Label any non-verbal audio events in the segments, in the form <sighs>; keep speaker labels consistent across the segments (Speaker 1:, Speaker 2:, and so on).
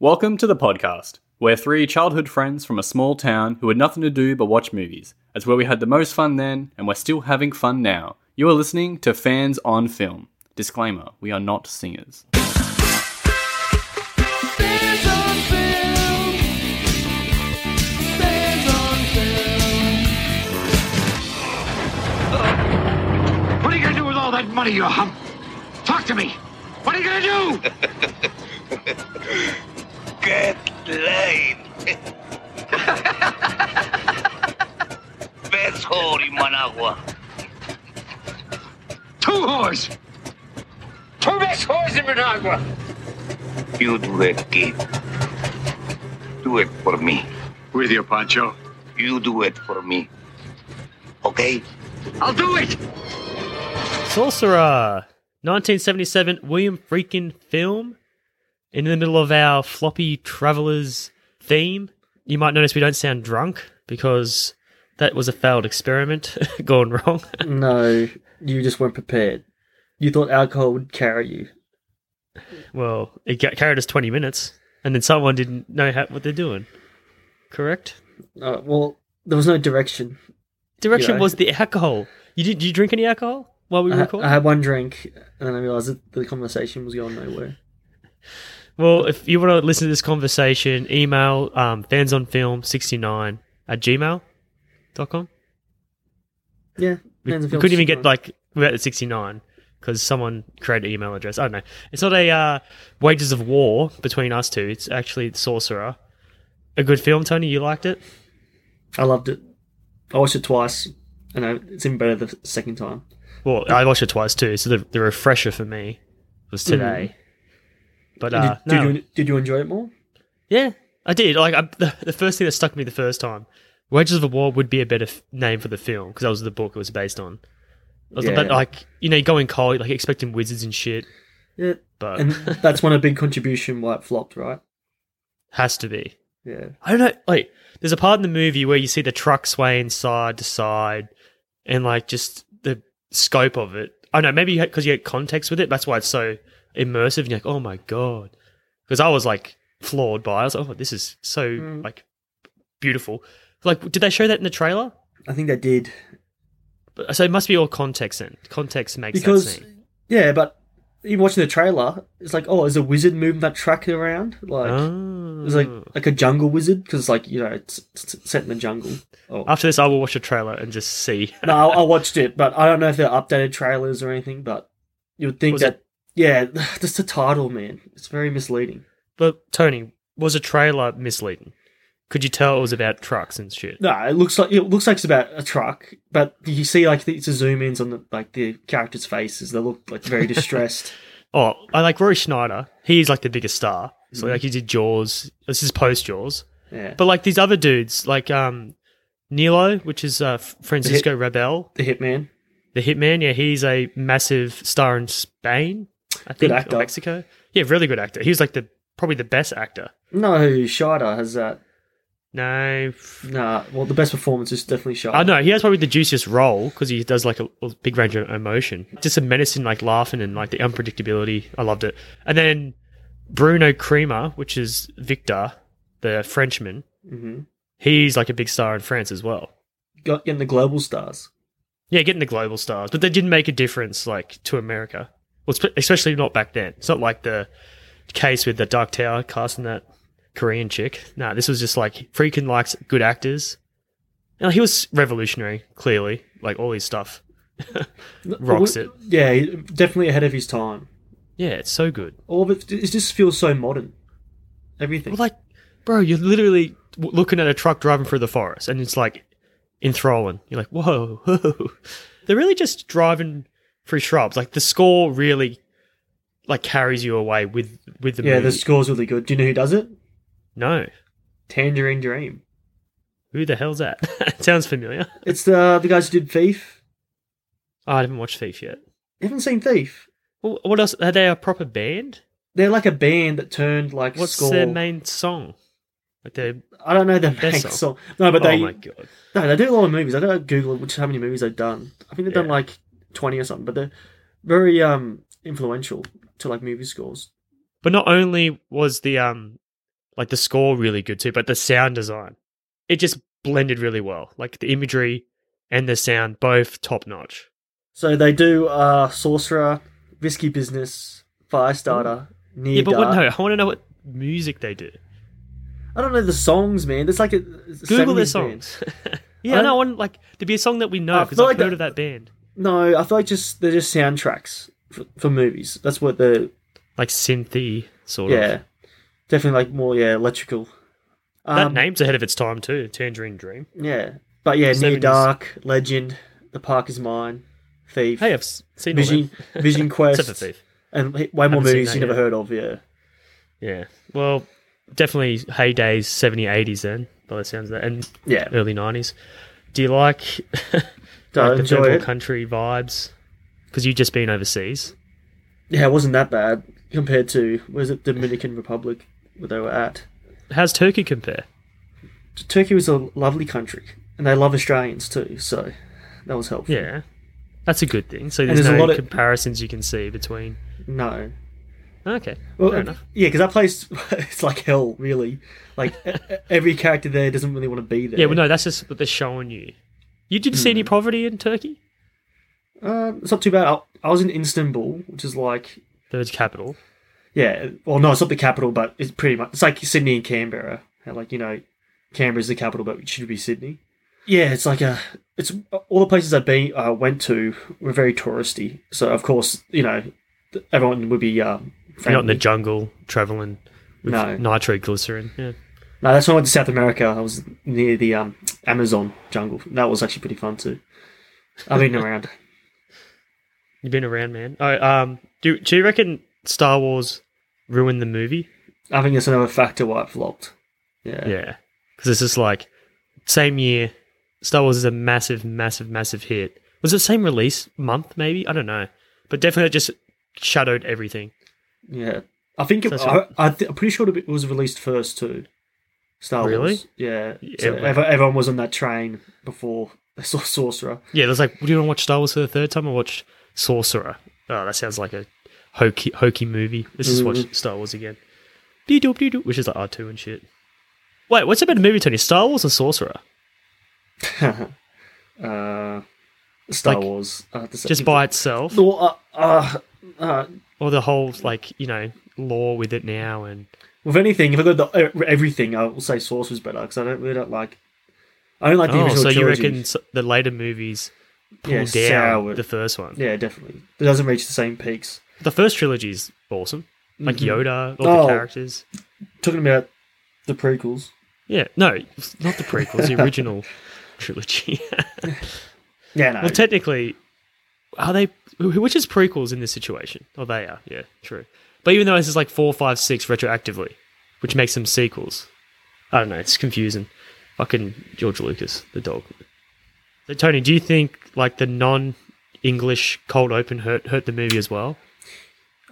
Speaker 1: Welcome to the podcast. We're three childhood friends from a small town who had nothing to do but watch movies. It's where we had the most fun then, and we're still having fun now. You are listening to Fans on Film. Disclaimer we are not singers.
Speaker 2: What are you gonna do with all that money, you hump? Talk to me. What are you gonna <laughs> do?
Speaker 3: Get laid. Best hole in Managua.
Speaker 2: Two whores. Two best whores in Managua.
Speaker 3: You do it, kid. Do it for me.
Speaker 2: With you, Pancho.
Speaker 3: You do it for me. Okay?
Speaker 2: I'll do it.
Speaker 4: Sorcerer, 1977 William freaking film. In the middle of our floppy travelers theme, you might notice we don't sound drunk because that was a failed experiment <laughs> gone wrong.
Speaker 5: No, you just weren't prepared. You thought alcohol would carry you.
Speaker 4: well, it ca- carried us 20 minutes, and then someone didn't know how, what they're doing. Correct?
Speaker 5: Uh, well, there was no direction.
Speaker 4: Direction
Speaker 5: Yeah.
Speaker 4: was the alcohol. You did, did you drink any alcohol while we
Speaker 5: I,
Speaker 4: were
Speaker 5: ha-
Speaker 4: recording?
Speaker 5: I had one drink, and then I realized that the conversation was going nowhere.
Speaker 4: Well, if you want to listen to this conversation, email um, fansonfilm69 at gmail.com.
Speaker 5: Yeah,
Speaker 4: We,
Speaker 5: Hands and
Speaker 4: we
Speaker 5: Films
Speaker 4: couldn't even get
Speaker 5: Shine.
Speaker 4: like we're at the 69 because someone created an email address. I don't know. It's not a uh, wages of war between us two. It's actually Sorcerer. A good film, Tony. You liked it?
Speaker 5: I loved it. I watched it twice, and I, it's even better the second time.
Speaker 4: Well, I watched it twice too, so the, the refresher for me was today. But
Speaker 5: Mm. And
Speaker 4: uh,
Speaker 5: did, did
Speaker 4: no.
Speaker 5: you did you enjoy it more?
Speaker 4: Yeah, I did. Like I, the, the first thing that stuck me the first time, Wages of the War would be a better f- name for the film because that was the book it was based on. I was
Speaker 5: Yeah.
Speaker 4: but like you know, going cold, like expecting wizards and shit,
Speaker 5: Yeah,
Speaker 4: but
Speaker 5: and that's one a big contribution why it flopped, right?
Speaker 4: has to be.
Speaker 5: Yeah,
Speaker 4: I don't know. Like, there's a part in the movie where you see the truck swaying side to side, and like just the scope of it. I don't know maybe because you, get context with it, that's why it's so immersive. And you're like, oh my god, because I was like floored by. it. I was like, oh, this is so
Speaker 5: Mm.
Speaker 4: like beautiful. Like, did they show that in the trailer?
Speaker 5: I think they did
Speaker 4: But- So it must be all context. Then context makes that
Speaker 5: because
Speaker 4: scene.
Speaker 5: yeah, but even watching the trailer, it's like oh, is a wizard moving that truck around? Like
Speaker 4: Oh.
Speaker 5: It's like like a jungle wizard because it's like you know it's, it's set in the jungle. Oh.
Speaker 4: After this, I will watch a trailer and just see. <laughs>
Speaker 5: no, I, I watched it, but I don't know if they're updated trailers or anything. But you would think
Speaker 4: Was
Speaker 5: that yeah, <sighs> just the title, man, it's very misleading.
Speaker 4: But Tony, was a trailer misleading? Could you tell it was about trucks and shit?
Speaker 5: No, it looks like it looks like it's about a truck, but you see like the, it's a zoom ins on the like the characters' faces. They look like
Speaker 4: <laughs>
Speaker 5: very distressed.
Speaker 4: Oh, I like Rory Schneider. He's like the biggest star. So like he did Jaws. This is post Jaws.
Speaker 5: yeah,
Speaker 4: But like these other dudes, like um Nilo, which is uh, F- Francisco Rabel,
Speaker 5: the hitman.
Speaker 4: the hitman. Yeah, he's a massive star in Spain. I think or
Speaker 5: actor.
Speaker 4: Mexico. Yeah, really good actor. He was like the probably the best actor.
Speaker 5: No, Shider has that.
Speaker 4: No, f-
Speaker 5: Nah, well, the best performance is definitely Shider.
Speaker 4: I know he has probably the juiciest role because he does like a, a big range of emotion. Just a medicine, like laughing and like the unpredictability. I loved it. And then Bruno Creamer, which is Victor, the Frenchman.
Speaker 5: hmm
Speaker 4: He's like a big star in France as well.
Speaker 5: Got getting the global stars.
Speaker 4: Yeah, getting the global stars, but they didn't make a difference like to America. Well, spe- especially not back then. It's not like the case with the Dark Tower casting that Korean chick. Nah, this was just like freaking likes good actors. And he was revolutionary, clearly. Like all his stuff. <laughs> Rocks it.
Speaker 5: Yeah, he- definitely ahead of his time.
Speaker 4: Yeah, it's so good.
Speaker 5: All of it, it just feels so modern. Everything.
Speaker 4: Well, like, bro, you're literally w- looking at a truck driving through the forest, and it's like enthralling. You're like, whoa, <laughs> whoa. They're really just driving through shrubs. Like the score really, like, carries you away with with the
Speaker 5: yeah,
Speaker 4: movie.
Speaker 5: the score's really good. Do you know who does it?
Speaker 4: no,
Speaker 5: Tangerine Dream.
Speaker 4: who the hell's that? <laughs> Sounds familiar.
Speaker 5: It's the the guys who did Thief.
Speaker 4: Oh, I haven't watched Thief yet.
Speaker 5: You haven't seen Thief?
Speaker 4: Well, what else? Are they a proper band?
Speaker 5: They're like a band that turned like
Speaker 4: What's
Speaker 5: score.
Speaker 4: their main song? Like their
Speaker 5: I don't know their main
Speaker 4: song?
Speaker 5: song. No, but they
Speaker 4: oh my god.
Speaker 5: no, they do a lot of movies. I gotta Google which how many movies they've done. I think they've done
Speaker 4: Yeah.
Speaker 5: like twenty or something. But they're very um influential to like movie scores.
Speaker 4: But not only was the um like the score really good too, but the sound design, it just blended really well. Like the imagery and the sound, both top notch.
Speaker 5: So they do uh, Sorcerer, Risky Business, Firestarter, Near
Speaker 4: Yeah, but what,
Speaker 5: Dark.
Speaker 4: no, I want to know what music they did.
Speaker 5: I don't know the songs, man. There's like a
Speaker 4: Google their
Speaker 5: 70s band.
Speaker 4: songs.
Speaker 5: <laughs>
Speaker 4: <laughs> yeah,
Speaker 5: I-
Speaker 4: no, I want like to be a song that we know
Speaker 5: I
Speaker 4: because
Speaker 5: feel
Speaker 4: I've
Speaker 5: like
Speaker 4: heard
Speaker 5: that-
Speaker 4: of that band,
Speaker 5: No, I feel like just they're just soundtracks for, for movies. That's what the
Speaker 4: like synthy sort
Speaker 5: yeah,
Speaker 4: of.
Speaker 5: definitely like more yeah electrical.
Speaker 4: That
Speaker 5: Um,
Speaker 4: name's ahead of its time too. Tangerine Dream.
Speaker 5: yeah, but yeah, near
Speaker 4: 70s.
Speaker 5: dark, legend, the park is mine, thief,
Speaker 4: Hey, I've s- seen all
Speaker 5: vision,
Speaker 4: <laughs> them.
Speaker 5: vision quest,
Speaker 4: Except for Thief.
Speaker 5: and he- way more
Speaker 4: Haven't seen
Speaker 5: movies
Speaker 4: that
Speaker 5: you never
Speaker 4: yet.
Speaker 5: heard of. Yeah,
Speaker 4: Yeah. Well, definitely heydays 70s, 80s then, by the sounds of that, and
Speaker 5: yeah.
Speaker 4: early 90s. Do you like,
Speaker 5: I
Speaker 4: like the
Speaker 5: enjoy
Speaker 4: Third World
Speaker 5: it.
Speaker 4: Country vibes? Because you've just been overseas.
Speaker 5: Yeah, it wasn't that bad compared to was it Dominican Republic where they were at.
Speaker 4: How's Turkey compare?
Speaker 5: Turkey was a lovely country, and they love Australians too, so that was helpful.
Speaker 4: Yeah. That's a good thing. So there's,
Speaker 5: there's a
Speaker 4: no
Speaker 5: lot of-
Speaker 4: comparisons you can see between.
Speaker 5: No,
Speaker 4: Okay.
Speaker 5: Well, uh,
Speaker 4: fair enough.
Speaker 5: yeah, because that place <laughs> it's like hell, really. Like e- e- every character there doesn't really want to be there.
Speaker 4: Yeah, well, no, that's just what they're showing you. You didn't see any
Speaker 5: Hmm.
Speaker 4: poverty in Turkey?
Speaker 5: uh, it's not too bad. I, I was in Istanbul, which is like
Speaker 4: The capital.
Speaker 5: yeah, well, no, it's not the capital, but it's pretty much it's like Sydney and Canberra. How, Like you know, Canberra's the capital, but it should be Sydney. Yeah, it's like a it's all the places I've been uh, went to were very touristy. So of course, you know, th- everyone would be um,
Speaker 4: You're not in the
Speaker 5: friendly.
Speaker 4: jungle traveling with
Speaker 5: No.
Speaker 4: nitroglycerin. Yeah.
Speaker 5: No, that's when I went to South America. I was near the um, Amazon jungle. That was actually pretty fun too.
Speaker 4: <laughs>
Speaker 5: I've been around.
Speaker 4: You've been around, man. Oh, um, do do you reckon Star Wars ruined the movie?
Speaker 5: I think that's another factor why it flopped. Yeah.
Speaker 4: Yeah, because it's just like same year. Star Wars is a massive, massive, massive hit. Was it same release month? Maybe I don't know, but definitely it just shadowed everything.
Speaker 5: Yeah. I think it,
Speaker 4: So-
Speaker 5: I, I th- I'm pretty sure it was released first too. Star
Speaker 4: Really?
Speaker 5: Wars. Yeah.
Speaker 4: Yeah,
Speaker 5: So
Speaker 4: well-
Speaker 5: ev- everyone was on that train before <laughs> they saw Sorcerer.
Speaker 4: Yeah, there's like, do you want to watch Star Wars for the third time or watch Sorcerer? Oh, that sounds like a hokey, hokey movie. Let's just
Speaker 5: Mm-hmm.
Speaker 4: watch Star Wars again. Dee-doo, dee-doo, which is like R two and shit. Wait, what's a better movie, Tony? Star Wars or Sorcerer?
Speaker 5: Uh, Star
Speaker 4: Like,
Speaker 5: Wars. I have to say-
Speaker 4: Just by itself.
Speaker 5: No, uh, uh, uh,
Speaker 4: or the whole like you know law with it now and
Speaker 5: With anything, if I got the, e- everything, I will say Source was better because I don't really don't like. I don't like the
Speaker 4: oh
Speaker 5: original
Speaker 4: so you
Speaker 5: trilogy.
Speaker 4: reckon s- the later movies pull
Speaker 5: Yeah,
Speaker 4: down
Speaker 5: sour.
Speaker 4: the first one
Speaker 5: Yeah, definitely. It doesn't reach the same peaks.
Speaker 4: the first trilogy is awesome like yoda all
Speaker 5: Oh.
Speaker 4: the characters
Speaker 5: Talking about the prequels.
Speaker 4: yeah no not the prequels
Speaker 5: <laughs>
Speaker 4: the original trilogy <laughs>
Speaker 5: Yeah, no.
Speaker 4: well technically are they wh- which is prequels in this situation oh they are yeah true but even though this is like four five six retroactively which makes them sequels i don't know it's confusing fucking george lucas the dog so tony do you think like the non english cold open hurt hurt the movie as well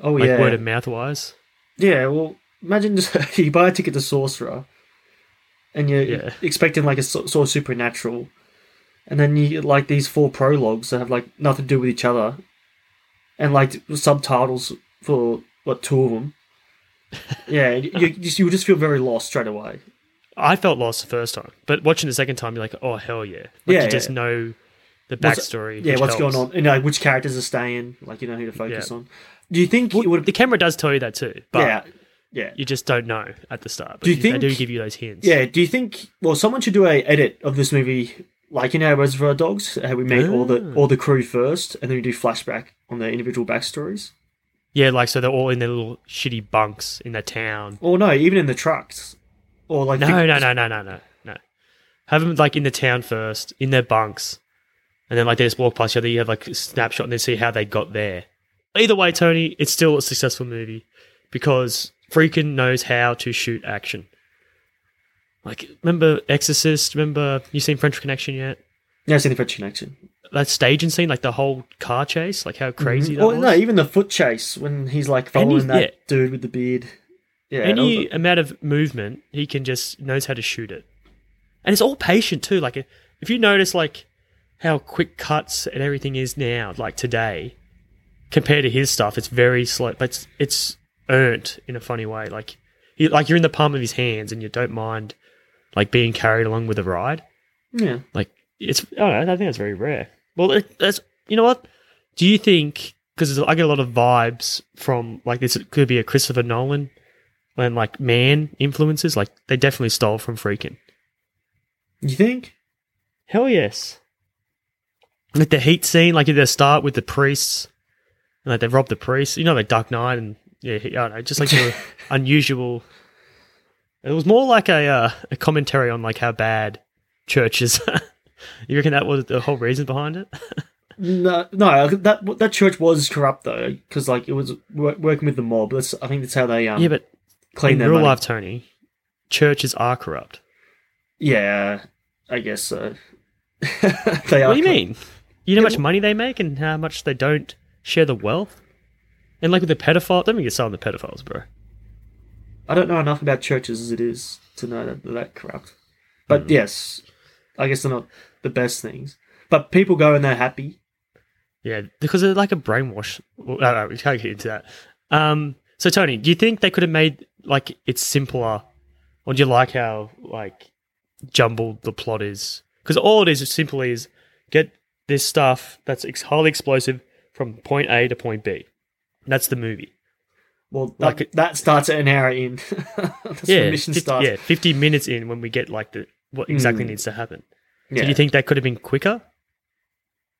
Speaker 5: oh
Speaker 4: like
Speaker 5: yeah.
Speaker 4: word of mouth wise
Speaker 5: yeah. Well, imagine just <laughs> you buy a ticket to Sorcerer, and you're
Speaker 4: Yeah.
Speaker 5: expecting like a so- sort of supernatural, and then you get, like these four prologues that have like nothing to do with each other, and like subtitles for what two
Speaker 4: <laughs>
Speaker 5: of them. Yeah, you, you, just, you just feel very lost straight away.
Speaker 4: i felt lost the first time but watching the second time you're like oh hell yeah like
Speaker 5: Yeah,
Speaker 4: you just
Speaker 5: yeah.
Speaker 4: know the
Speaker 5: What's-
Speaker 4: backstory
Speaker 5: yeah,
Speaker 4: which
Speaker 5: what's
Speaker 4: helps.
Speaker 5: going on? And like which characters are staying? Like you know who to focus
Speaker 4: Yeah.
Speaker 5: on. Do you think it would?
Speaker 4: the camera does tell you that too but
Speaker 5: Yeah, yeah,
Speaker 4: you just don't know at the start. But
Speaker 5: Do you
Speaker 4: you- they do
Speaker 5: think-
Speaker 4: give you those hints.
Speaker 5: yeah. Do you think? Well, someone should do a edit of this movie, like in our Reservoir Dogs, how we meet all
Speaker 4: Ah.
Speaker 5: the all the crew first, and then we do flashback on their individual backstories.
Speaker 4: yeah, like so they're all in their little shitty bunks in their town.
Speaker 5: Or no, even in the trucks. Or like
Speaker 4: No,
Speaker 5: think-
Speaker 4: no, no, no, no, no, no. Have them like in the town first, in their bunks, and then like they just walk past each other. You have like a snapshot, and then see how they got there. Either way, Tony, it's still a successful movie because freaking knows how to shoot action. Like, remember Exorcist? Remember you seen French Connection yet?
Speaker 5: Yeah, it's in the French Connection.
Speaker 4: That staging scene, like the whole car chase, like how crazy that
Speaker 5: Or
Speaker 4: was.
Speaker 5: Mm-hmm. no, even the foot chase when he's like following
Speaker 4: Any-
Speaker 5: that
Speaker 4: yeah.
Speaker 5: dude with the beard. Yeah, that was
Speaker 4: any
Speaker 5: a-
Speaker 4: amount of movement, he can just knows how to shoot it, and it's all patient too. Like if you notice, like how quick cuts and everything is now, like today, compared to his stuff, it's very slow, but it's, it's earned in a funny way. Like you, like you're in the palm of his hands and you don't mind like being carried along with a ride.
Speaker 5: Yeah.
Speaker 4: Like it's I don't know, I think that's very rare. Well, it, that's you know what? Do you think because I get a lot of vibes from like this it could be a Christopher Nolan and like man influences like they definitely stole from Freakin.
Speaker 5: You think?
Speaker 4: Hell yes. Like the heat scene, like they start with the priests, and like they rob the priests. You know, like Dark Knight, and yeah, he- I don't know, just like
Speaker 5: <laughs>
Speaker 4: the unusual. It was more like a uh, a commentary on like how bad churches. <laughs> you reckon that was the whole reason behind it?
Speaker 5: No, no. That that church was corrupt though, because like it was wor- working with the mob. That's I think that's how they um
Speaker 4: yeah, but
Speaker 5: clean
Speaker 4: in
Speaker 5: their
Speaker 4: real
Speaker 5: money.
Speaker 4: life, Tony, churches are corrupt.
Speaker 5: Yeah, I guess so. <laughs> they are.
Speaker 4: What do you
Speaker 5: corrupt.
Speaker 4: mean? You know how much money they make and how much they don't share the wealth. And like with the pedophile, don't even get started on the pedophiles, bro.
Speaker 5: I don't know enough about churches as it is to know that they're that corrupt.
Speaker 4: Mm.
Speaker 5: But yes, I guess they're not the best things. But people go and they're happy.
Speaker 4: Yeah, because they're like a brainwash. Well, no, no, we can't get into that. Um, so, Tony, do you think they could have made like it simpler, or do you like how like jumbled the plot is? Because all it is is simply is get this stuff that's ex- highly explosive from point A to point B. That's the movie.
Speaker 5: Well, that,
Speaker 4: Like it-
Speaker 5: that starts at an hour in. <laughs> That's yeah,
Speaker 4: yeah,
Speaker 5: the mission
Speaker 4: 50,
Speaker 5: starts.
Speaker 4: yeah, fifty minutes in when we get like the what exactly
Speaker 5: Mm.
Speaker 4: needs to happen.
Speaker 5: Yeah.
Speaker 4: So, do you think that could have been quicker?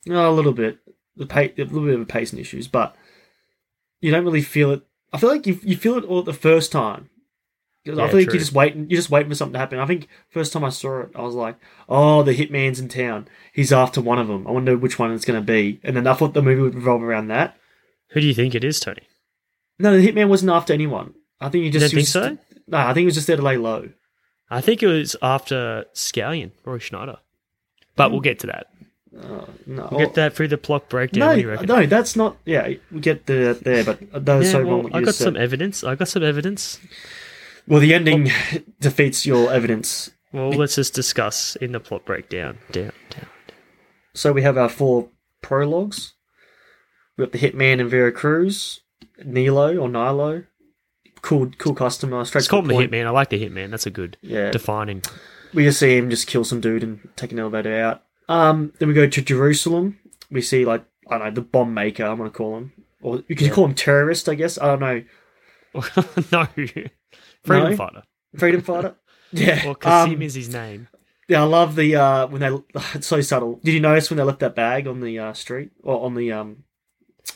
Speaker 5: No, a little bit. The pa- a little bit of a pacing issues, but you don't really feel it. I feel like you you feel it all the first time. 'Cause I
Speaker 4: Yeah,
Speaker 5: feel like
Speaker 4: true.
Speaker 5: you're just waiting. You're just waiting for something to happen. I think first time I saw it, I was like, "Oh, the hitman's in town. He's after one of them. I wonder which one it's going to be." And then I thought the movie would revolve around that.
Speaker 4: Who do you think it is, Tony?
Speaker 5: No, the hitman wasn't after anyone. I think he
Speaker 4: You
Speaker 5: just
Speaker 4: don't
Speaker 5: he was
Speaker 4: think
Speaker 5: just- No, I think he was just there to lay low.
Speaker 4: I think it was after Scallion, Roy Schneider. But
Speaker 5: Hmm.
Speaker 4: we'll get to that.
Speaker 5: Uh, no,
Speaker 4: We'll get that through the plot breakdown.
Speaker 5: no,
Speaker 4: what do you reckon?
Speaker 5: no, that's not. Yeah, we get the there, but that was
Speaker 4: Yeah,
Speaker 5: so
Speaker 4: well,
Speaker 5: wrong. What you
Speaker 4: I got
Speaker 5: just said.
Speaker 4: some evidence. I got some evidence.
Speaker 5: Well, the ending <laughs> defeats your evidence.
Speaker 4: Well, let's just discuss in the plot breakdown. Down, down.
Speaker 5: So we have our four prologues. We've got the Hitman and Vera Cruz, Nilo or Nilo. Cool, cool customer. Straight
Speaker 4: Let's
Speaker 5: to
Speaker 4: call him the
Speaker 5: point.
Speaker 4: hitman. I like the hitman. That's a good
Speaker 5: Yeah.
Speaker 4: defining. <laughs>
Speaker 5: We just see him just kill some dude and take an elevator out. Um, then we go to Jerusalem. We see like I don't know the bomb maker. I'm gonna call him, or you can call him terrorist, I guess. I don't know.
Speaker 4: no, freedom
Speaker 5: No?
Speaker 4: fighter.
Speaker 5: Freedom fighter.
Speaker 4: <laughs>
Speaker 5: Yeah.
Speaker 4: Well, Kasim
Speaker 5: um,
Speaker 4: is his name.
Speaker 5: Yeah, I love the uh, when they. <sighs> It's so subtle. Did you notice when they left that bag on the uh, street or on the um?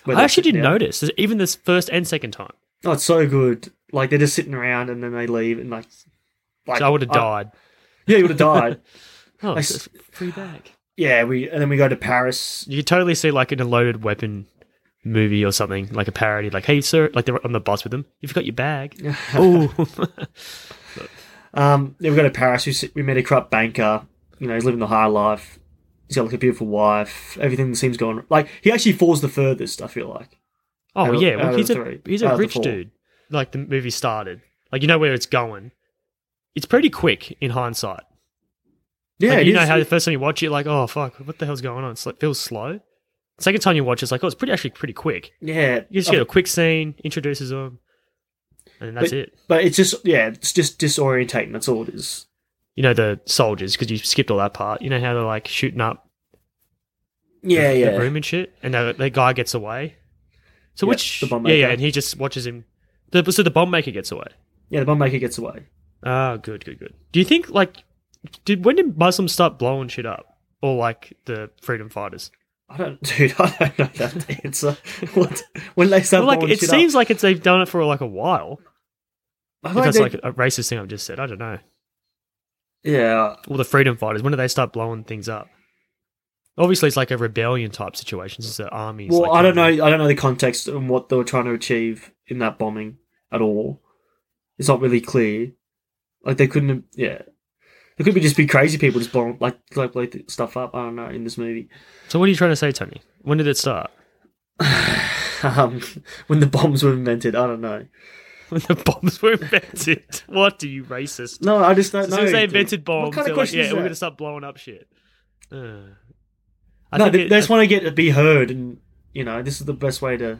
Speaker 5: where
Speaker 4: I
Speaker 5: they
Speaker 4: actually
Speaker 5: sit
Speaker 4: didn't
Speaker 5: down?
Speaker 4: notice even this first and second time.
Speaker 5: Oh, it's so good. Like they're just sitting around and then they leave and like, like
Speaker 4: So I would have died.
Speaker 5: yeah, you
Speaker 4: <laughs>
Speaker 5: would have died.
Speaker 4: Oh,
Speaker 5: I
Speaker 4: it's
Speaker 5: s-
Speaker 4: a free bag.
Speaker 5: yeah, we and then we go to Paris.
Speaker 4: You could totally see like in a loaded weapon movie or something, like a parody, like "Hey sir," like they're on the bus with them. You've got your bag.
Speaker 5: <laughs>
Speaker 4: <laughs> Oh,
Speaker 5: Um, then we go to Paris. We sit, we met a corrupt banker. You know, he's living the high life. He's got like a beautiful wife. Everything seems going like he actually falls the furthest. I feel like.
Speaker 4: Oh
Speaker 5: Out of-
Speaker 4: yeah,
Speaker 5: out
Speaker 4: well
Speaker 5: of
Speaker 4: he's
Speaker 5: the
Speaker 4: a
Speaker 5: three.
Speaker 4: he's
Speaker 5: Out
Speaker 4: a
Speaker 5: of the
Speaker 4: rich
Speaker 5: four.
Speaker 4: dude. Like the movie started, like you know where it's going. It's pretty quick in hindsight.
Speaker 5: Yeah,
Speaker 4: Like,
Speaker 5: it
Speaker 4: you know
Speaker 5: is-
Speaker 4: how the first time you watch it, you're like oh fuck, what the hell's going on? It's like feels slow. Second time you watch, it's like oh, it's pretty actually pretty quick.
Speaker 5: yeah, Uh,
Speaker 4: You just get a quick scene, introduces them, and that's it.
Speaker 5: Oh. but it's just yeah, it's just disorientating. That's all it is.
Speaker 4: You know the soldiers because you skipped all that part. You know how they're like shooting up
Speaker 5: Yeah,
Speaker 4: the
Speaker 5: yeah.
Speaker 4: room and shit, and the, the guy gets away. So
Speaker 5: Yeah,
Speaker 4: which
Speaker 5: the bomb
Speaker 4: yeah yeah,
Speaker 5: maker.
Speaker 4: and he just watches him. The, so the bomb maker gets away.
Speaker 5: Yeah, the bomb maker gets away.
Speaker 4: Ah, good, good, good. Do you think like did when did Muslims start blowing shit up? Or like the freedom fighters?
Speaker 5: I don't, <laughs> dude. I don't know that answer. <laughs> what when they start
Speaker 4: Well, like
Speaker 5: blowing
Speaker 4: it
Speaker 5: shit
Speaker 4: seems
Speaker 5: up,
Speaker 4: like it's they've done it for like a while.
Speaker 5: I
Speaker 4: If
Speaker 5: feel
Speaker 4: that's
Speaker 5: they-
Speaker 4: like a racist thing I've just said. I don't know.
Speaker 5: yeah,
Speaker 4: All the freedom fighters. When do they start blowing things up? Obviously, it's like a rebellion type situation. It's the armies.
Speaker 5: Well,
Speaker 4: like,
Speaker 5: I don't know.
Speaker 4: coming in.
Speaker 5: I don't know the context and what they were trying to achieve in that bombing at all. It's not really clear. Like they couldn't. Have, yeah, they could be just be crazy people just bomb like like like the stuff up. I don't know in this movie. <laughs>
Speaker 4: So what are you trying to say, Tony? When did it start? <laughs>
Speaker 5: um, when the bombs were invented, I don't know.
Speaker 4: When the bombs were invented? <laughs> what do you racist?
Speaker 5: No, I just don't
Speaker 4: As
Speaker 5: know.
Speaker 4: soon as they
Speaker 5: dude.
Speaker 4: invented bombs,
Speaker 5: What kind
Speaker 4: they're
Speaker 5: of
Speaker 4: like,
Speaker 5: question
Speaker 4: yeah,
Speaker 5: is
Speaker 4: we're
Speaker 5: that?
Speaker 4: gonna start blowing up shit. Uh, I
Speaker 5: no,
Speaker 4: think
Speaker 5: they,
Speaker 4: it- uh,
Speaker 5: they
Speaker 4: I
Speaker 5: just want to get to be heard, and you know this is the best way to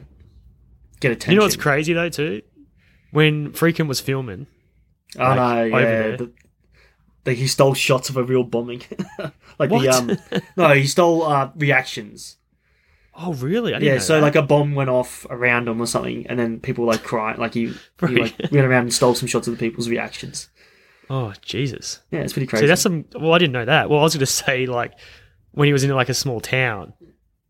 Speaker 5: get attention.
Speaker 4: You know what's crazy though too? When Freakin was filming,
Speaker 5: Oh
Speaker 4: like,
Speaker 5: no,
Speaker 4: over
Speaker 5: yeah.
Speaker 4: there.
Speaker 5: The, the, he stole shots of a real bombing. <laughs> like
Speaker 4: What?
Speaker 5: the um no, he stole uh reactions.
Speaker 4: Oh, really? I didn't
Speaker 5: Yeah,
Speaker 4: know
Speaker 5: so
Speaker 4: that.
Speaker 5: like a bomb went off around him or something and then people like cried
Speaker 4: <laughs>
Speaker 5: like he, he
Speaker 4: Right.
Speaker 5: like went around and stole some shots of the people's reactions.
Speaker 4: oh Jesus.
Speaker 5: Yeah, it's pretty crazy.
Speaker 4: See, that's some. Well, I didn't know that. Well, I was going to <laughs> say like when he was in like a small town,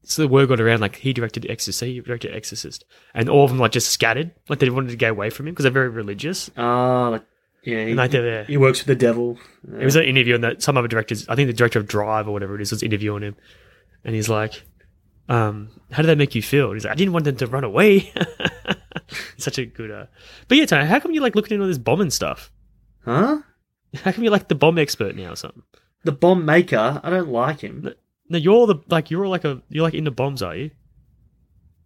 Speaker 4: so the word got around like he directed Exorcist, he directed Exorcist, and all of them like just scattered, like they wanted to get away from him because they're very religious.
Speaker 5: Ah, like yeah, he,
Speaker 4: And like they're there.
Speaker 5: he works with the devil.
Speaker 4: It was an interview, and that some other directors, I think the director of Drive or whatever it is, was interviewing him, and he's like, um, "How did that make you feel?" And he's like, "I didn't want them to run away." <laughs> Such a good. Uh... But yeah, Tony, how come you like looking into all this bombing stuff? <laughs>
Speaker 5: Huh?
Speaker 4: How come you're like the bomb expert now or something?
Speaker 5: The bomb maker, I don't like him.
Speaker 4: No, you're the like you're like a you're like into bombs, are you?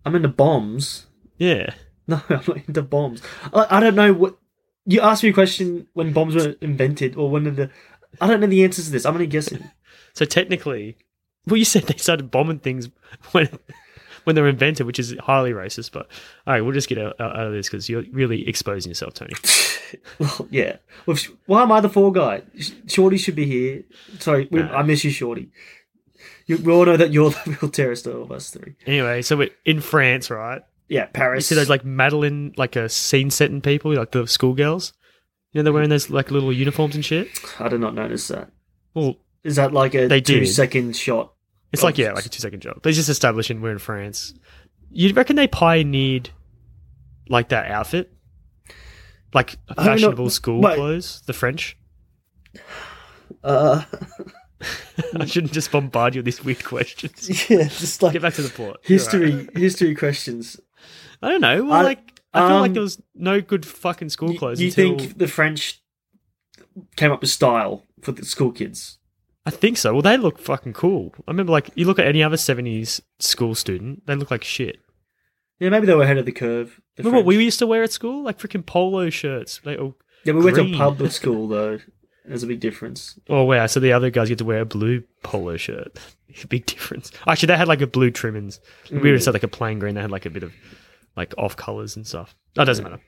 Speaker 5: I'm into bombs.
Speaker 4: Yeah.
Speaker 5: <laughs> No, I'm not into bombs. I, I don't know what. You asked me a question when bombs were invented, or when did the. I don't know the answers to this. I'm only guessing.
Speaker 4: <laughs> So technically, well, you said they started bombing things <laughs> when when they were invented, which is highly racist. But all right, we'll just get out, out out of this because you're really exposing yourself, Tony.
Speaker 5: well, yeah. Well, if- why am I the fall guy? Sh- Shorty should be here. Sorry, we,
Speaker 4: Nah.
Speaker 5: I miss you, Shorty. You, we all know that you're <laughs> the real terrorist of us three.
Speaker 4: Anyway, so we're in France, right?
Speaker 5: Yeah,
Speaker 4: You
Speaker 5: Paris.
Speaker 4: see those like Madeline, like a scene setting people, like the schoolgirls. You know they're wearing those like little uniforms and shit.
Speaker 5: I did not notice that.
Speaker 4: Well,
Speaker 5: Is that like a
Speaker 4: They did.
Speaker 5: two-second shot?
Speaker 4: it's
Speaker 5: um,
Speaker 4: like yeah, like a two second job. They're just establishing we're in France. You reckon they pioneered like that outfit, like
Speaker 5: don't know.
Speaker 4: fashionable school
Speaker 5: Wait.
Speaker 4: clothes, the French? <laughs>
Speaker 5: Uh, <laughs>
Speaker 4: I shouldn't just bombard you with these weird questions.
Speaker 5: <laughs> yeah, just like
Speaker 4: Get back to the plot.
Speaker 5: history.
Speaker 4: You're right.
Speaker 5: History questions.
Speaker 4: I don't know. Well,
Speaker 5: I-
Speaker 4: like I feel like
Speaker 5: um,
Speaker 4: there was no good fucking school
Speaker 5: You-
Speaker 4: clothes.
Speaker 5: You,
Speaker 4: until,
Speaker 5: think the French came up with style for the school kids?
Speaker 4: I think so. Well, they look fucking cool. I remember, like, you look at any other '70s school student, they look like shit.
Speaker 5: Yeah, maybe they were ahead of the curve. the
Speaker 4: Remember what
Speaker 5: French.
Speaker 4: we used to wear at school? Like freaking polo shirts. They all.
Speaker 5: yeah we went
Speaker 4: green.
Speaker 5: to public school though. There's a big difference.
Speaker 4: Oh wow! So the other guys get to wear a blue polo shirt. <laughs> Big difference. Actually, they had like a blue trimmings. We
Speaker 5: Mm.
Speaker 4: always had like a plain green. They had like a bit of like off colors and stuff. That doesn't matter.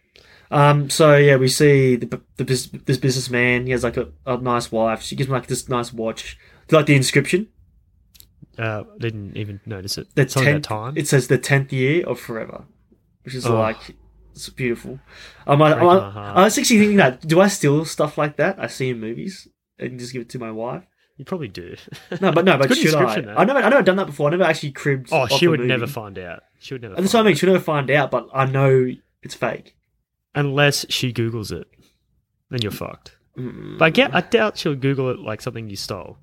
Speaker 5: Um, so yeah, we see the, the bus- this businessman. He has like a, a nice wife. She gives him like this nice watch. Do you like the inscription?
Speaker 4: Uh, didn't even notice it.
Speaker 5: The
Speaker 4: It's not about
Speaker 5: tenth-
Speaker 4: time.
Speaker 5: It says the tenth year of forever, which is
Speaker 4: Oh.
Speaker 5: like it's beautiful. Um, I,
Speaker 4: Breaking my
Speaker 5: I,
Speaker 4: heart.
Speaker 5: I was actually thinking that. Do I steal stuff like that? I see in movies and just give it to my wife.
Speaker 4: You probably do.
Speaker 5: No,
Speaker 4: <laughs>
Speaker 5: but no, but
Speaker 4: Good
Speaker 5: should I?
Speaker 4: description, though.
Speaker 5: I never, I never done that before. I never actually cribbed.
Speaker 4: oh,
Speaker 5: off
Speaker 4: she
Speaker 5: a
Speaker 4: would
Speaker 5: movie.
Speaker 4: never find out. She would never.
Speaker 5: And that's what I
Speaker 4: find
Speaker 5: mean.
Speaker 4: out.
Speaker 5: She'll never find out, but I know it's fake.
Speaker 4: Unless she Google's it, then you're fucked. But I get. I doubt she'll Google it like something you stole.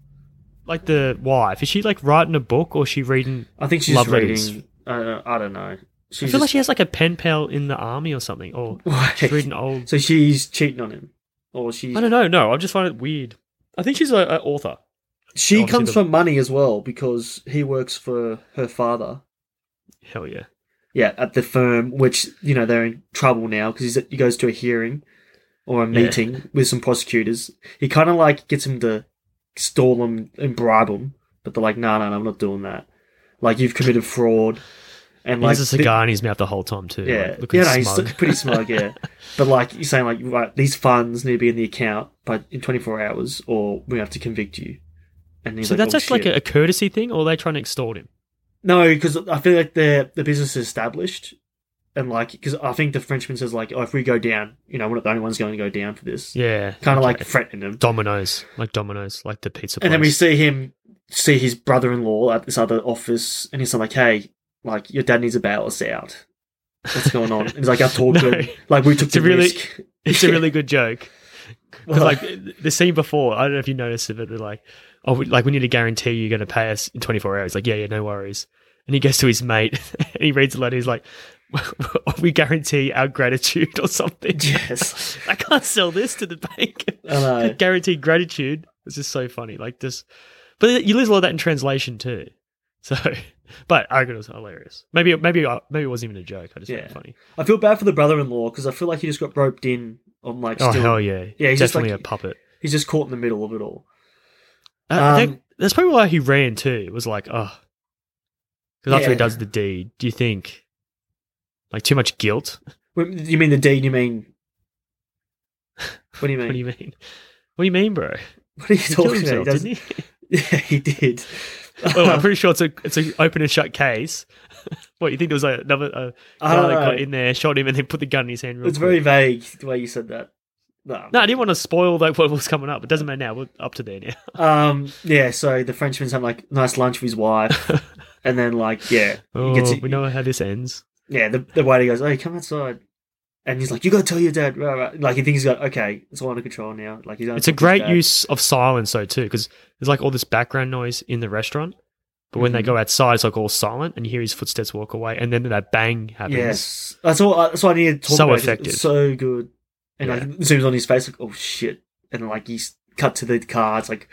Speaker 4: Like the wife. Is she like writing a book or is she reading?
Speaker 5: I think she's
Speaker 4: Love letters.
Speaker 5: reading. Uh, I don't know. She's
Speaker 4: I feel like she has like a pen pal in the army or something. Or
Speaker 5: <laughs> like
Speaker 4: she's reading old.
Speaker 5: so she's cheating on him, or she.
Speaker 4: I don't know. No, I just find it weird. I think she's an author.
Speaker 5: She
Speaker 4: Obviously
Speaker 5: comes
Speaker 4: the-
Speaker 5: from money as well because he works for her father.
Speaker 4: Hell yeah.
Speaker 5: Yeah, at the firm, which you know they're in trouble now because he goes to a hearing or a
Speaker 4: Yeah.
Speaker 5: meeting with some prosecutors. He kind of like gets him to stall him and bribe him, but they're like, "No, no, no, I'm not doing that. Like you've committed fraud." And
Speaker 4: He
Speaker 5: like
Speaker 4: has a
Speaker 5: the-
Speaker 4: cigar in his mouth the whole time too.
Speaker 5: yeah,
Speaker 4: like, looking
Speaker 5: yeah, no,
Speaker 4: smug.
Speaker 5: he's
Speaker 4: <laughs>
Speaker 5: pretty smug, yeah. but like you're saying, like right, these funds need to be in the account, but in 24 hours, or we have to convict you. And he's
Speaker 4: so
Speaker 5: like,
Speaker 4: that's
Speaker 5: "Oh,
Speaker 4: just like
Speaker 5: shit."
Speaker 4: a, a courtesy thing, or are they trying to extort him?
Speaker 5: No, because I feel like the the business is established, and like because I think the Frenchman says like, oh, if we go down, you know, we're not the only ones going to go down for this.
Speaker 4: Yeah,
Speaker 5: Kind of like
Speaker 4: okay.
Speaker 5: threatening them.
Speaker 4: Dominoes, like Dominoes, like the pizza.
Speaker 5: And then we
Speaker 4: place.
Speaker 5: see him see his brother-in-law at this other office, and he's like, hey, like your dad needs to bail us out. What's going on? And he's like, I
Speaker 4: <laughs>
Speaker 5: talked
Speaker 4: No.
Speaker 5: to him. Like we took
Speaker 4: It's a
Speaker 5: the
Speaker 4: really-
Speaker 5: risk. <laughs>
Speaker 4: it's a really good joke. <laughs> 'Cause,
Speaker 5: Well-
Speaker 4: like the scene before, I don't know if you noticed it, but they're like, "Oh, we, like we need to guarantee you're going to pay us in 24 hours." Like, yeah, yeah, no worries. And he goes to his mate <laughs> and he reads the letter. He's like, <laughs> "We guarantee our gratitude or something." <laughs>
Speaker 5: Yes.
Speaker 4: I can't sell this to the bank. <laughs>
Speaker 5: I know.
Speaker 4: Guaranteed gratitude. It's just so funny. Like this, but you lose a lot of that in translation too. So, <laughs> but I reckon it was hilarious. Maybe, maybe, I- maybe it wasn't even a joke. I just found
Speaker 5: Yeah.
Speaker 4: it funny.
Speaker 5: <laughs> I feel bad for the brother-in-law because I feel like he just got roped in on like
Speaker 4: Oh
Speaker 5: still.
Speaker 4: hell yeah!
Speaker 5: Yeah, he's just
Speaker 4: definitely
Speaker 5: like-
Speaker 4: a puppet.
Speaker 5: He's just caught in the middle of it all.
Speaker 4: Uh, I think
Speaker 5: Um,
Speaker 4: that's probably why he ran too. It was like, oh, because after
Speaker 5: Yeah.
Speaker 4: he does the deed, do you think like too much guilt? <laughs>
Speaker 5: Wait, You mean the deed? You mean What do you mean?
Speaker 4: What do you mean? What do you mean, bro?
Speaker 5: What are you
Speaker 4: He killed
Speaker 5: talking
Speaker 4: himself,
Speaker 5: about?
Speaker 4: didn't
Speaker 5: He doesn't- <laughs>
Speaker 4: he?
Speaker 5: Yeah, he did.
Speaker 4: well, I'm pretty sure it's a it's an open and shut case. <laughs> what you think there was like another uh,
Speaker 5: I
Speaker 4: guy
Speaker 5: don't
Speaker 4: that
Speaker 5: know.
Speaker 4: got in there, shot him, and then put the gun in his hand? Real
Speaker 5: It's
Speaker 4: quick.
Speaker 5: very vague the way you said that. No.
Speaker 4: No, I didn't want to spoil like what was coming up. It doesn't matter now. We're up to there now.
Speaker 5: Um. Yeah. So the Frenchman's having like nice lunch with
Speaker 4: <laughs>
Speaker 5: his wife, and then like yeah,
Speaker 4: Oh,
Speaker 5: he gets
Speaker 4: we know how this ends.
Speaker 5: yeah. The, the waiter goes, "Hey, come outside," and he's like, "You got to tell your dad." Right, right. Like he thinks he's got okay. It's all under control now. Like he's
Speaker 4: It's a great use of silence though too, because there's like all this background noise in the restaurant, but when they
Speaker 5: Mhm.
Speaker 4: go outside, it's like all silent, and you hear his footsteps walk away, and then that bang happens.
Speaker 5: Yes, that's all. uh, That's what I needed to talk
Speaker 4: So
Speaker 5: about. It's
Speaker 4: effective.
Speaker 5: so good, and
Speaker 4: Yeah.
Speaker 5: like zooms on his face, like oh shit, and like he's cut to the cards, like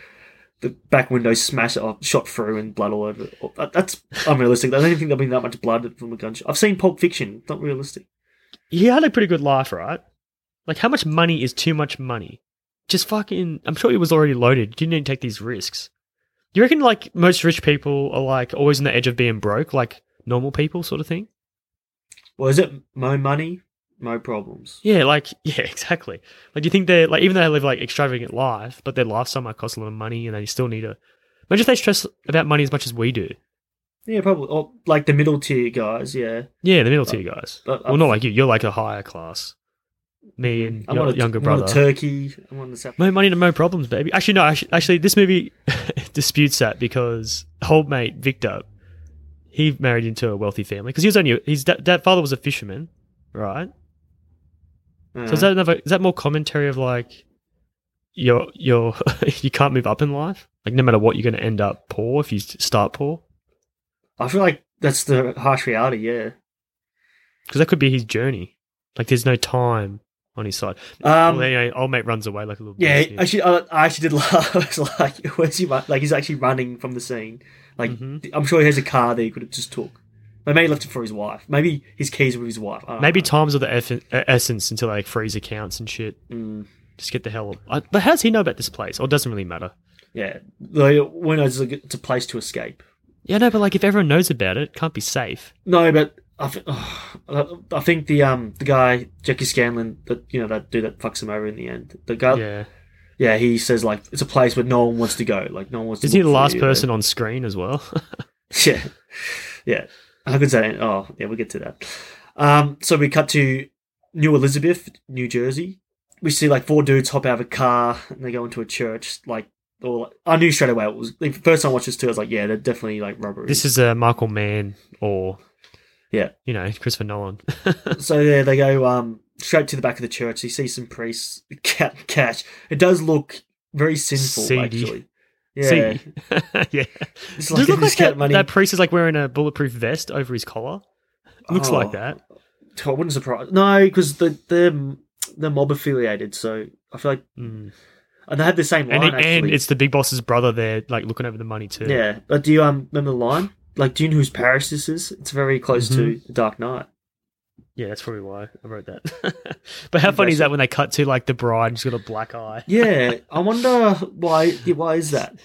Speaker 5: the back window smashed up, shot through, and blood all over. it. Oh, that- That's unrealistic. I don't even think there'll be that much blood from a gunshot. I've seen Pulp Fiction, not realistic.
Speaker 4: he had a pretty good life, right? Like, how much money is too much money? Just fucking. I'm sure he was already loaded. Didn't need to take these risks. You reckon, like, most rich people are, like, always on the edge of being broke, like normal people, sort of thing?
Speaker 5: Well, is it Mo Money, Mo Problems?
Speaker 4: Yeah, like, <laughs> yeah, exactly. Like, do you think they're, like, even though they live, like, extravagant life, but their lifestyle might cost a lot of money and they still need to. Imagine if they stress about money as much as we do.
Speaker 5: Yeah, probably. Or like the middle tier guys. Yeah,
Speaker 4: Yeah, the middle tier
Speaker 5: Uh,
Speaker 4: guys.
Speaker 5: but
Speaker 4: well, not like you. You're, like, a higher class. Me and
Speaker 5: I
Speaker 4: your
Speaker 5: want Mm-hmm. a
Speaker 4: Mm, younger
Speaker 5: I want
Speaker 4: brother.
Speaker 5: a turkey. I want a sap-
Speaker 4: No money to no problems, baby. Actually, no. Actually, actually this movie <laughs> disputes that because old mate Victor, he married into a wealthy family because he was only his da- dad father was a fisherman, right?
Speaker 5: Mm. uh,
Speaker 4: So is that another? Is that more commentary of like, you're you're <laughs> you can't move up in life. Like no matter what, you're going to end up poor if you s- start poor.
Speaker 5: I feel like that's the harsh reality. Yeah.
Speaker 4: Because that could be his journey. Like there's no time on his side.
Speaker 5: Um,
Speaker 4: well, anyway, old mate runs away like a little.
Speaker 5: Yeah,
Speaker 4: bastard.
Speaker 5: actually, I, I actually did <laughs> laugh. I was like, "Where's he? Run? Like, he's actually running from the scene. Like,
Speaker 4: Mhm.
Speaker 5: I'm sure he has a car that he could have just took. But maybe he left it for his wife. Maybe his keys were with his wife. I don't
Speaker 4: Maybe
Speaker 5: know.
Speaker 4: times are the eff- e, essence until they like freeze accounts and shit.
Speaker 5: Mm,
Speaker 4: Just get the hell up. I, but how does he know about this place? Or it doesn't really matter.
Speaker 5: yeah, the window is a, it's a place to escape.
Speaker 4: Yeah, no, but like if everyone knows about it, it can't be safe.
Speaker 5: No, but I, th- <sighs> I think the um the guy Jackie Scanlon that you know that dude that fucks him over in the end. The guy, yeah,
Speaker 4: yeah.
Speaker 5: he says like it's a place where no one wants to go. Like no one wants.
Speaker 4: Is
Speaker 5: to
Speaker 4: he
Speaker 5: look
Speaker 4: the
Speaker 5: for
Speaker 4: last
Speaker 5: you.
Speaker 4: person on screen as well? <laughs>
Speaker 5: <laughs> Yeah. Yeah. How good's that? end? Oh, yeah, we'll get to that. Um, so we cut to New Elizabeth, New Jersey. We see like four dudes hop out of a car and they go into a church. Like, or I knew straight away it was the first time I watched this too. I was like, yeah, they're definitely like robbery.
Speaker 4: this is a Michael Mann or
Speaker 5: Yeah.
Speaker 4: you know Christopher Nolan. <laughs>
Speaker 5: so yeah, they go um straight to the back of the church. They see some priests ca- cash. It does look very sinful,
Speaker 4: Seedy.
Speaker 5: actually. Yeah,
Speaker 4: See? <laughs> yeah.
Speaker 5: it's
Speaker 4: Does it look like
Speaker 5: scat
Speaker 4: that, that priest is like wearing a bulletproof vest over his collar? Looks like
Speaker 5: Oh.
Speaker 4: that.
Speaker 5: I wouldn't surprise. No, because the the the mob affiliated. So I feel like
Speaker 4: Mm.
Speaker 5: And they had the same line
Speaker 4: And, it-
Speaker 5: actually.
Speaker 4: and it's the big boss's brother there, like looking over the money too.
Speaker 5: yeah, but do you um remember the line? Like, do you know whose parish this is? It's very close to
Speaker 4: Mm-hmm.
Speaker 5: the Dark Knight.
Speaker 4: Yeah, that's probably why I wrote that. <laughs> but how funny is that when they cut to like the bride, she's got a black eye.
Speaker 5: Yeah, I wonder why. Why is that?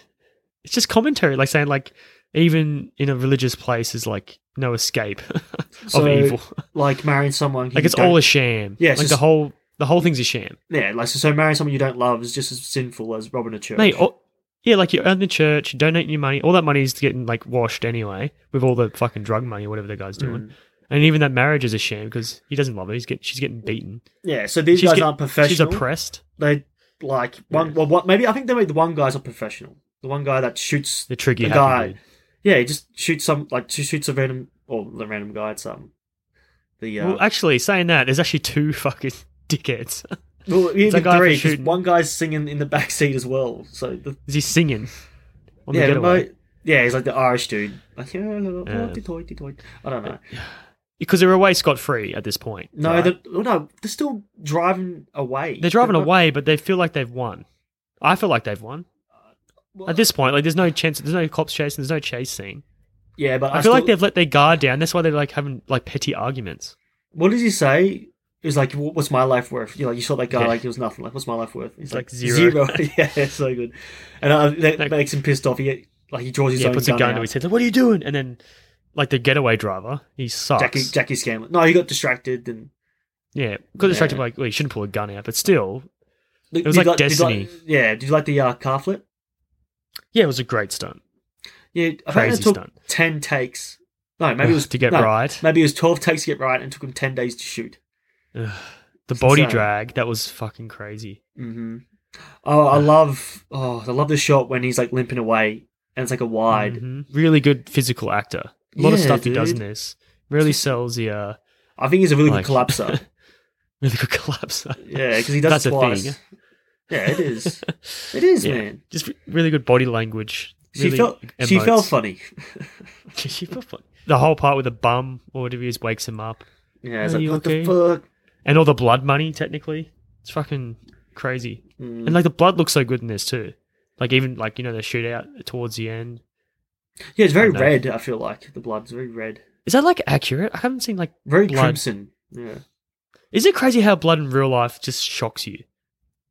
Speaker 4: It's just commentary, like saying like even in a religious place is like no escape <laughs>
Speaker 5: So,
Speaker 4: of evil.
Speaker 5: Like marrying someone. who
Speaker 4: Like
Speaker 5: you
Speaker 4: it's all a
Speaker 5: don't-
Speaker 4: sham.
Speaker 5: Yeah,
Speaker 4: like
Speaker 5: it's
Speaker 4: the
Speaker 5: just-
Speaker 4: whole the whole thing's a sham.
Speaker 5: yeah, like so, so marrying someone you don't love is just as sinful as robbing a church.
Speaker 4: Mate, oh, all, yeah, like you earn the church, you donate your money. All that money is getting like washed anyway with all the fucking drug money, whatever the guy's doing.
Speaker 5: Mm.
Speaker 4: And even that marriage is a sham because he doesn't love her. He's get she's getting beaten.
Speaker 5: yeah, so these
Speaker 4: she's
Speaker 5: guys
Speaker 4: get-
Speaker 5: aren't professional.
Speaker 4: She's oppressed.
Speaker 5: They like one.
Speaker 4: Yeah.
Speaker 5: Well, what, maybe I think they made the one guy's a professional. The one guy that shoots
Speaker 4: The tricky
Speaker 5: The
Speaker 4: happy
Speaker 5: guy.
Speaker 4: dude.
Speaker 5: Yeah, he just shoots some like she shoots a random or the random guy. It's um the uh,
Speaker 4: Well, actually, saying that, there's actually two fucking <laughs> dickheads.
Speaker 5: well,
Speaker 4: it's a
Speaker 5: even
Speaker 4: guy for
Speaker 5: three. 'cause
Speaker 4: shooting.
Speaker 5: One guy's singing in the back seat as well. So the,
Speaker 4: Is he singing? On
Speaker 5: yeah,
Speaker 4: the
Speaker 5: the
Speaker 4: getaway?
Speaker 5: mo- yeah, he's like the Irish dude. Like, yeah.
Speaker 4: Yeah.
Speaker 5: I don't know.
Speaker 4: Because they're away scot free at this point.
Speaker 5: No,
Speaker 4: right?
Speaker 5: they're, oh, no, they're still driving away.
Speaker 4: they're driving
Speaker 5: not-
Speaker 4: away, but they feel like they've won. I feel like they've won
Speaker 5: well,
Speaker 4: at this point. Like, there's no chance. There's no cops chasing. There's no chase scene.
Speaker 5: Yeah, but
Speaker 4: I, feel like they've let their guard down. That's why they're like having like petty arguments.
Speaker 5: What does he say? He's like, "Wh- "What's my life worth?" You know, you saw that guy
Speaker 4: Yeah.
Speaker 5: like it was nothing. Like, "What's my life worth?" He's
Speaker 4: It's like <laughs> zero.
Speaker 5: <laughs> yeah, it's so good. And uh, that
Speaker 4: Like-
Speaker 5: makes him pissed off. He like he draws his
Speaker 4: yeah,
Speaker 5: own
Speaker 4: puts a gun
Speaker 5: out.
Speaker 4: to his head. Like, what are you doing? And then, like the getaway driver, he sucks.
Speaker 5: Jackie Jackie Scanlon. No, he got distracted and
Speaker 4: yeah, got distracted.
Speaker 5: Yeah.
Speaker 4: by Like, well, you shouldn't pull a gun out, but still,
Speaker 5: It
Speaker 4: was like Destiny.
Speaker 5: yeah. Did you like the uh, car flip?
Speaker 4: Yeah, it was a great stunt.
Speaker 5: Yeah, I think
Speaker 4: Crazy
Speaker 5: it took
Speaker 4: stunt.
Speaker 5: ten takes. No, maybe it was
Speaker 4: to get
Speaker 5: no,
Speaker 4: right.
Speaker 5: Maybe it was twelve takes to get right, and it took him ten days to shoot.
Speaker 4: The body
Speaker 5: insane.
Speaker 4: drag that was fucking crazy.
Speaker 5: hmm Oh, I love. Oh, I love the shot when he's like limping away, and it's like a wide.
Speaker 4: Mhm. Really good physical actor. A lot of
Speaker 5: Yeah,
Speaker 4: stuff he does in
Speaker 5: dude.
Speaker 4: this really sells the uh,
Speaker 5: I think he's a really
Speaker 4: Like- <laughs>
Speaker 5: good collapser.
Speaker 4: really good <laughs> collapse.
Speaker 5: yeah, because he does
Speaker 4: That's
Speaker 5: it
Speaker 4: a
Speaker 5: twice.
Speaker 4: thing.
Speaker 5: Yeah,
Speaker 4: <laughs>
Speaker 5: it is. It is,
Speaker 4: Yeah.
Speaker 5: man.
Speaker 4: Just re- really good body language.
Speaker 5: She
Speaker 4: really
Speaker 5: felt. She
Speaker 4: emotes.
Speaker 5: felt funny.
Speaker 4: <laughs> She felt fun. The whole part with the bum or whatever he is wakes him up,
Speaker 5: Yeah, it's
Speaker 4: Are
Speaker 5: like
Speaker 4: you
Speaker 5: what
Speaker 4: okay?
Speaker 5: the fuck.
Speaker 4: and all the blood money. Technically, it's fucking crazy.
Speaker 5: Mm.
Speaker 4: And like the blood looks so good in this too. Like even like you know the shootout towards the end.
Speaker 5: Yeah, it's very
Speaker 4: know.
Speaker 5: red. I feel like the blood's very red,
Speaker 4: Is that like accurate? I haven't seen like.
Speaker 5: very
Speaker 4: Blood.
Speaker 5: crimson. Yeah.
Speaker 4: Is it crazy how blood in real life just shocks you?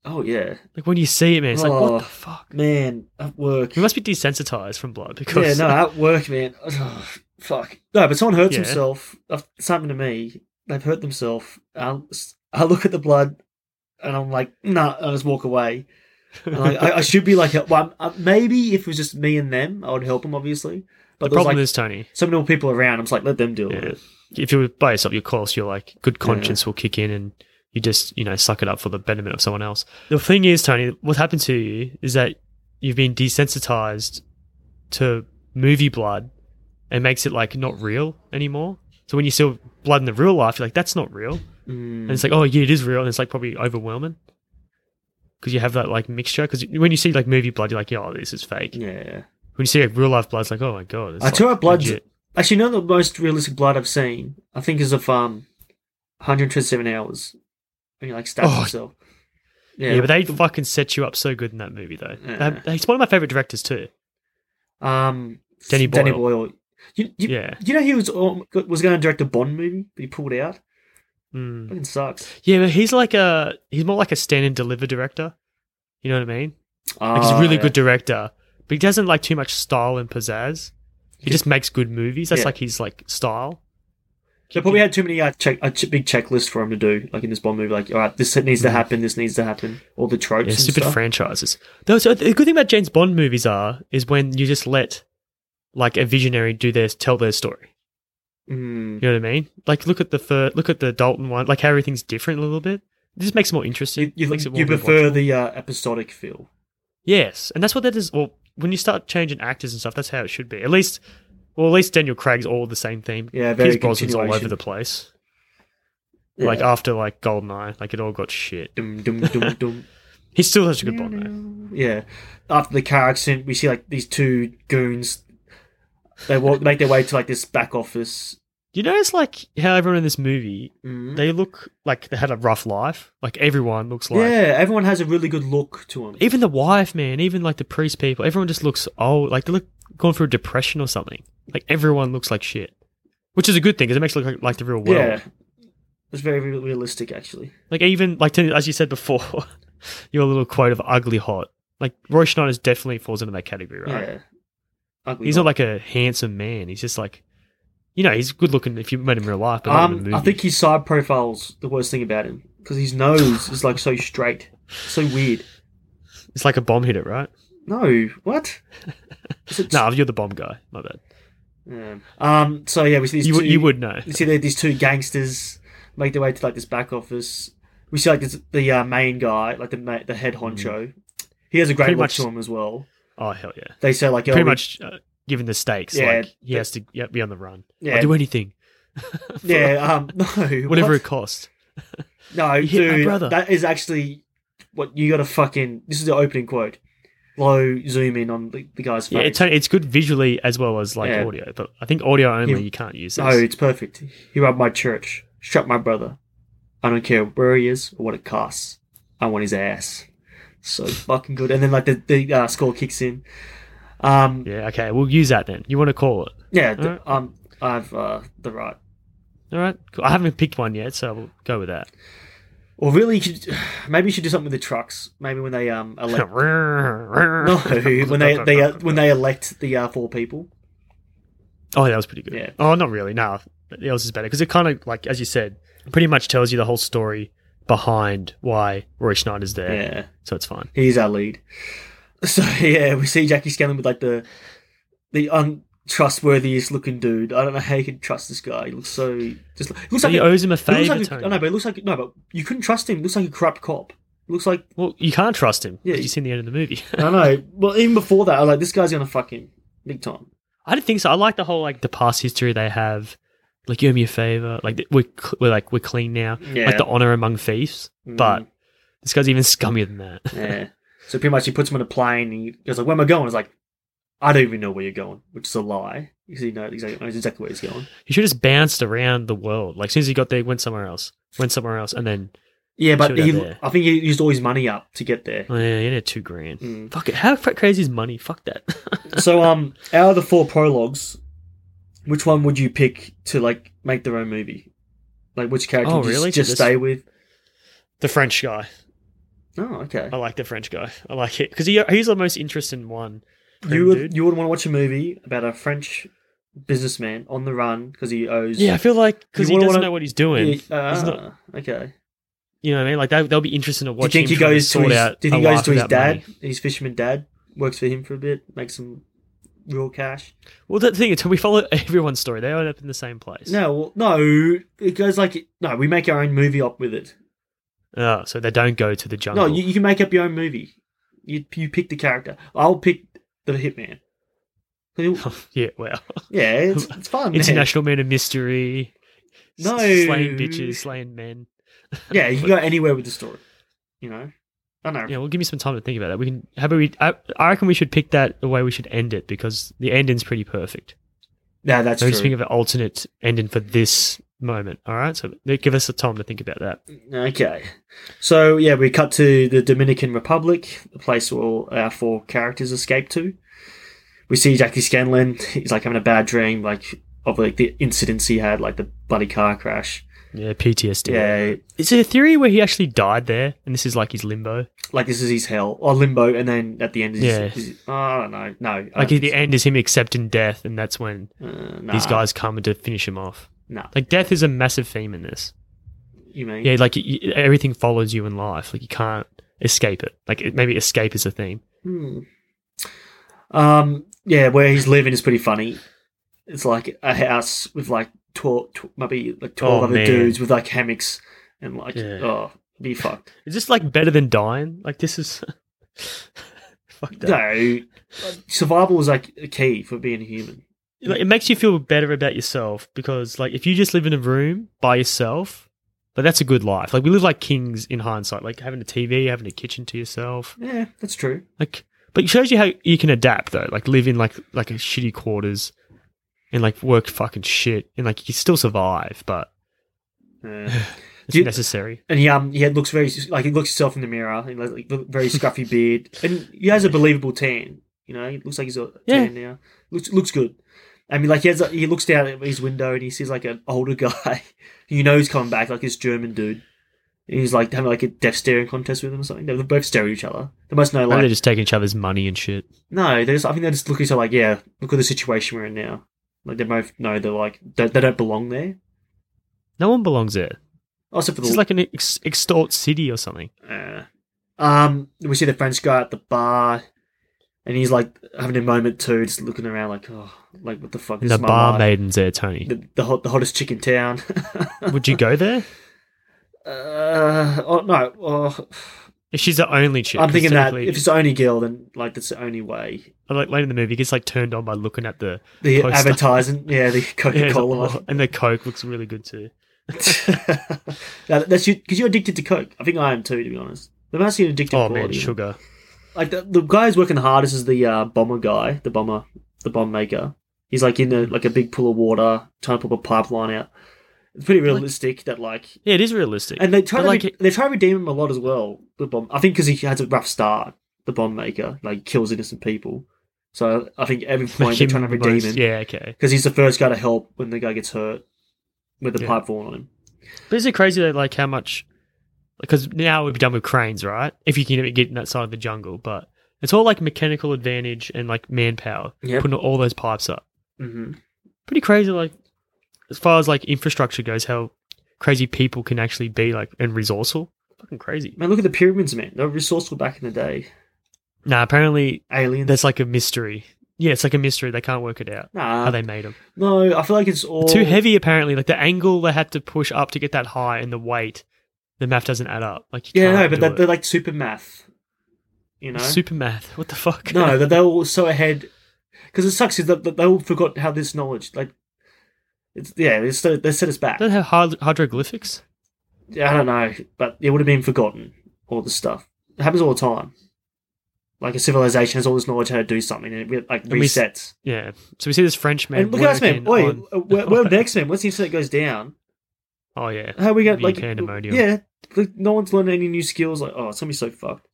Speaker 5: Oh yeah,
Speaker 4: Like when you see it, man, it's like what
Speaker 5: Oh.
Speaker 4: the fuck.
Speaker 5: man. At work.
Speaker 4: We must be desensitized from blood
Speaker 5: Yeah,
Speaker 4: because <laughs>
Speaker 5: no, at work, man. <sighs> Ugh, fuck. No, but someone hurts
Speaker 4: Yeah.
Speaker 5: himself. Uh, It's happened to me. They've hurt themselves. I, I look at the blood, and I'm like, nah. I just walk away. And I, I,
Speaker 4: <laughs>
Speaker 5: I should be like, well, I'm, uh, maybe if it was just me and them, I would help them, obviously. But
Speaker 4: the
Speaker 5: there's
Speaker 4: problem
Speaker 5: like
Speaker 4: is Tony.
Speaker 5: so many more people around. I'm just like, let them deal with
Speaker 4: Yeah.
Speaker 5: it.
Speaker 4: If you're by yourself, of course, you're like good conscience will kick in and you just, you know, suck it up for the betterment of someone else. The thing is, Tony, what happened to you is that you've been desensitized to movie blood and makes it like not real anymore. So when you see blood in the real life, you're like, that's not real.
Speaker 5: Mm.
Speaker 4: And it's like, oh, yeah, it is real. And it's like probably overwhelming because you have that like mixture. Because when you see like movie blood, you're like, yeah, oh, this is fake.
Speaker 5: Yeah.
Speaker 4: When you see like real life blood, it's like, oh my God. It's
Speaker 5: I tore
Speaker 4: like,
Speaker 5: up blood.
Speaker 4: legit.
Speaker 5: Actually, you know the most realistic blood I've seen. I think is of um, 127 hours. When you like stab
Speaker 4: Oh.
Speaker 5: yourself.
Speaker 4: Yeah, but they fucking set you up so good in that movie, though.
Speaker 5: Yeah.
Speaker 4: That- he's one of my favorite directors too.
Speaker 5: Um,
Speaker 4: Danny
Speaker 5: Danny
Speaker 4: Boyle.
Speaker 5: Boyle. You, you,
Speaker 4: Yeah.
Speaker 5: you know he was um, was going to direct a Bond movie, but he pulled out.
Speaker 4: Mm.
Speaker 5: Fucking sucks.
Speaker 4: Yeah, but he's like a he's more like a stand and deliver director. You know what I mean? Like he's a
Speaker 5: Ah,
Speaker 4: really
Speaker 5: yeah.
Speaker 4: good director, but he doesn't like too much style and pizzazz. He just makes good movies. That's
Speaker 5: Yeah.
Speaker 4: like his like style.
Speaker 5: They probably had too many uh, check a ch- big checklist for him to do, like in this Bond movie. Like, all right, this needs to happen, this needs to happen, all the tropes.
Speaker 4: Mm. Yeah,
Speaker 5: and
Speaker 4: stupid
Speaker 5: stuff.
Speaker 4: franchises. Though, so the good thing about James Bond movies are is when you just let like a visionary do their tell their story.
Speaker 5: Mm.
Speaker 4: You know what I mean? Like look at the third, look at the Dalton one. Like how everything's different a little bit. It just makes it more interesting.
Speaker 5: You, you,
Speaker 4: Makes it more
Speaker 5: you prefer
Speaker 4: rewatchable.
Speaker 5: the uh, episodic feel.
Speaker 4: yes, and that's what that is. Well, when you start changing actors and stuff, that's how it should be. At least, well, at least Daniel Craig's all the same theme.
Speaker 5: Yeah, very
Speaker 4: Pierce Brosnan's all over
Speaker 5: continuation.
Speaker 4: the place.
Speaker 5: Yeah.
Speaker 4: Like after like Goldeneye, like it all got shit.
Speaker 5: Dum,
Speaker 4: <laughs>
Speaker 5: dum, dum, dum.
Speaker 4: He's still such a good Bond though.
Speaker 5: Yeah. After the car accident, we see like these two goons. They walk, make their way to like this back office.
Speaker 4: You notice like how everyone in this movie
Speaker 5: Mm.
Speaker 4: they look like they had a rough life. Like everyone looks like.
Speaker 5: yeah, everyone has a really good look to them.
Speaker 4: Even the wife, man, even like the priest people, everyone just looks old. Like they look going through a depression or something. Like everyone looks like shit, which is a good thing because it makes it look like, like the real world.
Speaker 5: Yeah. It's very re- realistic, actually.
Speaker 4: Like even like Tim- as you said before, <laughs> your little quote of ugly hot. Like Roy Schneider definitely falls into that category, right?
Speaker 5: Yeah. Ugly.
Speaker 4: He's
Speaker 5: guy.
Speaker 4: not like a handsome man. He's just like, you know, he's good looking if you met him in real life. But not in a
Speaker 5: um,
Speaker 4: movie.
Speaker 5: I think his side profile's the worst thing about him because his nose is like so straight, so weird.
Speaker 4: it's like a bomb hitter, right?
Speaker 5: No, what? Is
Speaker 4: <laughs>
Speaker 5: it-
Speaker 4: No, you're the bomb guy. My bad.
Speaker 5: Yeah. Um. So yeah, we see these
Speaker 4: You
Speaker 5: two,
Speaker 4: would you would know.
Speaker 5: we see there- these two gangsters make their way to like this back office. We see like this, the uh, main guy, like the ma- the head honcho. He has a great
Speaker 4: Pretty
Speaker 5: look
Speaker 4: much-
Speaker 5: to him as well.
Speaker 4: Oh hell yeah!
Speaker 5: They say like, oh,
Speaker 4: Pretty
Speaker 5: we-
Speaker 4: much uh, given the stakes,
Speaker 5: Yeah,
Speaker 4: like he has to yeah, be on the run.
Speaker 5: Yeah.
Speaker 4: I'll do anything. <laughs>
Speaker 5: yeah. Um. <laughs> No.
Speaker 4: whatever
Speaker 5: what?
Speaker 4: it costs.
Speaker 5: No,
Speaker 4: You hit my
Speaker 5: dude,
Speaker 4: brother.
Speaker 5: that is actually what you got to fucking. This is the opening quote. Low zoom in on the, the guy's face.
Speaker 4: Yeah, it's, it's good visually as well as like
Speaker 5: Yeah.
Speaker 4: audio, but I think audio only
Speaker 5: Yeah.
Speaker 4: you can't use this.
Speaker 5: no, it's perfect. He robbed my church, struck my brother. I don't care where he is or what it costs. I want his ass. So fucking good. And then like the, the uh, score kicks in. Um,
Speaker 4: Yeah, okay, we'll use that then. You want to call it?
Speaker 5: yeah, the-
Speaker 4: Alright.
Speaker 5: um, I've uh, the right.
Speaker 4: All right, cool. I haven't picked one yet, so we'll go with that.
Speaker 5: Or really, you could, maybe you should <sighs> do something with the trucks. Maybe when they um
Speaker 4: <laughs>
Speaker 5: elect <laughs> no, <laughs> when they they uh, when they elect the uh, four people.
Speaker 4: oh, that was pretty good.
Speaker 5: Yeah.
Speaker 4: Oh, not really. No, nah, the else is better because it kind of like as you said, pretty much tells you the whole story behind why Roy Schneider's there.
Speaker 5: Yeah.
Speaker 4: So it's fine.
Speaker 5: He's our lead. <laughs> So yeah, we see Jackie Scanlon with like the the untrustworthiest looking dude. I don't know how you can trust this guy. He looks so just he looks
Speaker 4: So
Speaker 5: like
Speaker 4: he
Speaker 5: a-
Speaker 4: owes him a
Speaker 5: he looks
Speaker 4: favor,
Speaker 5: like a-
Speaker 4: Tony.
Speaker 5: I know, but it looks like no, but you couldn't trust him. He looks like a corrupt cop. He looks like
Speaker 4: Well, you can't trust him.
Speaker 5: Yeah,
Speaker 4: Yeah,
Speaker 5: you-
Speaker 4: you've seen the end of the movie. <laughs>
Speaker 5: I don't know. Well, even before that, I was like, this guy's gonna fuck him big time.
Speaker 4: I didn't think so. I like the whole like the past history they have. Like you owe me a favor. Like th- we're cl- we're like we're clean now.
Speaker 5: Yeah.
Speaker 4: Like the honor among thieves. But this guy's even scummier than that.
Speaker 5: Mm, yeah. So pretty much he puts him on a plane and he goes like, "Where am I going?" He's like, "I don't even know where you're going," which is a lie because he knows exactly, knows exactly where he's going.
Speaker 4: He should have just bounced around the world. Like as soon as he got there, he went somewhere else. Went somewhere else, and then
Speaker 5: Yeah, but
Speaker 4: Should've done
Speaker 5: he,
Speaker 4: there.
Speaker 5: I think he used all his money up to get there.
Speaker 4: oh, yeah, he had two grand.
Speaker 5: Mm.
Speaker 4: Fuck it. How cra- crazy is money? Fuck that. <laughs>
Speaker 5: so um out of the four prologues which one would you pick to like make their own movie like which character
Speaker 4: Oh,
Speaker 5: would you
Speaker 4: really?
Speaker 5: s- just
Speaker 4: This-
Speaker 5: stay with
Speaker 4: the French guy.
Speaker 5: oh okay
Speaker 4: I like the French guy. I like it because he he's the most interesting one.
Speaker 5: you
Speaker 4: Prim
Speaker 5: would
Speaker 4: dude.
Speaker 5: you would want to watch a movie about a french businessman on the run because he owes
Speaker 4: yeah, I feel like because
Speaker 5: You
Speaker 4: he
Speaker 5: wouldn't
Speaker 4: doesn't
Speaker 5: wanna-
Speaker 4: know what he's doing.
Speaker 5: Yeah,
Speaker 4: He's not-
Speaker 5: ah, okay
Speaker 4: you know what I mean? Like that, they'll be interested to
Speaker 5: do you
Speaker 4: watch.
Speaker 5: think
Speaker 4: him
Speaker 5: he
Speaker 4: trying
Speaker 5: goes to
Speaker 4: sort
Speaker 5: his,
Speaker 4: out
Speaker 5: do you think
Speaker 4: a
Speaker 5: he goes
Speaker 4: life
Speaker 5: to his
Speaker 4: without
Speaker 5: dad
Speaker 4: money.
Speaker 5: his fisherman dad works for him for a bit makes some real cash
Speaker 4: Well, that thing is, we follow <laughs> everyone's story. They end up in the same place.
Speaker 5: no well, no it goes like no we make our own movie up with it
Speaker 4: Oh, so they don't go to the
Speaker 5: No,
Speaker 4: jungle.
Speaker 5: you, you can make up your own movie. You you pick the character. I'll pick the hitman.
Speaker 4: <laughs>
Speaker 5: Who-
Speaker 4: yeah,
Speaker 5: <laughs>
Speaker 4: well,
Speaker 5: Yeah, it's, it's fun. man.
Speaker 4: international man of mystery. S-
Speaker 5: No.
Speaker 4: slaying bitches, slaying men.
Speaker 5: Yeah, you can go anywhere with the story. You know, I don't know.
Speaker 4: Yeah, well, give me some time to think about that. We can. How about we? I, I reckon we should pick that the way we should end it because the ending's pretty perfect.
Speaker 5: No, that's
Speaker 4: So just think
Speaker 5: true.
Speaker 4: of an alternate ending for this moment. All right, so give us the time to think about that.
Speaker 5: Okay, so yeah, we cut to the Dominican Republic, the place where all our four characters escape to. We see Jackie Scanlon. He's like having a bad dream, like of like the incidents he had, like the bloody car crash.
Speaker 4: Yeah, PTSD.
Speaker 5: Yeah,
Speaker 4: Is there a theory where he actually died there, and this is like his limbo?
Speaker 5: like this is his hell or limbo, and then at the end, is
Speaker 4: Yeah.
Speaker 5: is- oh, I don't know. No, uh, I-
Speaker 4: Like the end is him accepting death, and that's when
Speaker 5: Uh, Um, nah.
Speaker 4: these guys come to finish him off.
Speaker 5: Nah,
Speaker 4: Like death is a massive theme in this.
Speaker 5: you mean?
Speaker 4: Yeah, like y y- everything follows you in life. Like you can't escape it. Like it- maybe escape is a theme.
Speaker 5: Hmm. Um. Yeah, where he's living is pretty funny. It's like a house with like twelve, tw- maybe like twelve
Speaker 4: Oh,
Speaker 5: other
Speaker 4: man.
Speaker 5: dudes with like hammocks and like
Speaker 4: Yeah.
Speaker 5: oh,
Speaker 4: <laughs>
Speaker 5: be fucked.
Speaker 4: Is this like better than dying? Like this is <laughs> fuck that.
Speaker 5: No, survival is like a key for being human.
Speaker 4: Like, it makes you feel better about yourself because like if you just live in a room by yourself, like that's a good life. Like we live like kings in hindsight. Like having a TV, having a kitchen to yourself.
Speaker 5: Yeah, that's true.
Speaker 4: Like, but it shows you how you can adapt though. Like live in like like a shitty quarters, and like work fucking shit, and like you still survive, but <sighs>
Speaker 5: Yeah.
Speaker 4: it's
Speaker 5: Uh, Do you-
Speaker 4: necessary.
Speaker 5: And he um he looks very like he looks himself in the mirror. He has like a very scruffy beard, and he has a believable tan. You know, he looks like he's a
Speaker 4: Yeah.
Speaker 5: tan now. Looks looks good. I mean, like he has a, he looks down at his window and he sees like an older <laughs> guy. you know, he's coming back like this German dude. And he's like having like a deaf staring contest with him or something. They both stare at each other. They must know
Speaker 4: Maybe
Speaker 5: like
Speaker 4: they're just taking each other's money and shit.
Speaker 5: no. They just I think they just look at each other like yeah, look at the situation we're in now. Like they both know they're like they, they don't belong there.
Speaker 4: No one belongs there.
Speaker 5: Also for the
Speaker 4: This is like an ex- extort city or something.
Speaker 5: Uh, um, we see the French guy at the bar, and he's like having a moment too, just looking around like, oh, like what the fuck
Speaker 4: And
Speaker 5: this
Speaker 4: the
Speaker 5: is my
Speaker 4: bar
Speaker 5: life.
Speaker 4: maiden's there, Tony.
Speaker 5: The, the hot, the hottest chick in town. <laughs>
Speaker 4: Would you go there?
Speaker 5: uh, oh no, oh,
Speaker 4: If she's the only chick.
Speaker 5: I'm thinking that
Speaker 4: specifically-
Speaker 5: if it's the only girl, then like that's the only way.
Speaker 4: I like later in the movie, he gets like turned on by looking at the
Speaker 5: The
Speaker 4: Poster.
Speaker 5: advertising, yeah,
Speaker 4: <laughs>
Speaker 5: the
Speaker 4: yeah,
Speaker 5: Coca
Speaker 4: he's like,
Speaker 5: <laughs> Cola.
Speaker 4: "Oh," and the coke looks really good too.
Speaker 5: that's you because you're addicted to Coke. I think I am too, to be honest. There must be an addictive
Speaker 4: Oh man,
Speaker 5: quality.
Speaker 4: sugar.
Speaker 5: like the, the guy who's working the hardest is the uh, bomber guy, the bomber, the bomb maker. He's like in a, like a big pool of water, trying to pop a pipeline out. It's pretty realistic that like,
Speaker 4: Yeah, it is realistic.
Speaker 5: and they try
Speaker 4: But,
Speaker 5: to
Speaker 4: like
Speaker 5: re- they try to redeem him a lot as well. The bomb, I think, because he has a rough start. The bomb maker like kills innocent people, so I think every point they're
Speaker 4: him
Speaker 5: trying to
Speaker 4: the
Speaker 5: redeem
Speaker 4: most-
Speaker 5: him
Speaker 4: Yeah, okay.
Speaker 5: because he's the first guy to help when the guy gets hurt with the
Speaker 4: Yeah.
Speaker 5: pipe falling on him.
Speaker 4: But is it crazy though, like how much? Because now we've done with cranes, right? If you can get in that side of the jungle, but it's all like mechanical advantage and like manpower
Speaker 5: Yep.
Speaker 4: putting all those pipes up.
Speaker 5: Mm-hmm.
Speaker 4: Pretty crazy, like as far as like infrastructure goes, how crazy people can actually be like and resourceful. Fucking crazy.
Speaker 5: Man, look at the pyramids, man. They were resourceful back in the day.
Speaker 4: Nah, apparently
Speaker 5: Aliens.
Speaker 4: that's like a mystery. Yeah, it's like a mystery. They can't work it out
Speaker 5: nah.
Speaker 4: how they made them.
Speaker 5: no, I feel like it's all
Speaker 4: Too heavy, apparently. Like the angle they had to push up to get that high, and the weight, the math doesn't add up. Like you
Speaker 5: Yeah,
Speaker 4: can't
Speaker 5: no, but
Speaker 4: do
Speaker 5: they're,
Speaker 4: it.
Speaker 5: they're like super math. You know,
Speaker 4: super math. What the fuck? <laughs>
Speaker 5: no, that they were all so ahead because it sucks is that that they all forgot how this knowledge like. It's, yeah, they set, they set us back.
Speaker 4: Don't they have hard- hieroglyphics.
Speaker 5: Yeah, I don't know, but it would have been forgotten. All this stuff it happens all the time. Like a civilization has all this knowledge how to do something, and it like
Speaker 4: And we s-
Speaker 5: resets.
Speaker 4: Yeah. So we see this French man.
Speaker 5: and look at us, man!
Speaker 4: working
Speaker 5: Oi,
Speaker 4: on- <laughs>
Speaker 5: we're, we're next, man. Once the internet goes down,
Speaker 4: Oh yeah.
Speaker 5: how are we going?
Speaker 4: Be
Speaker 5: Like
Speaker 4: pandemonium.
Speaker 5: Yeah, like, no one's learning any new skills. Like, oh, it's gonna be so fucked.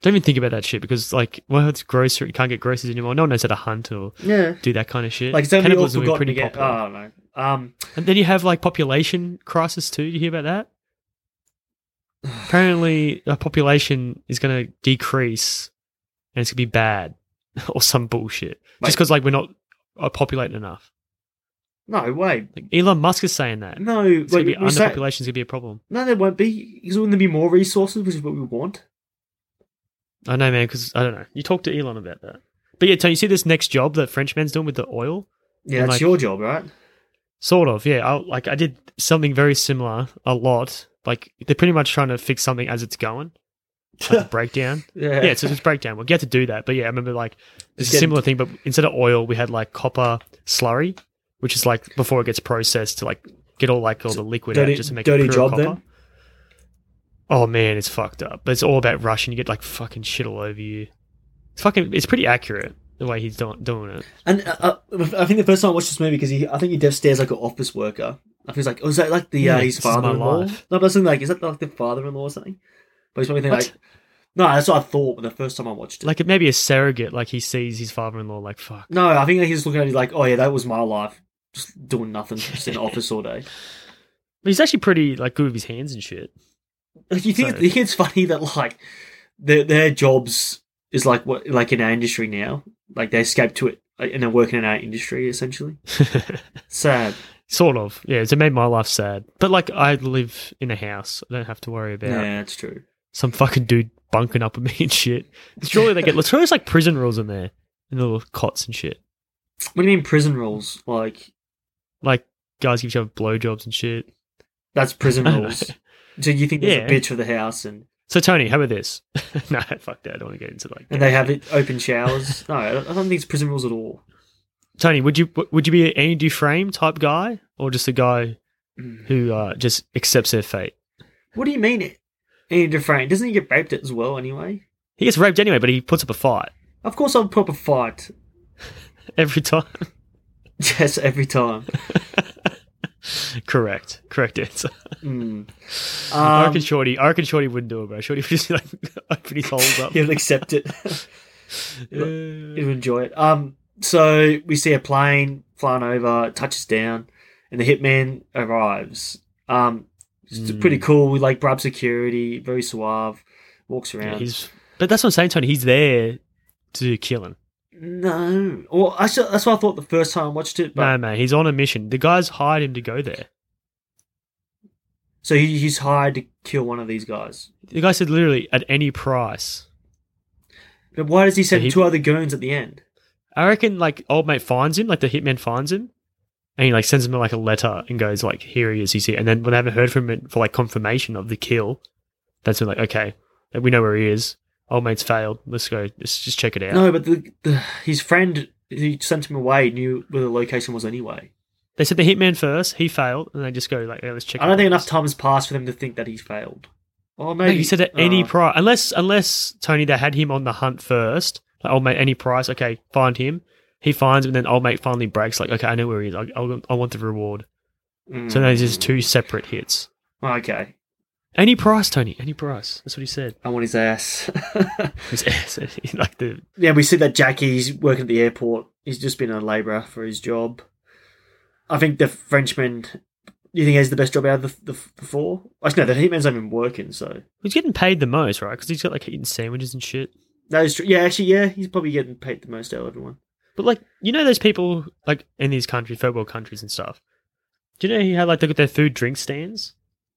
Speaker 4: Don't even think about that shit because like, well, it's grocery. You can't get groceries anymore. No one knows how to hunt or
Speaker 5: Yeah,
Speaker 4: do that kind of shit.
Speaker 5: like it's gonna be all
Speaker 4: Cannibalism would be
Speaker 5: forgotten
Speaker 4: pretty
Speaker 5: again. Oh,
Speaker 4: popular.
Speaker 5: I don't know. Um,
Speaker 4: And then you have like population crisis too. You hear about that? Apparently, the population is going to decrease, and it's going to be bad <laughs> or some bullshit. Just
Speaker 5: Mate.
Speaker 4: because like we're not uh, populating enough.
Speaker 5: no way.
Speaker 4: Like Elon Musk is saying that.
Speaker 5: No,
Speaker 4: It's going to be
Speaker 5: we say-
Speaker 4: underpopulation's going to be a problem.
Speaker 5: no, there won't be. Because wouldn't there be more resources, which is what we want?
Speaker 4: I know, man, because I don't know. You talked to Elon about that. But yeah, Tony, you see this next job that Frenchman's doing with the oil?
Speaker 5: Yeah,
Speaker 4: And,
Speaker 5: that's
Speaker 4: like-
Speaker 5: your job, right?
Speaker 4: Sort of, yeah. I, like I did something very similar a lot. Like they're pretty much trying to fix something as it's going. Like a breakdown.
Speaker 5: Yeah,
Speaker 4: Yeah,
Speaker 5: <laughs>
Speaker 4: it's just breakdown. We'll get to do that. But yeah, I remember like it's a
Speaker 5: getting-
Speaker 4: similar thing, but instead of oil, we had like copper slurry, which is like before it gets processed to like get all like all the liquid
Speaker 5: dirty-
Speaker 4: out just to make
Speaker 5: dirty
Speaker 4: it pure
Speaker 5: job
Speaker 4: copper.
Speaker 5: then?
Speaker 4: Oh man, it's fucked up. But it's all about Russian. You get like fucking shit all over you. It's fucking. It's pretty accurate the way he's do- doing it.
Speaker 5: And uh, uh, I think the first time I watched this movie because he, I think he dev stares like an office worker. I think he's like, oh, is that like the
Speaker 4: Yeah,
Speaker 5: uh, his
Speaker 4: this is my
Speaker 5: father-in-law? No,
Speaker 4: life.
Speaker 5: but I was thinking like, is that like the father-in-law or something? But he's probably thinking
Speaker 4: What?
Speaker 5: like, no, that's what I thought when the first time I watched it.
Speaker 4: Like it may be a surrogate. Like he sees his father-in-law. Like fuck.
Speaker 5: no, I think he's looking at it like, oh yeah, that was my life, just doing nothing, just in the office all day.
Speaker 4: But he's actually pretty like good with his hands and shit. <laughs>
Speaker 5: Like, you think
Speaker 4: So-
Speaker 5: you think it's funny that like their their jobs is like what like in our industry now, like they escaped to it like, and they're working in our industry essentially.
Speaker 4: <laughs>
Speaker 5: Sad.
Speaker 4: sort of. Yeah, it's it made my life sad. But like I live in a house. I don't have to worry about.
Speaker 5: Yeah, that's true.
Speaker 4: some fucking dude bunking up with me <laughs> and shit. Surely they get surely there's like prison rules in there in the little cots and shit.
Speaker 5: What do you mean prison rules? Like
Speaker 4: Like guys give each other blowjobs and shit.
Speaker 5: that's prison
Speaker 4: I don't <laughs>
Speaker 5: rules. So you think there's
Speaker 4: Yeah.
Speaker 5: a bitch for the house and,
Speaker 4: So Tony, how about this? <laughs> no, fuck that. I don't want to get into like.
Speaker 5: and they have it open
Speaker 4: <laughs>
Speaker 5: showers? no, I don't I don't think it's prison rules at all.
Speaker 4: Tony, would you would you be an Andy Dufresne type guy or just a guy who uh, just accepts their fate?
Speaker 5: What do you mean, Andy Dufresne? Doesn't he get raped as well anyway?
Speaker 4: He gets raped anyway, but he puts up a fight <laughs>
Speaker 5: Of course, I'll put up a fight. <laughs>
Speaker 4: every time. <laughs>
Speaker 5: Yes, every time.
Speaker 4: Correct. Correct answer. <laughs>
Speaker 5: Mm.
Speaker 4: I
Speaker 5: Um,
Speaker 4: reckon Shorty. I reckon Shorty wouldn't do it, bro. Shorty would just like <laughs> open his holes up.
Speaker 5: <laughs> he'll
Speaker 4: <laughs>
Speaker 5: accept it.
Speaker 4: Uh,
Speaker 5: He'll enjoy it. Um, so we see a plane flying over, it touches down, and the hitman arrives. Um, it's
Speaker 4: Mm.
Speaker 5: pretty cool. We like bribe security, very suave. Walks around.
Speaker 4: Yeah, he's, but that's what I'm saying, Tony. He's there to kill him.
Speaker 5: No. Well, actually, that's what I thought the first time I watched it. But
Speaker 4: No, man, he's on a mission. The guys hired him to go there.
Speaker 5: so he, he's hired to kill one of these guys.
Speaker 4: The guy said literally at any price.
Speaker 5: But why does he send
Speaker 4: he-
Speaker 5: two other goons at the end?
Speaker 4: I reckon like old mate finds him, like the hitman finds him, and he like sends him like a letter and goes like, "Here he is, he's here." And then when they haven't heard from him for like confirmation of the kill, that's when like, okay, we know where he is. Old mate's failed. Let's go. Let's just check it out.
Speaker 5: No, but the, the his friend who sent him away knew where the location was anyway.
Speaker 4: They said the hitman first. He failed, and they just go like, yeah, "Let's check."
Speaker 5: I
Speaker 4: it
Speaker 5: don't
Speaker 4: out."
Speaker 5: think enough time has passed for them to think that he failed. Or
Speaker 4: No,
Speaker 5: maybe
Speaker 4: you said at any
Speaker 5: uh,
Speaker 4: price, unless unless Tony, they had him on the hunt first. Like, oh mate, any price, okay, find him. He finds him, and then old mate finally breaks. Like, okay, I know where he is. I, I, I want the reward. So
Speaker 5: mm,
Speaker 4: now it's just two separate hits.
Speaker 5: Okay,
Speaker 4: Any price, Tony. Any price. That's what he said. <laughs>
Speaker 5: I want his ass. <laughs>
Speaker 4: His ass, <laughs> like the
Speaker 5: yeah, we see that Jackie's working at the airport. He's just been a labourer for his job. I think the Frenchman. You think he has the best job out of the, the, the four? Actually, no, the Heatman's not even working, so
Speaker 4: he's getting paid the most, right? Because he's got like eating sandwiches and shit.
Speaker 5: that is true. Yeah, actually, yeah, he's probably getting paid the most out of everyone.
Speaker 4: But like, you know those people like in these countries, third world countries and stuff. Do you know he had like they got their food drink stands?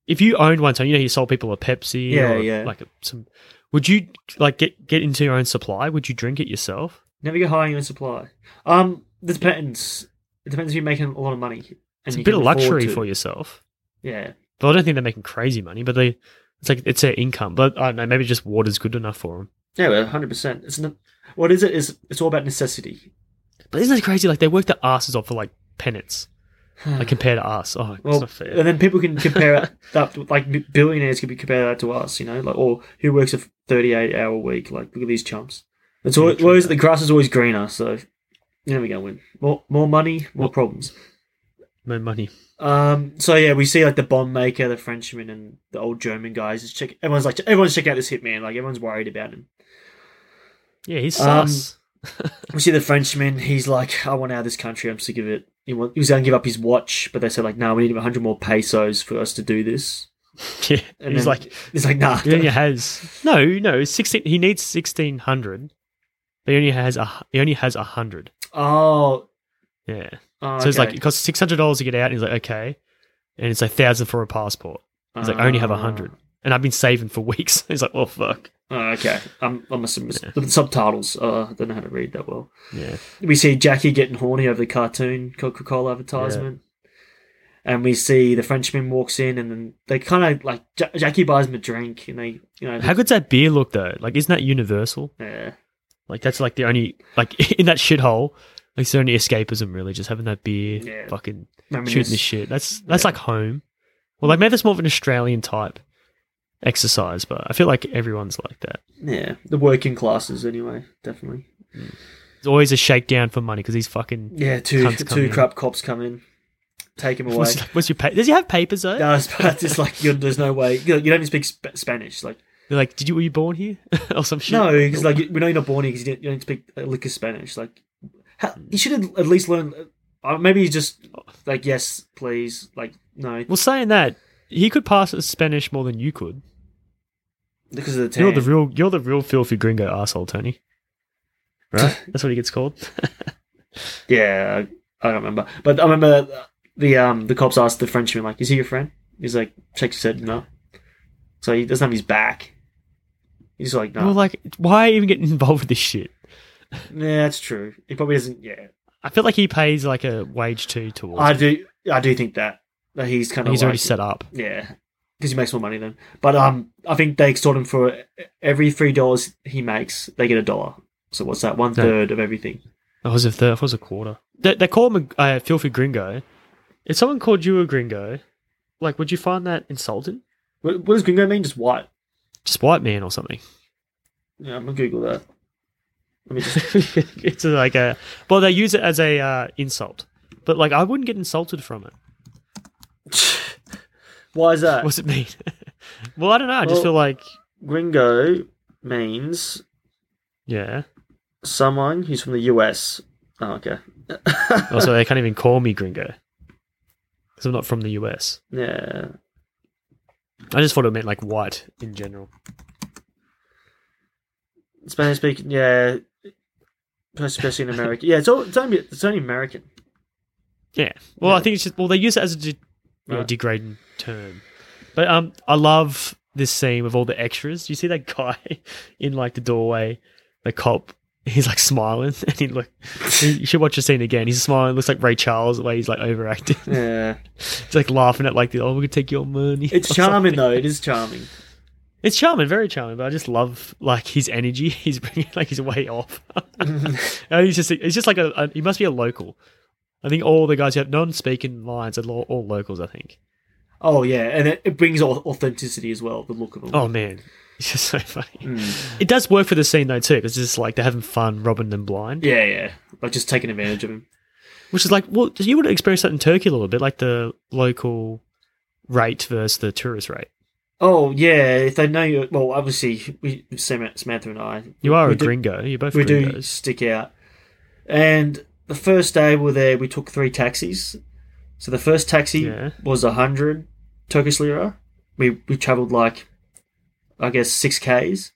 Speaker 4: if you owned one, so you know you sold people a Pepsi,
Speaker 5: Yeah,
Speaker 4: or
Speaker 5: yeah.
Speaker 4: like a, some. Would you like get get into your own supply? Would you drink it yourself?
Speaker 5: Never get high on your own supply. Um, it depends. It depends if you're making a lot of money. And
Speaker 4: It's a
Speaker 5: you
Speaker 4: bit
Speaker 5: can
Speaker 4: of
Speaker 5: afford
Speaker 4: luxury
Speaker 5: to.
Speaker 4: for yourself.
Speaker 5: Yeah.
Speaker 4: But I don't think they're making crazy money. But they, it's like it's their income. But I don't know. Maybe just water's good enough for them.
Speaker 5: Yeah, well, 100%. It's not, what is it? Is It's all about necessity.
Speaker 4: But isn't it crazy? Like they work their asses off for like pennants,
Speaker 5: <sighs>
Speaker 4: like compared to us. Oh, it's
Speaker 5: Well,
Speaker 4: not fair.
Speaker 5: and then people can compare
Speaker 4: <laughs>
Speaker 5: it- that, to- like billionaires can be compare that to us, you know, like or who works a thirty-eight hour week. Like, look at these chumps. It's always,
Speaker 4: true
Speaker 5: always
Speaker 4: that.
Speaker 5: the grass is always greener, so you're never gonna win. More, more money, more problems.
Speaker 4: no money.
Speaker 5: Um, so yeah, we see like the bomb maker, the Frenchman, and the old German guys. Just check. Everyone's like, everyone's check out this hitman. Like everyone's worried about him.
Speaker 4: Yeah, he's
Speaker 5: Um,
Speaker 4: sus. <laughs>
Speaker 5: We see the Frenchman. He's like, I want out of this country. I'm sick of it. He, wa- he was going to give up his watch, but they said like, no, we need 100 more pesos for us to do this.
Speaker 4: yeah,
Speaker 5: And
Speaker 4: he's
Speaker 5: then
Speaker 4: like
Speaker 5: he's like, nah.
Speaker 4: he only has no, no. Sixteen. He needs sixteen hundred. But he only has a hu- he only has a hundred.
Speaker 5: Oh,
Speaker 4: Yeah.
Speaker 5: oh,
Speaker 4: So it's like
Speaker 5: okay.
Speaker 4: it costs six hundred dollars to get out, and he's like, okay, and it's a thousand for a passport. He's like, I only have a
Speaker 5: Ah.
Speaker 4: hundred, and I've been saving for <laughs> weeks. he's like, oh fuck.
Speaker 5: Oh, okay, I'm I'm assuming the subtitles. Uh, I don't know how to read that well.
Speaker 4: Yeah.
Speaker 5: We see Jackie getting horny over the cartoon Coca Cola advertisement, and we see the Frenchman walks in, and then they kind of like Ja Jackie buys him a drink, and they you know.
Speaker 4: How good's that beer look though? Like, isn't that universal?
Speaker 5: yeah.
Speaker 4: Like, that's like the only like <laughs> in that shithole. Like, it's the only escapism really, just having that beer,
Speaker 5: Yeah.
Speaker 4: fucking shooting
Speaker 5: Reminisce.
Speaker 4: the shit. That's that's like home. Well, like maybe that's more of an Australian type exercise, but I feel like everyone's like that.
Speaker 5: Yeah, the working classes anyway, definitely.
Speaker 4: It's always a shakedown for money because he's fucking.
Speaker 5: Yeah, two
Speaker 4: Cunts come
Speaker 5: two
Speaker 4: in.
Speaker 5: crap cops come in, take him
Speaker 4: <laughs>
Speaker 5: away.
Speaker 4: What's, what's your pa- does he have papers though?
Speaker 5: No, it's it's like you're, there's no way you you don't even speak sp- Spanish. Like
Speaker 4: They're like, did you were you born here <laughs> or some shit?
Speaker 5: No, because like we know you're not born here because you, don't- you don't speak a lick of Spanish. Like, how,
Speaker 4: Hmm.
Speaker 5: you should have at least learn. Uh, maybe you just like yes, please. Like no,
Speaker 4: Well, saying that, he could pass as Spanish more than you could.
Speaker 5: because of the
Speaker 4: You're
Speaker 5: tan.
Speaker 4: the real, you're the real filthy gringo asshole, Tony.
Speaker 5: <laughs>
Speaker 4: Right? That's what he gets called.
Speaker 5: yeah, I, I don't remember, but I remember the, the um the cops asked the Frenchman like, "Is he your friend?" He's like, shakes his head no. So he doesn't have his back. He's like, no,
Speaker 4: Well, like, why even get <laughs> involved with this shit?
Speaker 5: yeah, that's true. He probably doesn't. Yeah,
Speaker 4: I feel like he pays like a wage too towards.
Speaker 5: I
Speaker 4: it.
Speaker 5: do. I do think that that he's kind of
Speaker 4: He's
Speaker 5: like,
Speaker 4: already set up.
Speaker 5: Yeah, because he makes more money then. But um, I think they extort him for every three dollars he makes, they get a dollar. So what's that? One third of everything.
Speaker 4: That was a third. That was a quarter. They, they call him a uh, filthy gringo. If someone called you a gringo, like, would you find that insulting?
Speaker 5: What, what does gringo mean? Just white.
Speaker 4: Just white man or something.
Speaker 5: Yeah, I'm gonna Google that. Let me
Speaker 4: <laughs>
Speaker 5: just.
Speaker 4: it's like a well, they use it as a
Speaker 5: <laughs>
Speaker 4: uh, insult, but like I wouldn't get insulted from it.
Speaker 5: Why is that?
Speaker 4: What's it mean? Uh, <laughs> well, I don't know. I just
Speaker 5: Well-
Speaker 4: feel like
Speaker 5: Gringo means
Speaker 4: yeah.
Speaker 5: someone who's from the U.S. Oh, okay.
Speaker 4: Also, Oh, they can't even call me gringo because I'm not from the US.
Speaker 5: Yeah.
Speaker 4: I just thought it meant like white in general.
Speaker 5: Spanish speaking. Yeah. Especially in America. Yeah, it's all. It's only. It's only American.
Speaker 4: Yeah. Well, I
Speaker 5: Yeah.
Speaker 4: think it's just well they use it as a de- you know,
Speaker 5: Right.
Speaker 4: degrading term, but um, I love this scene with all the extras. You see that guy <laughs> in like the doorway, the cop. He's like smiling, <laughs> and he look. You should watch the scene again. He's smiling, looks like Ray Charles the way he's like overacting. <laughs>
Speaker 5: Yeah.
Speaker 4: He's like laughing at like the oh, we could take your money.
Speaker 5: <laughs>
Speaker 4: <laughs>
Speaker 5: It's
Speaker 4: or
Speaker 5: charming
Speaker 4: something.
Speaker 5: though. It is charming.
Speaker 4: It's charming, very charming. But I just love like his energy. <laughs> He's bringing like he's way
Speaker 5: <laughs>
Speaker 4: off. and he's just it's just like a, a- he must be a local. I think all the guys who have non-speaking lines are all, all locals. I think.
Speaker 5: Oh yeah, and it, it brings au- authenticity as well. The look of them.
Speaker 4: Oh man, <laughs> it's just so funny.
Speaker 5: Hmm.
Speaker 4: It does work for the scene though too, because it's just like they're having fun robbing them blind,
Speaker 5: Yeah, yeah. Like just taking advantage of him.
Speaker 4: which is like well you would experience that in Turkey a little bit, like the local rate versus the tourist rate.
Speaker 5: Oh yeah, if they know you. Well, obviously, we Sam- Samantha and I.
Speaker 4: You are
Speaker 5: we
Speaker 4: a
Speaker 5: do-
Speaker 4: gringo. You're both
Speaker 5: We do
Speaker 4: gringos.
Speaker 5: stick out. And the first day we were there, we took three taxis. So the first taxi
Speaker 4: Yeah.
Speaker 5: was a hundred Turkish lira. We we travelled like, I guess six k's.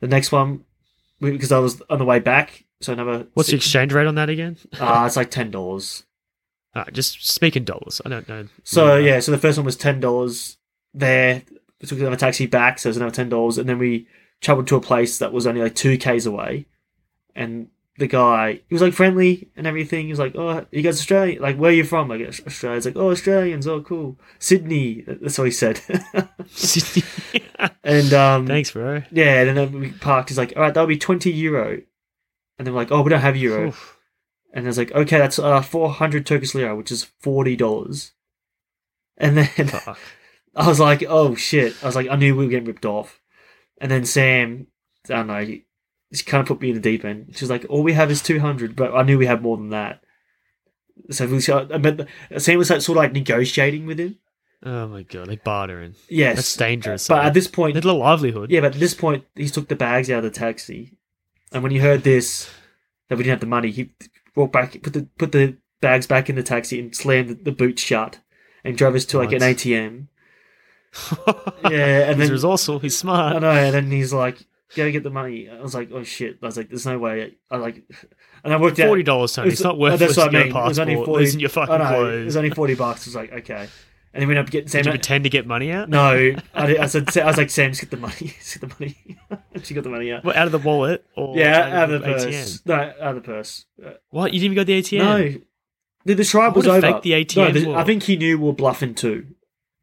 Speaker 5: The next one, we- because I was on the way back, so another.
Speaker 4: What's the
Speaker 5: six,
Speaker 4: exchange rate on that again?
Speaker 5: <laughs> Ah, it's like ten dollars.
Speaker 4: Ah, just speak in dollars. I don't know.
Speaker 5: So yeah, so the first one was ten dollars. there. We took another taxi back, so it was another ten dollars, and then we travelled to a place that was only like two k's away, and the guy he was like friendly and everything. He was like, "Oh, you guys Australian? Like, where are you from?" Like, Australia. He's like, "Oh, Australians. Oh, cool. Sydney." That's what he said. <laughs> and
Speaker 4: <laughs>
Speaker 5: um,
Speaker 4: Thanks, bro.
Speaker 5: yeah, and then we parked. He's like, all right, that'll be 20 euro. And then we're like, oh, we don't have euro.
Speaker 4: Oof.
Speaker 5: And I was like, okay, that's uh, 400 Turkish lira, which is $40. And then <laughs>
Speaker 4: Fuck.
Speaker 5: I was like, oh, shit. I was like, I knew we were getting ripped off. And then Sam, I don't know, she kind of put me in the deep end. She was like, all we have is 200, but I knew we had more than that. So we, so I meant, Sam was like, sort of like negotiating with him.
Speaker 4: Oh my god, like bartering.
Speaker 5: Yes.
Speaker 4: That's dangerous.
Speaker 5: But at this point,
Speaker 4: little livelihood.
Speaker 5: Yeah, but at this point, he took the bags out of the taxi, and when he heard this, that we didn't have the money, he walked back, put the put the bags back in the taxi, and slammed the, the boot shut, and drove us to like an
Speaker 4: Nice. <laughs>
Speaker 5: ATM. Yeah, and
Speaker 4: he's
Speaker 5: then
Speaker 4: resourceful. He's
Speaker 5: I
Speaker 4: smart.
Speaker 5: know, and then he's like, "Go get the money." I was like, "Oh shit!" I was like, "There's no way." I like, and I worked out
Speaker 4: Forty dollars, Tony.
Speaker 5: was-
Speaker 4: It's not
Speaker 5: oh,
Speaker 4: worth
Speaker 5: that's what I mean.
Speaker 4: your passport.
Speaker 5: It was only 40
Speaker 4: losing your fucking
Speaker 5: I know, It
Speaker 4: clothes.
Speaker 5: was only forty bucks. I was like, "Okay," and then we ended up getting Sam.
Speaker 4: Did you pretend to get money out?
Speaker 5: no, I, did, I said, I was like, "Sam, just get the money. <laughs> Just get the money." she got the money out.
Speaker 4: Well, out of the wallet or
Speaker 5: Yeah, out of the
Speaker 4: ATM?
Speaker 5: purse. No, out of the purse. Uh,
Speaker 4: What? You didn't even go to the ATM?
Speaker 5: No, the, the trial
Speaker 4: I
Speaker 5: was
Speaker 4: would've
Speaker 5: over.
Speaker 4: faked the
Speaker 5: no,
Speaker 4: ATM
Speaker 5: the-
Speaker 4: as
Speaker 5: I
Speaker 4: well.
Speaker 5: think he knew we were bluffing too,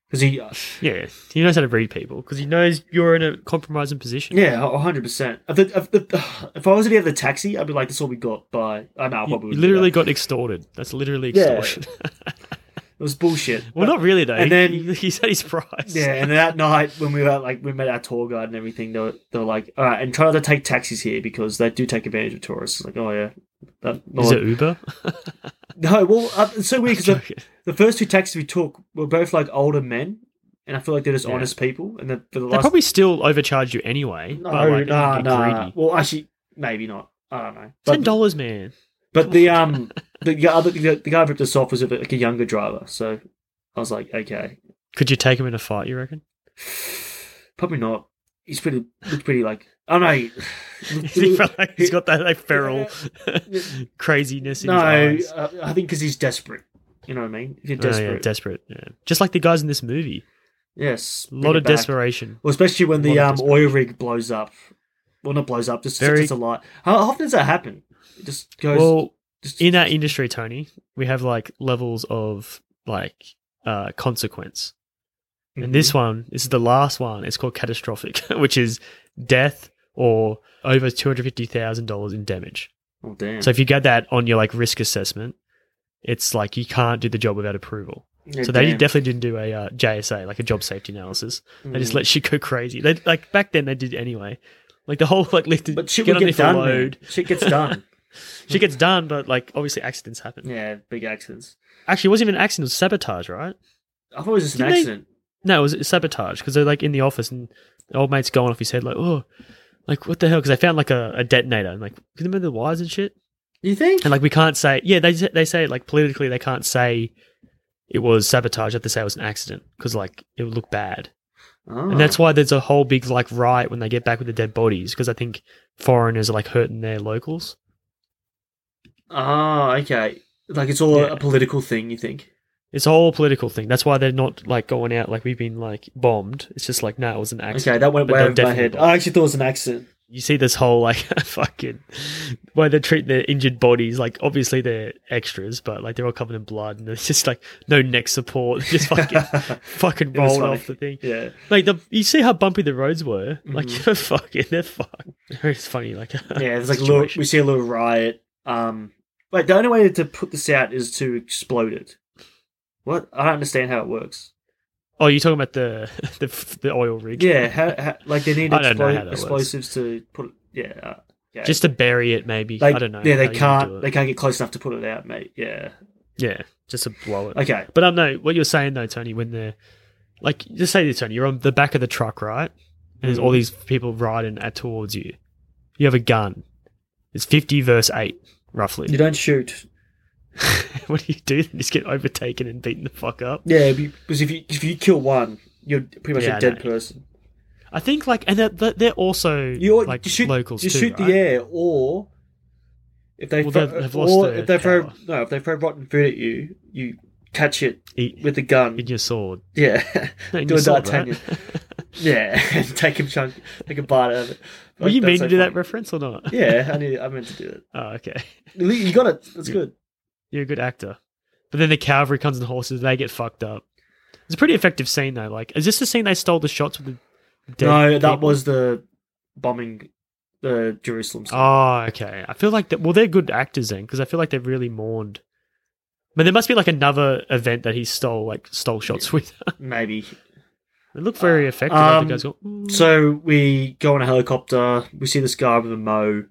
Speaker 5: because he,
Speaker 4: Yeah, he knows how to read people because he knows you're in a compromising position.
Speaker 5: yeah, a hundred percent. If, the- if, the- <sighs> if I was to be at the taxi, I'd be like, "That's all we got." By I know, I
Speaker 4: You,
Speaker 5: probably
Speaker 4: you
Speaker 5: wouldn't do
Speaker 4: literally
Speaker 5: that.
Speaker 4: got extorted. That's literally
Speaker 5: Yeah.
Speaker 4: extortion. <laughs>
Speaker 5: it was bullshit.
Speaker 4: well,
Speaker 5: But-
Speaker 4: not really though.
Speaker 5: and
Speaker 4: He-
Speaker 5: then-
Speaker 4: he, he said his price.
Speaker 5: Yeah, and that night when we were at, like we met our tour guide and everything, they were, they were like, "All right, and try not to take taxis here because they do take advantage of tourists." Like, oh yeah, that,
Speaker 4: Is it Uber?
Speaker 5: no, well, uh, it's so
Speaker 4: <laughs>
Speaker 5: weird because
Speaker 4: Joking.
Speaker 5: the first two taxis we took were both like older men, and I feel like they're just
Speaker 4: Yeah.
Speaker 5: honest people. And the, for the
Speaker 4: They
Speaker 5: last
Speaker 4: probably still overcharge you anyway.
Speaker 5: no,
Speaker 4: but, like,
Speaker 5: no,
Speaker 4: you're
Speaker 5: no.
Speaker 4: greedy.
Speaker 5: Well, actually, maybe not. I don't know.
Speaker 4: Ten
Speaker 5: But,
Speaker 4: dollars, man.
Speaker 5: but the um the guy- other the, the guy who ripped us off was a bit like a younger driver, so I was like, okay,
Speaker 4: Could you take him in a fight? You reckon? <laughs>
Speaker 5: probably not. He's pretty looked pretty like I don't know.
Speaker 4: <laughs>
Speaker 5: he-
Speaker 4: He felt like he's got that like feral
Speaker 5: Yeah.
Speaker 4: <laughs> craziness in
Speaker 5: no,
Speaker 4: his eyes.
Speaker 5: uh, I think because he's desperate. You know what I mean? If you're
Speaker 4: Oh, yeah,
Speaker 5: desperate,
Speaker 4: desperate. Yeah. Just like the guys in this movie.
Speaker 5: yes,
Speaker 4: A
Speaker 5: bring
Speaker 4: lot
Speaker 5: it
Speaker 4: of
Speaker 5: back.
Speaker 4: desperation.
Speaker 5: Well, especially when the
Speaker 4: Lot of
Speaker 5: um, oil rig blows up. Well, not blows up, just
Speaker 4: Very-
Speaker 5: sets us alight. How often does that happen? It just goes.
Speaker 4: Well,
Speaker 5: just,
Speaker 4: in that industry, Tony, we have like levels of like uh, consequence.
Speaker 5: Mm-hmm.
Speaker 4: And this one, this is the last one. It's called catastrophic, <laughs> which is death or over two hundred fifty thousand dollars in damage.
Speaker 5: Oh damn!
Speaker 4: So if you get that on your like risk assessment, it's like you can't do the job without approval.
Speaker 5: Yeah,
Speaker 4: so they
Speaker 5: damn.
Speaker 4: definitely didn't do a uh, JSA, like a job safety analysis. They just
Speaker 5: Mm.
Speaker 4: let shit go crazy. They like back then they did anyway. Like the whole <laughs> like lifted,
Speaker 5: But shit will
Speaker 4: on
Speaker 5: get
Speaker 4: the
Speaker 5: done.
Speaker 4: load.
Speaker 5: man. Shit gets done.
Speaker 4: <laughs> Shit gets done, but like obviously accidents happen.
Speaker 5: <laughs> yeah, big accidents.
Speaker 4: Actually, it wasn't even an accident. It was sabotage, right?
Speaker 5: I thought it was just an
Speaker 4: Didn't they-
Speaker 5: accident.
Speaker 4: No, it was sabotage because they're like in the office and the old mate's going off his head like, oh, like what the hell? Because they found like a, a detonator and like, can you remember the wires and shit?
Speaker 5: You think?
Speaker 4: And like we can't say, yeah, they s- they say like politically they can't say it was sabotage. They have to say it was an accident because like it would look bad.
Speaker 5: Oh.
Speaker 4: And that's why there's a whole big like riot when they get back with the dead bodies because I think foreigners are like hurting their locals.
Speaker 5: Oh, okay. Like it's all
Speaker 4: Yeah.
Speaker 5: a political thing. You think?
Speaker 4: It's a whole political thing. That's why they're not like going out like we've been like bombed. It's just like no, it was an accident.
Speaker 5: Okay, that went
Speaker 4: But
Speaker 5: way
Speaker 4: they're
Speaker 5: over my
Speaker 4: definitely
Speaker 5: head.
Speaker 4: bombed.
Speaker 5: I actually thought it was an accident.
Speaker 4: you see this whole like <laughs> fucking why they treat their injured bodies like obviously they're extras, but like they're <laughs> all covered in blood and there's just like no neck support, <laughs> just fucking fucking
Speaker 5: <laughs> It was
Speaker 4: rolled
Speaker 5: funny.
Speaker 4: off the thing.
Speaker 5: yeah.
Speaker 4: Like the, you see how bumpy the roads were. Like <laughs>
Speaker 5: Mhm.
Speaker 4: you're fucking, they're fucked. It's funny, like <laughs>
Speaker 5: <laughs> Yeah. There's like a little,
Speaker 4: situation.
Speaker 5: we see a little riot. Um. Wait, the only way to put this out is to explode it. What? I don't understand how it works.
Speaker 4: Oh, you're talking about the <laughs> the, the oil rig?
Speaker 5: Yeah. How, how, like they need
Speaker 4: I don't know
Speaker 5: explo-
Speaker 4: how that works.
Speaker 5: explosives to put. It, yeah. Uh, yeah.
Speaker 4: Just to bury it, maybe.
Speaker 5: Like,
Speaker 4: I don't know.
Speaker 5: Yeah,
Speaker 4: how
Speaker 5: they
Speaker 4: you do
Speaker 5: can't.
Speaker 4: it.
Speaker 5: They can't get close enough to put it out, mate. Yeah.
Speaker 4: yeah, just to blow it.
Speaker 5: Okay.
Speaker 4: But I know what you're saying though, Tony. When they're like, just say this, Tony. You're on the back of the truck, right? And there's
Speaker 5: Mm.
Speaker 4: all these people riding at towards you. You have a gun. It's fifty verse eight, roughly.
Speaker 5: You don't shoot.
Speaker 4: <laughs> what do you do? Just get overtaken and beaten the fuck up.
Speaker 5: Yeah, because if you if you kill one, you're pretty much
Speaker 4: Yeah, I
Speaker 5: a dead
Speaker 4: know.
Speaker 5: person.
Speaker 4: I think like, and they're- they're, they're also
Speaker 5: You
Speaker 4: like
Speaker 5: you shoot
Speaker 4: locals
Speaker 5: You
Speaker 4: too.
Speaker 5: shoot
Speaker 4: right?
Speaker 5: the air, or if they
Speaker 4: Well,
Speaker 5: throw,
Speaker 4: they've- they've lost
Speaker 5: or
Speaker 4: their
Speaker 5: if they throw
Speaker 4: power.
Speaker 5: no, if they throw rotten food at you, you catch it
Speaker 4: Eat
Speaker 5: with a gun.
Speaker 4: in your sword.
Speaker 5: Yeah, <laughs>
Speaker 4: No, in
Speaker 5: do
Speaker 4: your
Speaker 5: a
Speaker 4: sword,
Speaker 5: D'Artagnan. <laughs>
Speaker 4: right?
Speaker 5: Yeah, <laughs> and take a chunk, take a bite out of it.
Speaker 4: Were
Speaker 5: Like,
Speaker 4: you
Speaker 5: that's
Speaker 4: mean
Speaker 5: so
Speaker 4: to do that
Speaker 5: funny.
Speaker 4: reference or not?
Speaker 5: <laughs> yeah, I knew, I meant to do it.
Speaker 4: Oh, okay.
Speaker 5: You- You got it. That's good.
Speaker 4: You're a good actor. But then the cavalry comes and horses, they get fucked up. It's a pretty effective scene though. Like, is this the scene they stole the shots with the dead
Speaker 5: no, that
Speaker 4: people?
Speaker 5: was the bombing, uh, the Jerusalem. stuff.
Speaker 4: Oh, okay. I feel like that. Well, they're good actors then, because I feel like they've really mourned. But there must be like another event that he stole, like stole shots with. <laughs>
Speaker 5: Maybe.
Speaker 4: they look very effective. like
Speaker 5: Um,
Speaker 4: the guys go, "Mm."
Speaker 5: So we go on a helicopter. We see this guy with a mo,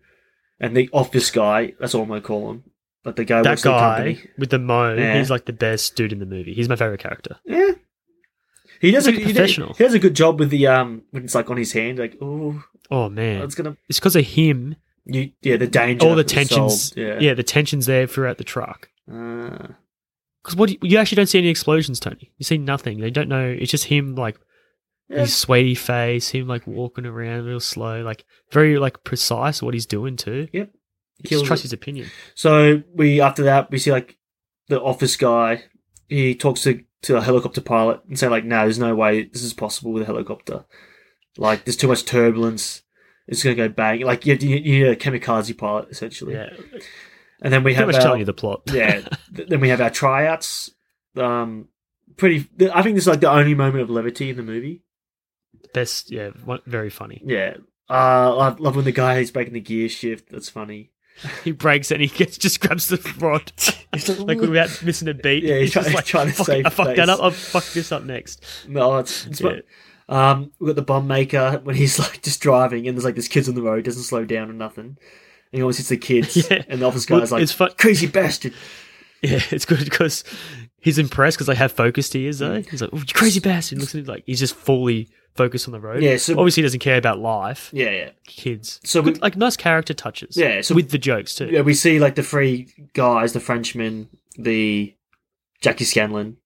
Speaker 5: and the office guy. That's all I'm gonna call him. But the guy
Speaker 4: that
Speaker 5: works for the
Speaker 4: guy
Speaker 5: company.
Speaker 4: with the mo,
Speaker 5: Yeah.
Speaker 4: he's like the best dude in the movie. He's my favorite character.
Speaker 5: Yeah. He
Speaker 4: He's
Speaker 5: does a,
Speaker 4: like a
Speaker 5: he, does,
Speaker 4: professional.
Speaker 5: he does a good job with the um when it's like on his hand like oh
Speaker 4: Oh man,
Speaker 5: it's gonna
Speaker 4: it's because of him.
Speaker 5: you yeah the danger
Speaker 4: all the
Speaker 5: is
Speaker 4: tensions,
Speaker 5: solved.
Speaker 4: yeah.
Speaker 5: yeah
Speaker 4: the tensions there throughout the truck.
Speaker 5: Uh,
Speaker 4: Because what do you, you actually don't see any explosions, Tony. You see nothing. They don't know. It's just him like
Speaker 5: yeah.
Speaker 4: his sweaty face, him like walking around real slow, like very like precise what he's doing too.
Speaker 5: Yep.
Speaker 4: You
Speaker 5: Kills
Speaker 4: just trust
Speaker 5: it.
Speaker 4: his opinion.
Speaker 5: So we after that we see like the office guy. He talks to to a helicopter pilot and say like, "No, there's no way this is possible with a helicopter. Like, there's too much turbulence. It's gonna go bang. Like, you you, you need a kamikaze pilot essentially."
Speaker 4: Yeah,
Speaker 5: And then we
Speaker 4: pretty
Speaker 5: have
Speaker 4: much
Speaker 5: our,
Speaker 4: telling you the plot.
Speaker 5: yeah. th- then we have our tryouts. Um, pretty. th- I think this is like the only moment of levity in the movie.
Speaker 4: <laughs> best. Yeah, one, very funny.
Speaker 5: Yeah. Uh, I love when the guy is breaking the gear shift. That's funny.
Speaker 4: He breaks and he gets just grabs the
Speaker 5: <laughs>
Speaker 4: rod, like without missing a beat.
Speaker 5: Yeah, he's try-
Speaker 4: just
Speaker 5: he's trying to
Speaker 4: "Fuck,
Speaker 5: save
Speaker 4: I fucked
Speaker 5: face."
Speaker 4: that up. I'll fuck this up next.
Speaker 5: No, it's, it's
Speaker 4: Yeah.
Speaker 5: um we got the bomb maker when he's like just driving and there's like this kid's on the road, doesn't slow down or nothing. And he always hits the kids
Speaker 4: <laughs> Yeah.
Speaker 5: and the office
Speaker 4: Well,
Speaker 5: guy's like
Speaker 4: it's fu-
Speaker 5: crazy bastard.
Speaker 4: Yeah, it's good because he's impressed because like how focused he is though. He's like, "Oh, you crazy bastard!" Looks at him like he's just fully focused on the road.
Speaker 5: Yeah, so-
Speaker 4: obviously he doesn't care about life,
Speaker 5: Yeah, yeah.
Speaker 4: kids.
Speaker 5: So
Speaker 4: So
Speaker 5: we-
Speaker 4: like nice character touches.
Speaker 5: Yeah, so-
Speaker 4: with the jokes too. <laughs>
Speaker 5: Yeah, we see like the three guys, the Frenchman, the Jackie Scanlon,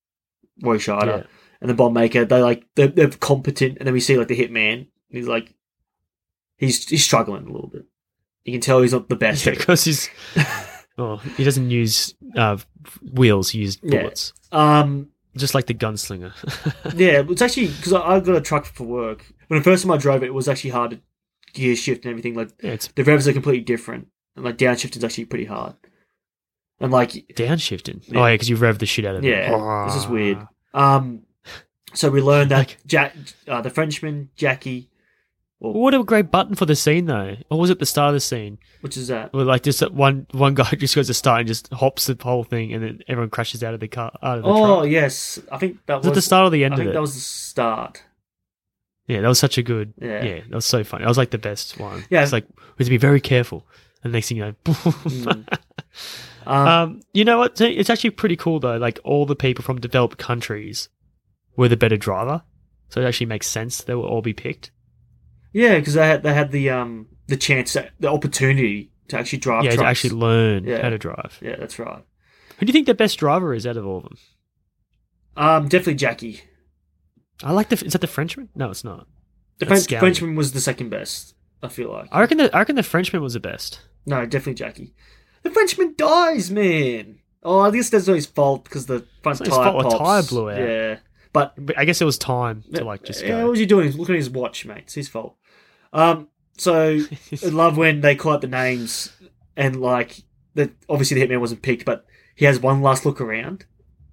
Speaker 5: Roy Scheider,
Speaker 4: Yeah.
Speaker 5: and the bomb maker, they like they're, they're competent and then we see like the hitman. and He's like he's he's struggling a little bit. You can tell he's not the best. at it.
Speaker 4: because
Speaker 5: <laughs>
Speaker 4: he's oh he doesn't use uh, wheels, he uses
Speaker 5: Yeah.
Speaker 4: bullets,
Speaker 5: Um
Speaker 4: just like the gunslinger. <laughs>
Speaker 5: Yeah, it's actually because I, I got a truck for work. When the first time I drove it, it was actually hard to gear shift and everything. Like
Speaker 4: yeah, it's
Speaker 5: the revs are completely different, and like downshift is actually pretty hard. And like,
Speaker 4: downshifting.
Speaker 5: Yeah.
Speaker 4: Oh yeah, because you rev the shit out of it.
Speaker 5: yeah, this is weird. Um, so we learned that
Speaker 4: Like-
Speaker 5: Jack, uh, the Frenchman Jackie,
Speaker 4: What a great button for the scene though. Or was it the start of the scene?
Speaker 5: which is that?
Speaker 4: Where like just that one one guy <laughs> just goes to start and just hops the whole thing, and then everyone crashes out of the car out of the
Speaker 5: Oh
Speaker 4: truck.
Speaker 5: yes, I think that
Speaker 4: Was
Speaker 5: was
Speaker 4: it the start or the
Speaker 5: I
Speaker 4: end of
Speaker 5: think
Speaker 4: it?
Speaker 5: that was the start.
Speaker 4: yeah, that was such a good.
Speaker 5: Yeah.
Speaker 4: Yeah. that was so funny. That was like the best one.
Speaker 5: Yeah.
Speaker 4: it's like we have to be very careful. And next thing you know, boom. <laughs>
Speaker 5: Mm.
Speaker 4: Um,
Speaker 5: Um,
Speaker 4: you know what? It's actually pretty cool though. Like all the people from developed countries were the better driver, so it actually makes sense they will all be picked.
Speaker 5: yeah, because they had they had the um the chance, the opportunity to actually drive.
Speaker 4: yeah, to
Speaker 5: trucks.
Speaker 4: actually learn
Speaker 5: Yeah.
Speaker 4: how to drive.
Speaker 5: Yeah, that's right.
Speaker 4: Who do you think the best driver is out of all of them?
Speaker 5: Um, definitely Jackie.
Speaker 4: I like the. Is that the Frenchman? No, it's not.
Speaker 5: The
Speaker 4: That's
Speaker 5: French,
Speaker 4: scary.
Speaker 5: Frenchman was the second best. I feel like.
Speaker 4: I reckon the I reckon the Frenchman was the best.
Speaker 5: No, definitely Jackie. The Frenchman dies, man. Oh, I guess that's not his fault because the front
Speaker 4: It's not his
Speaker 5: tire
Speaker 4: fault, a
Speaker 5: pops.
Speaker 4: tire blew out.
Speaker 5: Yeah, but
Speaker 4: But I guess it was time to like just
Speaker 5: yeah,
Speaker 4: go.
Speaker 5: what was he doing? He's looking at his watch, mate. It's his fault. Um, so
Speaker 4: <laughs>
Speaker 5: I love when they call out the names and like the obviously the hitman wasn't picked, but he has one last look around.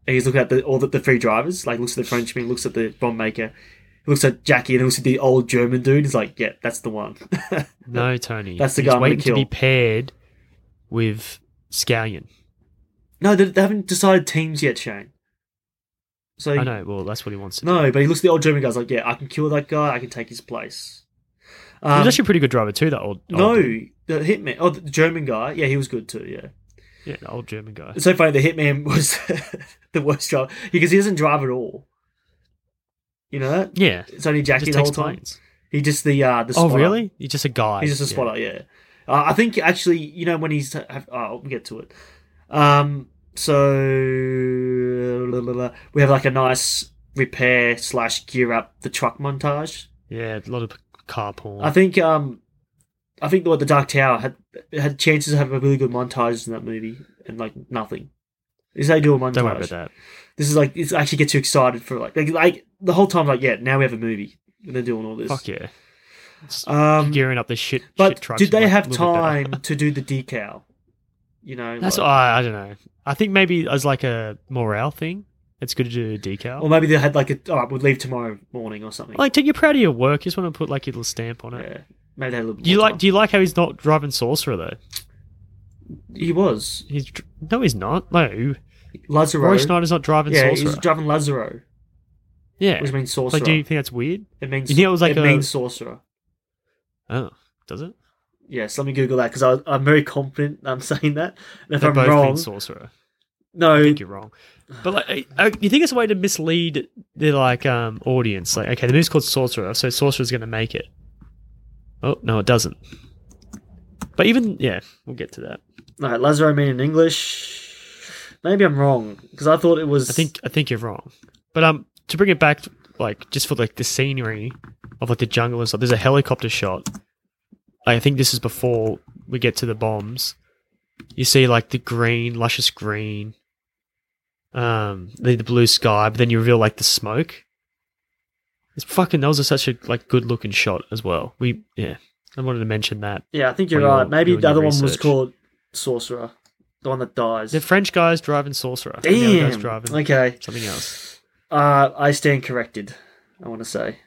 Speaker 5: And he's looking at the all the, the three drivers. Like looks at the Frenchman, looks at the bomb maker, looks at Jackie, and looks at the old German dude. He's like, yeah, that's the one. <laughs>
Speaker 4: No, Tony.
Speaker 5: That's the
Speaker 4: He's
Speaker 5: guy I'm gonna
Speaker 4: waiting to be
Speaker 5: kill.
Speaker 4: paired with Scallion.
Speaker 5: No, they, they haven't decided teams yet, Shane. So
Speaker 4: I know. Well, that's what he wants to do.
Speaker 5: no, but he looks at the old German guy's like, yeah, I can kill that guy. I can take his place.
Speaker 4: He
Speaker 5: Um,
Speaker 4: was actually a pretty good driver too. That old,
Speaker 5: no,
Speaker 4: old
Speaker 5: the hitman. Oh, the German guy. Yeah, he was good too. Yeah,
Speaker 4: yeah, the old German guy.
Speaker 5: it's so funny. The hitman <laughs> was the worst driver because he doesn't drive at all. You know that?
Speaker 4: Yeah,
Speaker 5: It's only
Speaker 4: just
Speaker 5: Jackie the whole
Speaker 4: takes
Speaker 5: time.
Speaker 4: planes.
Speaker 5: He just the uh the.
Speaker 4: Oh,
Speaker 5: spotter.
Speaker 4: really? You're just a guy.
Speaker 5: He's just a
Speaker 4: Yeah.
Speaker 5: spotter, yeah. Uh, I think actually, you know, when he's. Have, oh, we'll get to it. Um, so. la, la, la. We have like a nice repair slash gear up the truck montage.
Speaker 4: Yeah, a lot of car porn.
Speaker 5: I think. um I think what the Dark Tower had had chances to have a really good montage in that movie, and like nothing. Is they do a montage?
Speaker 4: Don't worry about that.
Speaker 5: This is like it actually gets you excited for like like, like the whole time. Like yeah, now we have a movie. And they're doing all this.
Speaker 4: Fuck yeah.
Speaker 5: Um,
Speaker 4: Gearing up the shit. shit
Speaker 5: but
Speaker 4: trucks
Speaker 5: did they
Speaker 4: like a
Speaker 5: have
Speaker 4: little bit better.
Speaker 5: time to do the decal? You know,
Speaker 4: That's
Speaker 5: like-
Speaker 4: I, I don't know. I think maybe as like a morale thing, it's good to do a decal.
Speaker 5: or maybe they had like a all right, we'll leave tomorrow morning or something.
Speaker 4: like, take you're proud of your work. You just want to put like your little stamp on it.
Speaker 5: yeah, maybe they had a little.
Speaker 4: Do you
Speaker 5: more
Speaker 4: like?
Speaker 5: time.
Speaker 4: Do you like how he's not driving sorcerer though?
Speaker 5: he was
Speaker 4: He's dr- no, he's not. No,
Speaker 5: Lazaro.
Speaker 4: Roy Schneider's not driving
Speaker 5: yeah,
Speaker 4: sorcerer.
Speaker 5: he's driving Lazaro,
Speaker 4: yeah,
Speaker 5: which means sorcerer.
Speaker 4: like, do you think that's weird?
Speaker 5: it means
Speaker 4: you think it was like a-
Speaker 5: means sorcerer.
Speaker 4: Oh, does it?
Speaker 5: Yes, let me Google that because I'm very confident I'm <laughs> saying that. And if
Speaker 4: They
Speaker 5: I'm
Speaker 4: both
Speaker 5: wrong,
Speaker 4: mean sorcerer.
Speaker 5: no,
Speaker 4: I think you're wrong. But like, I- I- you think it's a way to mislead the like um audience? Like, okay, the movie's called Sorcerer, so Sorcerer's going to make it. Oh no, it doesn't. But even yeah, we'll get to that.
Speaker 5: no, Lazaro mean in English. Maybe I'm wrong because I thought it was.
Speaker 4: I think I think you're wrong. But um, to bring it back, like just for like the scenery of like the jungle and stuff. There's a helicopter shot. I think this is before we get to the bombs. You see like the green, luscious green, um, the, the blue sky, but then you reveal like the smoke. It's fucking. That was such a like good looking shot as well. We yeah, I wanted to mention that.
Speaker 5: Yeah, I think you're
Speaker 4: when you're
Speaker 5: right. Maybe
Speaker 4: doing
Speaker 5: the other
Speaker 4: your
Speaker 5: one was
Speaker 4: research.
Speaker 5: called Sorcerer, the one that dies.
Speaker 4: The French guy's driving sorcerer. and the other guy's
Speaker 5: Damn.
Speaker 4: driving
Speaker 5: Okay.
Speaker 4: something else.
Speaker 5: Uh, I stand corrected. I want to say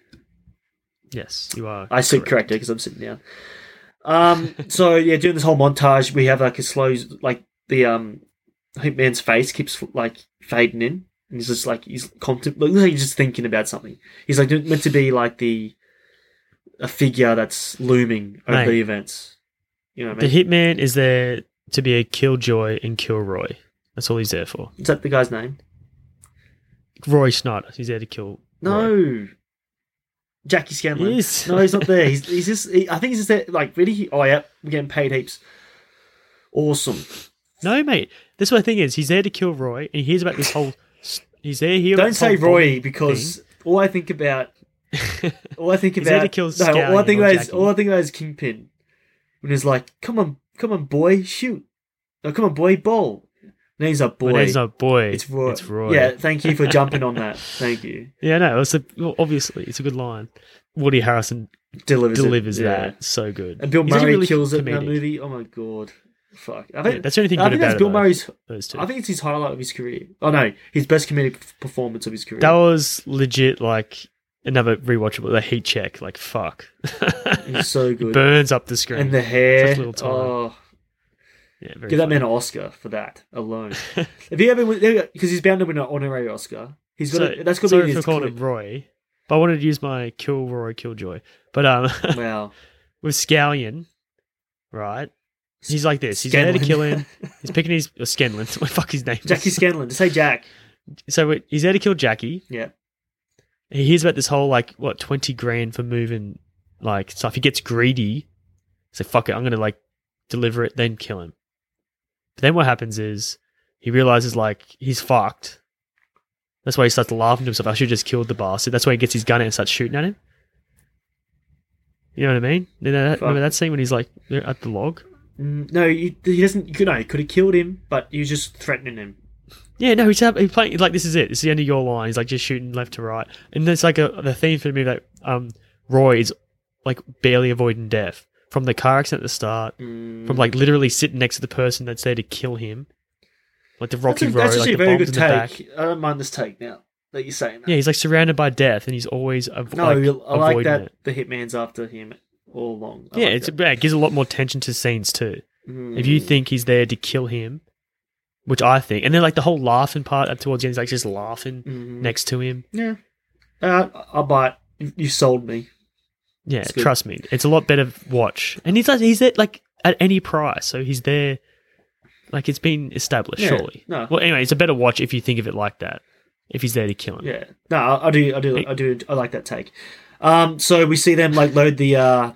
Speaker 4: Yes, you are.
Speaker 5: I said
Speaker 4: correct.
Speaker 5: corrected because I'm sitting down. Um. <laughs> so yeah, during this whole montage, we have like a slow, like the um, Hitman's face keeps like fading in, and he's just like he's contemplating, like, he's just thinking about something. He's like meant to be like the a figure that's looming over
Speaker 4: Mate.
Speaker 5: the events. You know what I
Speaker 4: The
Speaker 5: mean?
Speaker 4: hitman is there to be a killjoy and kill Roy. That's all he's there for.
Speaker 5: Is that the guy's name?
Speaker 4: Roy Schneider. He's there to kill.
Speaker 5: No.
Speaker 4: Roy.
Speaker 5: Jackie Scanlon.
Speaker 4: He is.
Speaker 5: No, he's not
Speaker 4: <laughs>
Speaker 5: there. He's, he's just. He, I think he's just there. Like, really? Oh, yeah. We're getting paid heaps. Awesome.
Speaker 4: no, mate. This is what the thing is. He's there to kill Roy, and he hears about this whole. He's there here.
Speaker 5: Don't say Roy because all I
Speaker 4: <laughs>
Speaker 5: think about. All I think
Speaker 4: He's there
Speaker 5: about.
Speaker 4: to kill
Speaker 5: no, all I
Speaker 4: Scallion
Speaker 5: think
Speaker 4: or
Speaker 5: about is
Speaker 4: Jackie.
Speaker 5: all I think about is Kingpin, when he's like, "Come on, come on, boy, shoot! No, come on, boy, ball." And he's like,
Speaker 4: My
Speaker 5: "Boy,
Speaker 4: name's Oh, not boy.
Speaker 5: it's Roy."
Speaker 4: It's Roy.
Speaker 5: Yeah, thank you for jumping
Speaker 4: <laughs>
Speaker 5: on that. Thank you.
Speaker 4: Yeah, No, it's a, well, obviously it's a good line. Woody Harrison
Speaker 5: Delivers it.
Speaker 4: delivers
Speaker 5: Yeah.
Speaker 4: that so good.
Speaker 5: And Bill
Speaker 4: He's actually
Speaker 5: Murray
Speaker 4: really
Speaker 5: kills it in that
Speaker 4: comedic.
Speaker 5: movie. Oh my god, fuck! I
Speaker 4: Yeah,
Speaker 5: think
Speaker 4: that's the only thing
Speaker 5: I
Speaker 4: good
Speaker 5: think
Speaker 4: about
Speaker 5: that's
Speaker 4: it,
Speaker 5: Bill
Speaker 4: though,
Speaker 5: Murray's.
Speaker 4: Those two.
Speaker 5: I think it's his highlight of his career. Oh no, his best comedic f- performance of his career.
Speaker 4: that was legit. Like another rewatchable. The heat check. Like fuck.
Speaker 5: He's so good.
Speaker 4: Burns up <laughs> the screen.
Speaker 5: and the hair.
Speaker 4: Such little time.
Speaker 5: Oh,
Speaker 4: yeah, very
Speaker 5: give that
Speaker 4: funny.
Speaker 5: man an Oscar for that
Speaker 4: <laughs>
Speaker 5: alone. if he ever because he's bound to win an honorary Oscar. <laughs> He's got
Speaker 4: <laughs>
Speaker 5: to that's got to
Speaker 4: sorry
Speaker 5: be in
Speaker 4: for
Speaker 5: his
Speaker 4: calling
Speaker 5: clip.
Speaker 4: him Roy, but I wanted to use my kill Roy Killjoy. But um, <laughs>
Speaker 5: <laughs> Wow,
Speaker 4: with Scallion, right? He's like this. He's there to
Speaker 5: Scanlan.
Speaker 4: kill him. He's picking his or Scanlan. <laughs> What the fuck his name? is.
Speaker 5: <laughs> Jackie Scanlon. Just say Jack.
Speaker 4: So wait, he's there to kill Jackie.
Speaker 5: Yeah,
Speaker 4: He hears about this whole like what twenty grand for moving like stuff. He gets greedy. So fuck it, I'm gonna like deliver it, then kill him. But then what happens is he realizes like he's fucked. That's why he starts laughing to himself. I should have just killed the bastard. That's why he gets his gun out and starts shooting at him. You know what I mean? You know that, remember
Speaker 5: Fuck.
Speaker 4: that scene when he's like they're at the log?
Speaker 5: Mm, no, he, he doesn't. You could- no, he could have killed him, but he was just threatening him.
Speaker 4: Yeah, no, he's, hap- he's playing he's like this is it. It's the end of your line. He's like just shooting left to right, and there's like a the theme for the movie that um Roy is like barely avoiding death from the car accident at the start,
Speaker 5: Mm.
Speaker 4: from like literally sitting next to the person that's there to kill him, like the rocky
Speaker 5: that's, a-
Speaker 4: road,
Speaker 5: that's
Speaker 4: like
Speaker 5: actually
Speaker 4: the
Speaker 5: a very
Speaker 4: bombs
Speaker 5: good
Speaker 4: in the back.
Speaker 5: take. I don't mind this take now that you're saying that.
Speaker 4: Yeah, he's like surrounded by death, and he's always avo-
Speaker 5: No,
Speaker 4: like,
Speaker 5: I like
Speaker 4: avoiding
Speaker 5: that
Speaker 4: it.
Speaker 5: the hitman's after him all along. I
Speaker 4: yeah,
Speaker 5: like
Speaker 4: it's
Speaker 5: that.
Speaker 4: yeah, it gives a lot more tension to scenes too.
Speaker 5: Mm.
Speaker 4: If you think he's there to kill him, which I think, and then like the whole laughing part up towards the end, he's like just laughing
Speaker 5: Mhm.
Speaker 4: next to him.
Speaker 5: yeah, uh, I'll buy it. You- You sold me.
Speaker 4: Yeah,
Speaker 5: It's good.
Speaker 4: trust me, it's a lot better watch. And he's like, he's there like at any price, so he's there. Like it's been established,
Speaker 5: Yeah,
Speaker 4: surely.
Speaker 5: no.
Speaker 4: Well, anyway, it's a better watch if you think of it like that. If he's there to kill him,
Speaker 5: Yeah, no, I, I do, I do, I do, I like that take. Um, so we see them like load the uh,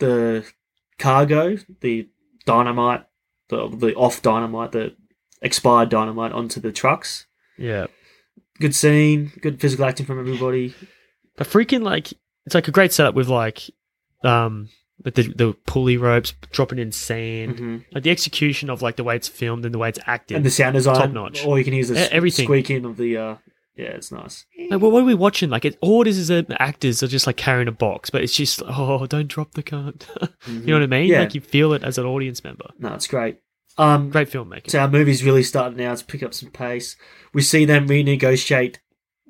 Speaker 5: the cargo, the dynamite, the the off dynamite, the expired dynamite onto the trucks.
Speaker 4: yeah.
Speaker 5: Good scene, good physical acting from everybody.
Speaker 4: But freaking like it's like a great setup with like um but the the pulley ropes dropping in sand, like the execution of like the way it's filmed and the way it's acted.
Speaker 5: and Mm-hmm. the sound design,
Speaker 4: Top notch.
Speaker 5: Or you can use the
Speaker 4: E-
Speaker 5: s-
Speaker 4: everything.
Speaker 5: squeaking of the. Uh, yeah, it's nice.
Speaker 4: Like, what, what are we watching? Like, it, all it is is that the actors are just like carrying a box, but it's just oh, don't drop the cunt. <laughs> You know what I mean?
Speaker 5: Yeah.
Speaker 4: Like you feel it as an audience member.
Speaker 5: No, it's great. Um,
Speaker 4: Great filmmaking.
Speaker 5: So our movie's really starting now. It's picking up some pace. We see them renegotiate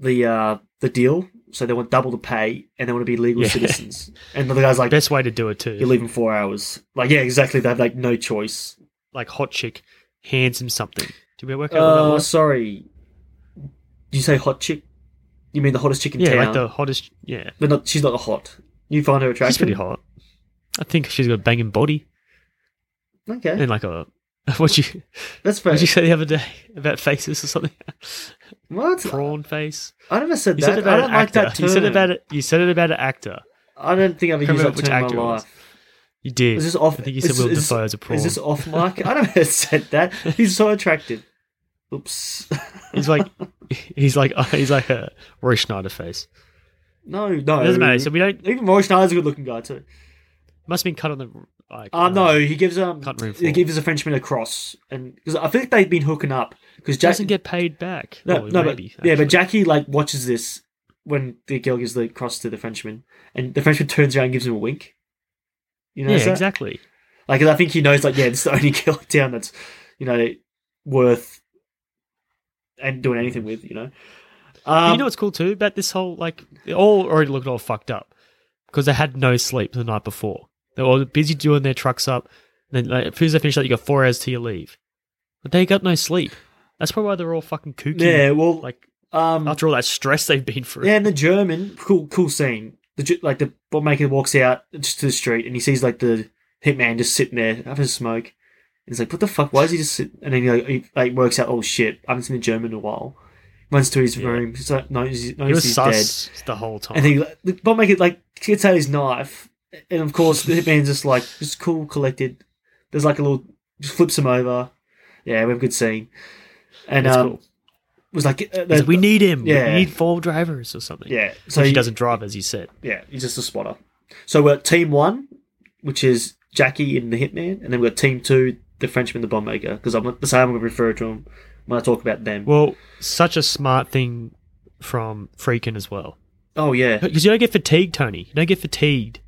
Speaker 5: the uh, the deal, so they want double the pay and they want to be legal
Speaker 4: Yeah.
Speaker 5: citizens. And the guy's like,
Speaker 4: Best way to do it too.
Speaker 5: "You're leaving four hours." Like, yeah, exactly. They have like no choice.
Speaker 4: like hot chick hands him something. Did we work out what that
Speaker 5: Oh,
Speaker 4: was?
Speaker 5: sorry. Did you say hot chick? You mean the hottest chick in
Speaker 4: Yeah,
Speaker 5: town?
Speaker 4: like the hottest. Yeah,
Speaker 5: But not, she's not the hot. You find her attractive?
Speaker 4: she's pretty hot. I think she's got a banging body
Speaker 5: Okay,
Speaker 4: and like a <laughs> what you
Speaker 5: that's fair.
Speaker 4: what you say the other day about faces or
Speaker 5: <laughs>
Speaker 4: something.
Speaker 5: What?
Speaker 4: Prawn face.
Speaker 5: I never said
Speaker 4: You
Speaker 5: that.
Speaker 4: said
Speaker 5: I
Speaker 4: about
Speaker 5: don't
Speaker 4: an
Speaker 5: like
Speaker 4: actor.
Speaker 5: that term.
Speaker 4: you said about it. You said it about an actor.
Speaker 5: I don't think I've ever
Speaker 4: Can't
Speaker 5: used that
Speaker 4: remember which
Speaker 5: term in my
Speaker 4: actor it
Speaker 5: life.
Speaker 4: was. You did.
Speaker 5: Is this off?
Speaker 4: I think you said
Speaker 5: is-
Speaker 4: Will
Speaker 5: is-
Speaker 4: Defoe as a prawn.
Speaker 5: Is this off mic? I never <laughs> said that. He's so attractive. Oops. <laughs>
Speaker 4: He's like, <laughs> he's like, <laughs> he's like a Roy Schneider face.
Speaker 5: No, no.
Speaker 4: It doesn't matter. So we don't.
Speaker 5: Even Roy Schneider's a good looking guy too.
Speaker 4: Must have been cut on the. Like,
Speaker 5: Uh, no, he gives um
Speaker 4: Cut room
Speaker 5: he
Speaker 4: floor.
Speaker 5: gives a Frenchman a cross, and because I think they've been hooking up because
Speaker 4: doesn't
Speaker 5: Jackie
Speaker 4: get paid back.
Speaker 5: no,
Speaker 4: Well,
Speaker 5: no,
Speaker 4: maybe,
Speaker 5: but, yeah,
Speaker 4: actually.
Speaker 5: but Jackie like watches this when the girl gives the cross to the Frenchman, and the Frenchman turns around and gives him a wink. You know,
Speaker 4: Yeah,
Speaker 5: that?
Speaker 4: exactly.
Speaker 5: Like, 'cause I think he knows, like, yeah, it's the <laughs> only girl in town that's, you know, worth and doing anything with, you know.
Speaker 4: But
Speaker 5: Um,
Speaker 4: you know what's cool too about this whole like they all already looked all fucked up because they had no sleep the night before. They were all busy doing their trucks up. Then like, as soon as they finish that, you got four hours till you leave. But they got no sleep. That's probably why they're all fucking kooky.
Speaker 5: yeah, well,
Speaker 4: Like
Speaker 5: um,
Speaker 4: after all that stress they've been through.
Speaker 5: yeah, and the German, cool, cool scene. The Ge- like the bookmaker walks out just to the street and he sees like the hitman just sitting there having a smoke. And he's like, "What the fuck? Why is he just?" Sit-? And then he like, he like works out, "Oh shit, I haven't seen a German in a while." Runs to his
Speaker 4: Yeah.
Speaker 5: room, he's like, no, he's,
Speaker 4: He was
Speaker 5: he's dead.
Speaker 4: sus the whole time.
Speaker 5: And he, the bombmaker, like, gets out his knife. And of course, the hitman's just like, just cool, collected. There's like a little, just flips him over. Yeah, we have a good scene. And
Speaker 4: That's
Speaker 5: um,
Speaker 4: cool.
Speaker 5: was like, uh,
Speaker 4: He's like, we need him.
Speaker 5: yeah.
Speaker 4: We need four drivers or something.
Speaker 5: yeah.
Speaker 4: So
Speaker 5: So
Speaker 4: he
Speaker 5: he
Speaker 4: doesn't drive, as you said.
Speaker 5: Yeah, he's just a spotter. So we're at team one, which is Jackie and the hitman, and then we've got team two, the Frenchman, the bombmaker. Because I'm that's how I'm going to refer to him when I talk about them.
Speaker 4: Well, such a smart thing from Freakin as well.
Speaker 5: oh yeah,
Speaker 4: Because you don't get fatigued, Tony. You don't get fatigued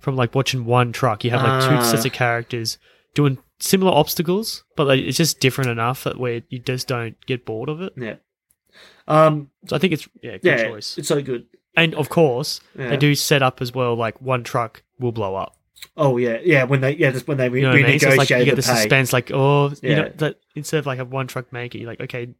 Speaker 4: from like watching one truck. You have like
Speaker 5: Ah.
Speaker 4: two sets of characters doing similar obstacles, but like, it's just different enough that where you just don't get bored of it.
Speaker 5: yeah. Um,
Speaker 4: So I think it's yeah, good
Speaker 5: yeah,
Speaker 4: choice.
Speaker 5: it's so good.
Speaker 4: And of course,
Speaker 5: Yeah.
Speaker 4: they do set up as well. Like one truck will blow up.
Speaker 5: Oh yeah, yeah. When they yeah, that's when they re-
Speaker 4: You know what I mean? So it's like
Speaker 5: renegotiated
Speaker 4: you get
Speaker 5: the
Speaker 4: the
Speaker 5: pay.
Speaker 4: suspense, like oh, you
Speaker 5: Yeah.
Speaker 4: know, that instead of like a one truck make it, you're like okay,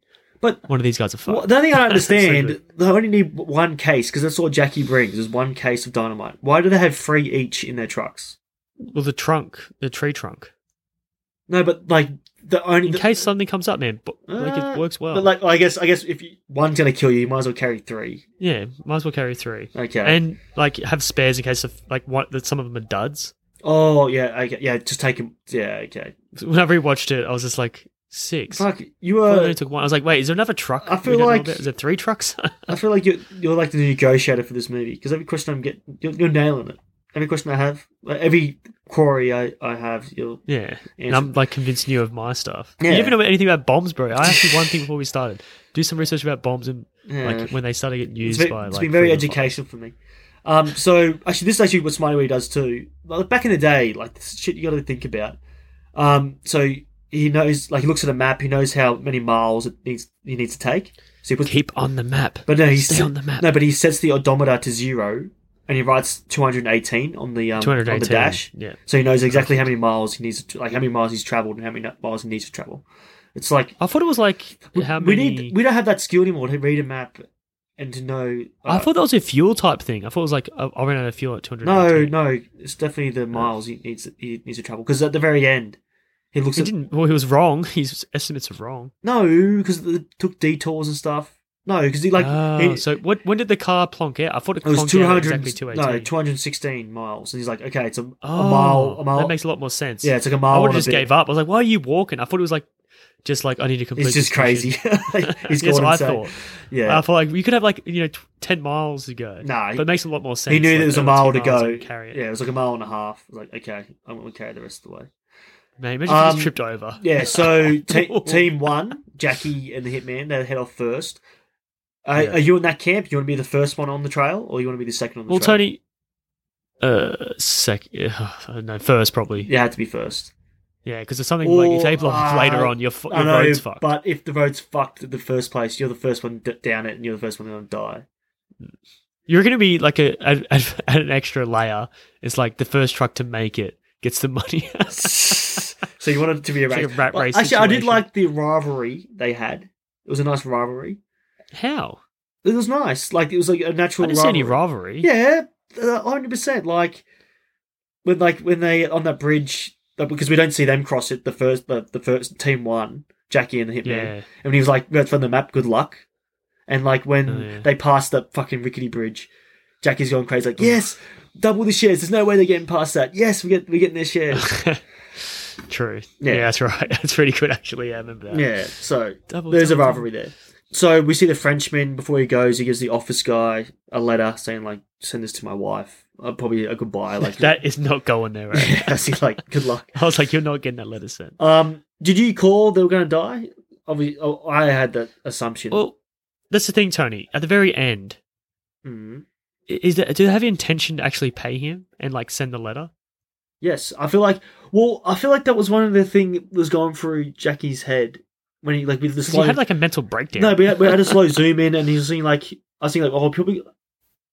Speaker 5: But
Speaker 4: one of these guys are fucked.
Speaker 5: Well, the only thing
Speaker 4: <laughs>
Speaker 5: I don't
Speaker 4: So
Speaker 5: understand,
Speaker 4: good.
Speaker 5: they only need one case because that's all Jackie brings is one case of dynamite. Why do they have three each in their trucks?
Speaker 4: well, the trunk, the tree trunk,
Speaker 5: No, but like the only
Speaker 4: in
Speaker 5: the-
Speaker 4: case something comes up, man. But, like
Speaker 5: Uh,
Speaker 4: it works well.
Speaker 5: But like, I guess, I guess if you, one's gonna kill you, you might as well carry three.
Speaker 4: yeah, might as well carry three.
Speaker 5: Okay.
Speaker 4: and like have spares in case of like what that some of them are duds.
Speaker 5: oh yeah, okay, yeah. Just take him. Yeah, okay.
Speaker 4: When I rewatched it, I was just like six.
Speaker 5: Fuck, you
Speaker 4: I
Speaker 5: are.
Speaker 4: only took one. I was like, wait, is there another truck?
Speaker 5: I
Speaker 4: we
Speaker 5: feel
Speaker 4: don't know
Speaker 5: like-
Speaker 4: about? is there three trucks? <laughs>
Speaker 5: I feel like you're you're like the negotiator for this movie because every question I'm getting, you're, you're nailing it. Every question I have, like, every quarry I I have, you're
Speaker 4: yeah,
Speaker 5: Answer.
Speaker 4: and I'm like convincing you of my stuff.
Speaker 5: Yeah.
Speaker 4: You never know anything about bombs, bro. I asked you one thing before we started: do some research about bombs and
Speaker 5: yeah.
Speaker 4: like when they started getting
Speaker 5: It's
Speaker 4: used
Speaker 5: been,
Speaker 4: by like.
Speaker 5: it's been very
Speaker 4: freedom fighters.
Speaker 5: educational for me. Um, so actually, this is actually what Smiley Wee does too. Like, back in the day, like this shit you got to think about. Um, so he knows, like he looks at a map, he knows how many miles it needs he needs to take. So he puts,
Speaker 4: Keep on the map.
Speaker 5: but no, he
Speaker 4: Stay
Speaker 5: set-
Speaker 4: on the map.
Speaker 5: No, but he sets the odometer to zero, and he writes two hundred eighteen on the um,
Speaker 4: Two hundred
Speaker 5: on the
Speaker 4: eighteen.
Speaker 5: dash.
Speaker 4: Yeah.
Speaker 5: So he knows exactly how many miles he needs, to, like how many miles he's traveled and how many miles he needs to travel. It's like
Speaker 4: I thought it was like
Speaker 5: we,
Speaker 4: how
Speaker 5: we
Speaker 4: many.
Speaker 5: need we don't have that skill anymore to read a map and to know.
Speaker 4: I
Speaker 5: uh,
Speaker 4: thought that was a fuel type thing. I thought it was like I, I ran out of fuel at two hundred.
Speaker 5: No, no, it's definitely the miles he needs. He needs to travel because at the very end, he looks
Speaker 4: he
Speaker 5: at
Speaker 4: didn't. Well, he was wrong. <laughs> His estimates are wrong.
Speaker 5: no because they took detours and stuff. No, because he like
Speaker 4: oh,
Speaker 5: he-
Speaker 4: so what, when did the car plonk out? I thought it,
Speaker 5: it was
Speaker 4: plonked
Speaker 5: two
Speaker 4: out at
Speaker 5: hundred
Speaker 4: exactly two
Speaker 5: no
Speaker 4: eighteen.
Speaker 5: two hundred sixteen miles, and he's like, okay, it's a,
Speaker 4: oh,
Speaker 5: a mile, a mile.
Speaker 4: That makes a lot more sense.
Speaker 5: yeah, it's like a
Speaker 4: I
Speaker 5: mile.
Speaker 4: would have
Speaker 5: and a
Speaker 4: just
Speaker 5: bit.
Speaker 4: gave up. I was like, why are you walking? I thought it was like just like I need to complete.
Speaker 5: It's just
Speaker 4: this mission.
Speaker 5: crazy.
Speaker 4: <laughs>
Speaker 5: <laughs> He's
Speaker 4: That's
Speaker 5: gone
Speaker 4: what I
Speaker 5: insane.
Speaker 4: thought.
Speaker 5: Yeah.
Speaker 4: I thought like you could have like you know t- ten miles to go.
Speaker 5: Nah,
Speaker 4: but it makes a lot more sense.
Speaker 5: he knew
Speaker 4: like,
Speaker 5: there was
Speaker 4: oh,
Speaker 5: a
Speaker 4: two
Speaker 5: mile to
Speaker 4: miles,
Speaker 5: go.
Speaker 4: I'll Carry it.
Speaker 5: Yeah, it was like a mile and a half. I was like, okay, I'm going to carry the
Speaker 4: <laughs>
Speaker 5: rest of the way.
Speaker 4: Man, imagine if you
Speaker 5: Um,
Speaker 4: just tripped over.
Speaker 5: Yeah, so te- team one, Jackie and the Hitman, they head off first. Uh,
Speaker 4: Yeah.
Speaker 5: Are you in that camp? You want to be the first one on the trail, or you want to be the second on the
Speaker 4: Well,
Speaker 5: trail?
Speaker 4: Tony. Uh, sec. <sighs> no, first probably.
Speaker 5: you had to be first.
Speaker 4: Yeah, because it's something
Speaker 5: Or,
Speaker 4: like if they blow up
Speaker 5: uh,
Speaker 4: later on, your, fu-
Speaker 5: I
Speaker 4: your
Speaker 5: know,
Speaker 4: road's fucked.
Speaker 5: but if the road's fucked at the first place, you're the first one d- down it, and you're the first one going to die.
Speaker 4: You're going to be like a, a, a <laughs> an extra layer. It's like the first truck to make it gets the <laughs> money.
Speaker 5: so you wanted it to be a
Speaker 4: It's
Speaker 5: race.
Speaker 4: like a rat
Speaker 5: Well,
Speaker 4: race
Speaker 5: actually, I did
Speaker 4: situation.
Speaker 5: like the rivalry they had. It was a nice rivalry.
Speaker 4: How?
Speaker 5: It was nice. Like it was like a
Speaker 4: I
Speaker 5: natural.
Speaker 4: didn't see any rivalry.
Speaker 5: Yeah, uh, hundred percent. Like when like when they on that bridge like, because we don't see them cross it. The first the, the first team one, Jackie and the Hitman,
Speaker 4: Yeah.
Speaker 5: and he was like right from the map. Good luck. And like when
Speaker 4: Oh, yeah.
Speaker 5: they passed that fucking rickety bridge, Jackie's going crazy. Like yes, double the shares. There's no way they're getting past that. Yes, we get we are getting
Speaker 4: <laughs>
Speaker 5: their shares.
Speaker 4: True.
Speaker 5: Yeah.
Speaker 4: Yeah. that's right. <laughs> That's pretty good, actually. Yeah, I remember that.
Speaker 5: yeah. So
Speaker 4: Double,
Speaker 5: there's a
Speaker 4: double.
Speaker 5: rivalry there. So we see the Frenchman before he goes. He gives the office guy a letter saying like send this to my wife. Uh, probably a goodbye.
Speaker 4: <laughs> <laughs>
Speaker 5: Like <laughs>
Speaker 4: That is not going there, right?
Speaker 5: I see. Like, good luck.
Speaker 4: I was like, you're not getting that letter sent.
Speaker 5: Um, did you call they were going to die? Obviously, oh, I had that assumption.
Speaker 4: Well, that's the thing, Tony. At the very end,
Speaker 5: Mhm.
Speaker 4: i- is that, do they have the intention to actually pay him and like send the letter?
Speaker 5: Yes, I feel like. Well, I feel like that was one of the thing that was going through Jackie's head when he like with the
Speaker 4: 'Cause
Speaker 5: slow.
Speaker 4: he had like a mental breakdown.
Speaker 5: no, we had, we had a slow zoom in, and he was thinking like, I was thinking like, oh, I'll probably,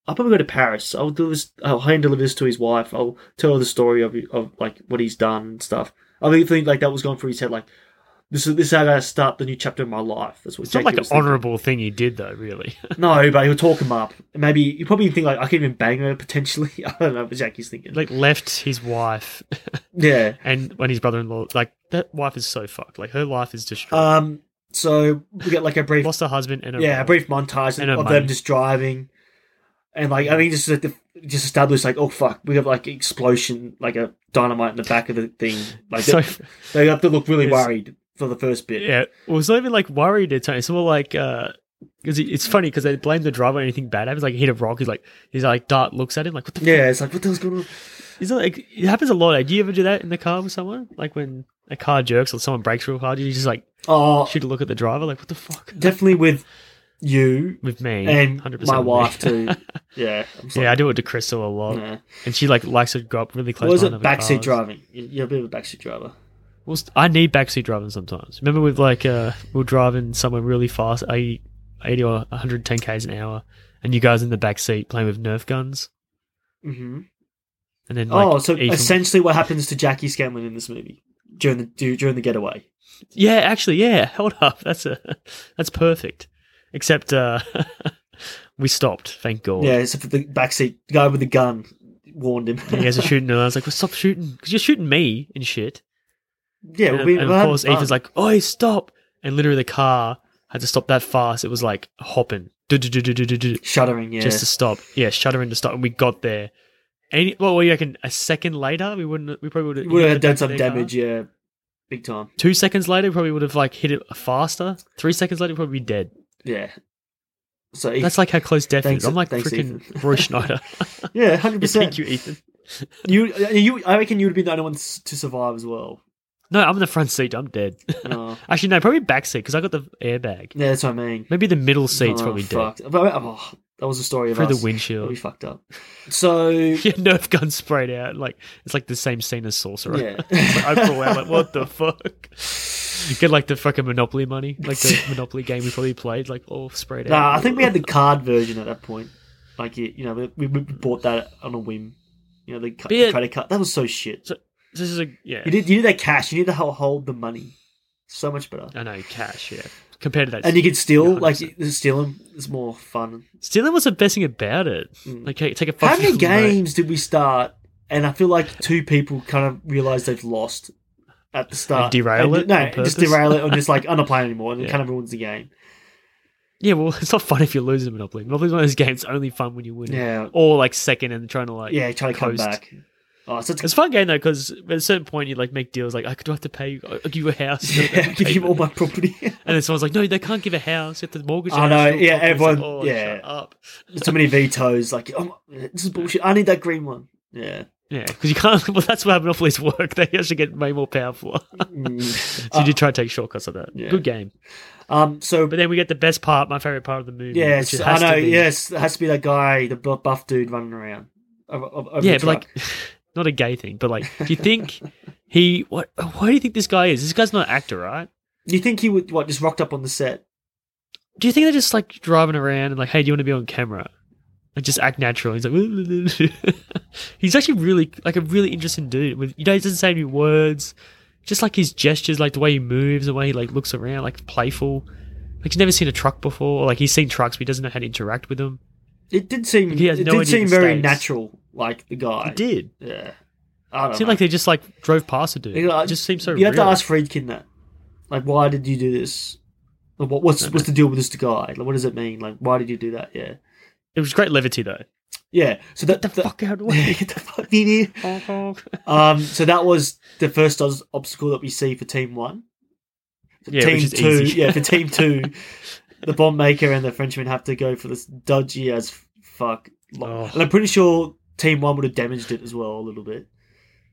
Speaker 5: I'll probably go to Paris. I'll do this. I'll hand deliver this to his wife. I'll tell her the story of of like what he's done and stuff. I really think like that was going through his head like. This is this is how I start the new chapter of my life. That's what
Speaker 4: it's not
Speaker 5: Jackie
Speaker 4: like an
Speaker 5: was thinking.
Speaker 4: honourable thing he did, though. Really, <laughs>
Speaker 5: No, but he'll talk him up. Maybe you probably think like I could even bang her potentially. <laughs> I don't know what Jackie's thinking.
Speaker 4: like left his wife <laughs>
Speaker 5: yeah.
Speaker 4: and when his brother-in-law, like that wife is so fucked. Like her life is destroyed.
Speaker 5: Um. So we get like a brief,
Speaker 4: Lost her husband and her
Speaker 5: yeah, a
Speaker 4: wife.
Speaker 5: brief montage
Speaker 4: And her
Speaker 5: of them
Speaker 4: money.
Speaker 5: just driving, and like I think just like the, just establish like oh fuck we have like explosion like a dynamite in the back of the thing like
Speaker 4: so
Speaker 5: they, they have to look really
Speaker 4: It's-
Speaker 5: worried for the first
Speaker 4: <laughs>
Speaker 5: bit.
Speaker 4: yeah, well, it's not even like worried. It's it's more like. uh 'cause he- it's funny because they blame the driver when anything bad happens. Like he hit a rock, he's like, he's like, Dart looks at him like, what the
Speaker 5: Yeah, it's like what the hell's going on?
Speaker 4: It's not like it happens a lot. Like, do you ever do that in the car with someone? Like when a car jerks or someone brakes real hard, you just like
Speaker 5: Oh,
Speaker 4: shoot a look at the driver, like what the fuck?
Speaker 5: definitely with you
Speaker 4: With me,
Speaker 5: and
Speaker 4: 100%
Speaker 5: my
Speaker 4: with me. <laughs>
Speaker 5: wife too. Yeah, I'm
Speaker 4: yeah, I do it to Crystal a lot,
Speaker 5: Nah.
Speaker 4: and she like likes to go up really
Speaker 5: What
Speaker 4: close.
Speaker 5: was it?
Speaker 4: behind other
Speaker 5: Backseat
Speaker 4: cars.
Speaker 5: driving. You- You're a bit of a backseat driver.
Speaker 4: Well, st- I need backseat driving sometimes. Remember, with like uh, we we're driving somewhere really fast, 80, 80 or 110 k's an hour, and you guys in the back seat playing with Nerf guns,
Speaker 5: hmm
Speaker 4: and then like,
Speaker 5: oh, so
Speaker 4: Ethan-
Speaker 5: essentially, what happens to Jackie Scanlon in this movie during the du- during the getaway?
Speaker 4: Yeah, actually, yeah. <laughs> Hold up, that's a that's perfect. Except uh <laughs> we stopped. Thank God.
Speaker 5: Yeah, except for the backseat the guy with the gun warned him.
Speaker 4: And he
Speaker 5: <laughs>
Speaker 4: has a shooting, and I was like, well, "Stop shooting, because you're shooting me and shit."
Speaker 5: yeah,
Speaker 4: And,
Speaker 5: we, uh,
Speaker 4: and
Speaker 5: we're
Speaker 4: of
Speaker 5: having
Speaker 4: course,
Speaker 5: fun.
Speaker 4: Ethan's like, "Oi, stop!" And literally, the car had to stop that fast. It was like hopping, du-du-du-du-du-du-du,
Speaker 5: shuddering. Yeah,
Speaker 4: just to stop. Yeah, shuddering to stop, and we got there. Any, well, what do you reckon? A second later, we wouldn't. We probably would have
Speaker 5: would have done some damage. Yeah, big time.
Speaker 4: Two seconds later, we probably would have like hit it faster. Three seconds later, we'd probably be dead.
Speaker 5: Yeah. So Ethan-
Speaker 4: That's like how close death
Speaker 5: Thanks-
Speaker 4: is. I'm like
Speaker 5: thanks,
Speaker 4: freaking
Speaker 5: Ethan.
Speaker 4: <laughs> Roy Schneider.
Speaker 5: <laughs> yeah, hundred
Speaker 4: Yeah,
Speaker 5: percent.
Speaker 4: Thank you, Ethan.
Speaker 5: You, uh, you, I reckon you would have been the only one s- to survive
Speaker 4: <laughs>
Speaker 5: as well.
Speaker 4: No, I'm in the front seat. I'm dead. <laughs>
Speaker 5: No.
Speaker 4: Actually, no, probably back seat because I got the airbag.
Speaker 5: yeah, that's what I mean.
Speaker 4: Maybe the middle seat's
Speaker 5: Oh,
Speaker 4: probably <laughs>
Speaker 5: fucked. But, oh, that was the story
Speaker 4: dead
Speaker 5: of
Speaker 4: through
Speaker 5: us.
Speaker 4: the
Speaker 5: We
Speaker 4: windshield.
Speaker 5: fucked up.
Speaker 4: <laughs>
Speaker 5: So
Speaker 4: Your Nerf gun sprayed out. Like it's like the same scene as Sorcerer. <laughs>
Speaker 5: yeah.
Speaker 4: It's
Speaker 5: <laughs>
Speaker 4: like, I pull out like what the fuck. You get like the fucking Monopoly money, like
Speaker 5: <laughs>
Speaker 4: the Monopoly game we probably played, like all sprayed out.
Speaker 5: Nah, I think we had the card version at that point. Like you, you know, we, we bought that on a whim. You know, the cu-
Speaker 4: But yeah-
Speaker 5: credit card. That was so shit.
Speaker 4: this is a yeah.
Speaker 5: You did you did that cash. You need to ho- hold the money. So much better.
Speaker 4: I know cash. Yeah, compared to that,
Speaker 5: And you could steal,
Speaker 4: Yeah,
Speaker 5: like
Speaker 4: 100%.
Speaker 5: you- stealing is more fun.
Speaker 4: stealing was the best thing about it.
Speaker 5: Mm.
Speaker 4: Like take a fucking
Speaker 5: How many
Speaker 4: note.
Speaker 5: games did we start? And I feel like two people kind of realize they've lost at the start.
Speaker 4: derail
Speaker 5: And-
Speaker 4: it
Speaker 5: No,
Speaker 4: on
Speaker 5: just
Speaker 4: purpose?
Speaker 5: derail it, and
Speaker 4: <laughs>
Speaker 5: just like I'm not playing anymore, and it
Speaker 4: Yeah.
Speaker 5: kind of ruins the game.
Speaker 4: Yeah, well, <laughs> it's not fun if you lose a Monopoly. Monopoly's one of those games only fun when you win. it.
Speaker 5: Yeah,
Speaker 4: or like second and trying to like
Speaker 5: yeah, trying to come
Speaker 4: coast.
Speaker 5: back. Oh, so it's,
Speaker 4: It's a fun game though, because at a certain point you like make deals like, I do I have to pay you? I'll give you a house.
Speaker 5: <laughs> <laughs> yeah, give you all
Speaker 4: <laughs>
Speaker 5: my property.
Speaker 4: And then someone's like, no, they can't give a house. You have to mortgage.
Speaker 5: I
Speaker 4: the house
Speaker 5: know,
Speaker 4: and all
Speaker 5: yeah,
Speaker 4: that. It's like,
Speaker 5: everyone-
Speaker 4: oh,
Speaker 5: yeah.
Speaker 4: Shut up.
Speaker 5: so many vetoes. Like, oh, this is bullshit. I need that green one. Yeah.
Speaker 4: Yeah, because you can't. <laughs> Well, that's what monopolies work. <laughs> They actually get way more powerful. <laughs>
Speaker 5: Mm.
Speaker 4: so you did try to take shortcuts like that.
Speaker 5: yeah.
Speaker 4: Good game.
Speaker 5: Um. So
Speaker 4: But then we get the best part, my favorite part of the movie.
Speaker 5: yes,
Speaker 4: which it
Speaker 5: I
Speaker 4: has to
Speaker 5: know.
Speaker 4: be.
Speaker 5: Yes, it has to be that guy, the bu- buff dude running around. Over, over over
Speaker 4: yeah, but
Speaker 5: the
Speaker 4: like,
Speaker 5: truck.
Speaker 4: <laughs> not a gay thing, but like, do you think he? What? What do you think this guy is? This guy's not an actor, right?
Speaker 5: you think he would what just rocked up on the set?
Speaker 4: Do you think they're just like driving around and like, hey, do you want to be on camera? Like, just act natural. He's like, <laughs> he's actually really like a really interesting dude. With you know, he doesn't say any words. Just like his gestures, like the way he moves, the way he like looks around, like playful. Like he's never seen a truck before. Or, like he's seen trucks, but he doesn't know how to interact with them.
Speaker 5: It did seem.
Speaker 4: He has
Speaker 5: It
Speaker 4: no
Speaker 5: did
Speaker 4: idea
Speaker 5: seem
Speaker 4: the
Speaker 5: very
Speaker 4: stakes.
Speaker 5: natural. Like the guy.
Speaker 4: He did.
Speaker 5: Yeah. I don't
Speaker 4: It seemed
Speaker 5: know.
Speaker 4: like they just like drove past a dude.
Speaker 5: You know,
Speaker 4: It just seems so.
Speaker 5: You have to
Speaker 4: real.
Speaker 5: ask Friedkin that. Like, why did you do this? Like, what, what's what's the deal with this guy? Like, what does it mean? Like, why did you do that? Yeah,
Speaker 4: It was great levity though.
Speaker 5: yeah. So that
Speaker 4: Get the,
Speaker 5: <laughs>
Speaker 4: fuck out of the way.
Speaker 5: Get <laughs> the fuck in here. <laughs>
Speaker 4: Honk, honk.
Speaker 5: Um, so that was the first os- obstacle that we see for Team One. For
Speaker 4: Yeah,
Speaker 5: team
Speaker 4: which is
Speaker 5: Two,
Speaker 4: easy.
Speaker 5: yeah, for Team Two,
Speaker 4: <laughs>
Speaker 5: the bomb maker and the Frenchman have to go for this dodgy as fuck. lo-
Speaker 4: Oh.
Speaker 5: And I'm pretty sure Team One would have damaged it as well a little bit.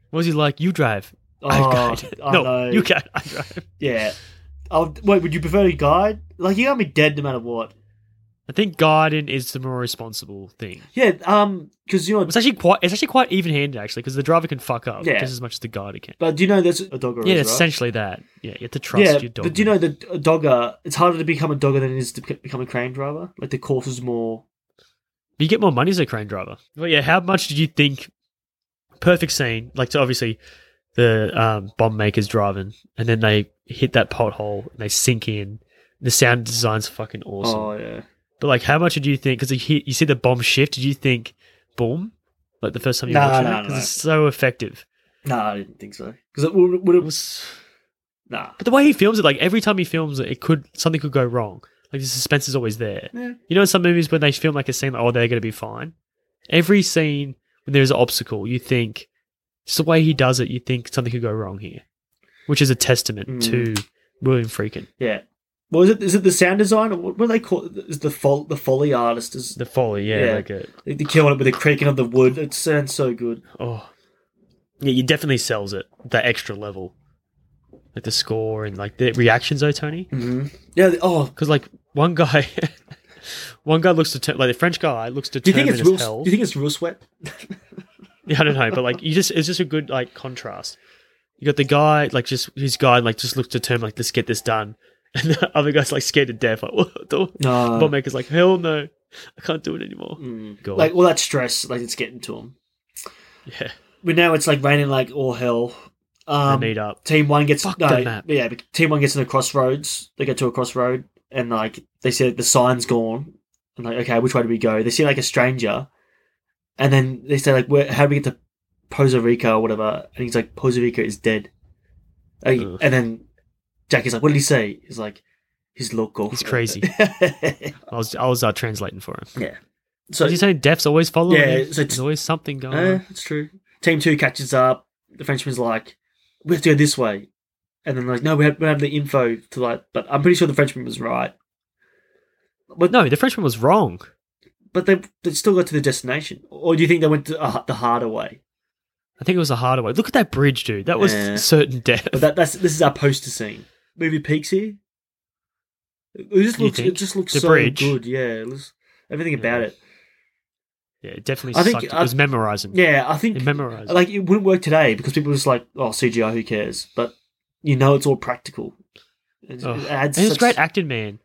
Speaker 4: What was he like? You drive.
Speaker 5: Oh,
Speaker 4: I guide. <laughs>
Speaker 5: I
Speaker 4: no,
Speaker 5: know.
Speaker 4: you guide. I drive.
Speaker 5: Yeah. I'll, wait, would you prefer to guide? Like, you got me dead no matter what.
Speaker 4: I think guiding is the more responsible thing.
Speaker 5: Yeah, um, because you know,
Speaker 4: It's actually quite it's actually quite even handed actually because the driver can fuck up
Speaker 5: Yeah.
Speaker 4: just as much as the guider can.
Speaker 5: but do you know there's a dogger?
Speaker 4: yeah,
Speaker 5: is, right?
Speaker 4: essentially that. Yeah, you have to trust
Speaker 5: yeah,
Speaker 4: your dog.
Speaker 5: but do you know that a dogger? It's harder to become a dogger than it is to bec- become a crane driver. Like the course is more.
Speaker 4: But you get more money as a crane driver. Well, yeah. How much did you think? Perfect scene. Like so obviously, the um, bomb maker's driving, and then they hit that pothole and they sink in. The sound design's fucking awesome.
Speaker 5: Oh yeah,
Speaker 4: But like, how much did you think? Because you, you see the bomb shift. Did you think boom? Like the first time you
Speaker 5: No,
Speaker 4: watched it
Speaker 5: no,
Speaker 4: because
Speaker 5: no.
Speaker 4: it's so effective.
Speaker 5: no, I didn't think so. Because it would, would
Speaker 4: It
Speaker 5: it,
Speaker 4: was
Speaker 5: nah.
Speaker 4: But the way he films it, like every time he films it, it could something could go wrong. Like the suspense is always there.
Speaker 5: Yeah.
Speaker 4: You know, in some movies when they film like a scene, like, oh, they're going to be fine. Every scene when there's an obstacle, you think just the way he does it, you think something could go wrong here, which is a testament
Speaker 5: Mm.
Speaker 4: to William Freakin,
Speaker 5: Yeah. Well, is it is it the sound design or what, what do they call it? Is the fol- the foley artist is
Speaker 4: the folly. Yeah,
Speaker 5: Yeah.
Speaker 4: like a,
Speaker 5: they they killing it with the creaking of the wood? It sounds so good.
Speaker 4: oh, yeah, he definitely sells it that extra level, like the score and like the reactions though, Tony.
Speaker 5: Mm-hmm. Yeah. the- Oh,
Speaker 4: Because like one guy, <laughs> one guy looks deter- like the French guy looks
Speaker 5: do you
Speaker 4: determined
Speaker 5: think it's
Speaker 4: as
Speaker 5: real?
Speaker 4: hell.
Speaker 5: Do you think it's real sweat?
Speaker 4: Yeah, <laughs> I don't know, but like you just it's just a good like contrast. You got the guy like just his guy like just looks determined like let's get this done, <laughs> and the other guy's like scared to death like <laughs> what the
Speaker 5: No.
Speaker 4: bomb maker's like hell no, I can't do it anymore.
Speaker 5: Mm.
Speaker 4: Go
Speaker 5: Like
Speaker 4: on.
Speaker 5: all that stress, like it's getting to him.
Speaker 4: yeah,
Speaker 5: But now it's like raining like all hell.
Speaker 4: I
Speaker 5: Um,
Speaker 4: need up.
Speaker 5: team one gets
Speaker 4: Fuck
Speaker 5: no,
Speaker 4: the map.
Speaker 5: yeah. but Team one gets in a crossroads. They get to a crossroad and like they see that the sign's gone. And like, okay, which way do we go? They see like a stranger, and then they say like, where, how do we get to Poza Rica or whatever? And he's like, Poza Rica is dead. Like,
Speaker 4: Ugh.
Speaker 5: and then Jack is like, what did he say? He's like, he's local.
Speaker 4: He's crazy. I was I was uh, translating for him.
Speaker 5: <laughs> so
Speaker 4: was he saying death's always following?
Speaker 5: Yeah,
Speaker 4: him?
Speaker 5: so eh, it's-
Speaker 4: there's always something going.
Speaker 5: Yeah,
Speaker 4: on.
Speaker 5: it's true. Team two catches up. The Frenchman's like, "We have to go this way," and then like, "No, we have, we have the info to like." But I'm pretty sure the Frenchman was right. But
Speaker 4: No, the Frenchman was wrong.
Speaker 5: but they they still got to the destination. Or do you think they went to, uh, the harder way?
Speaker 4: I think it was a harder way. Look at that bridge, dude. That was
Speaker 5: Yeah.
Speaker 4: certain death.
Speaker 5: But that that's this is our poster scene. Movie peaks here. It it just
Speaker 4: You
Speaker 5: looks it
Speaker 4: think?
Speaker 5: just looks
Speaker 4: The
Speaker 5: so
Speaker 4: bridge?
Speaker 5: good. Yeah, it was, everything about
Speaker 4: Yeah.
Speaker 5: it.
Speaker 4: <laughs> yeah, it definitely.
Speaker 5: I
Speaker 4: I
Speaker 5: think-
Speaker 4: sucked.
Speaker 5: I-
Speaker 4: it was memorizing.
Speaker 5: Yeah, I think
Speaker 4: it memorized.
Speaker 5: like it wouldn't work today because people are just like, "Oh, CGI, who cares?" But you know, it's all practical. It,
Speaker 4: Oh.
Speaker 5: it adds
Speaker 4: And it's
Speaker 5: such-
Speaker 4: great acting, man.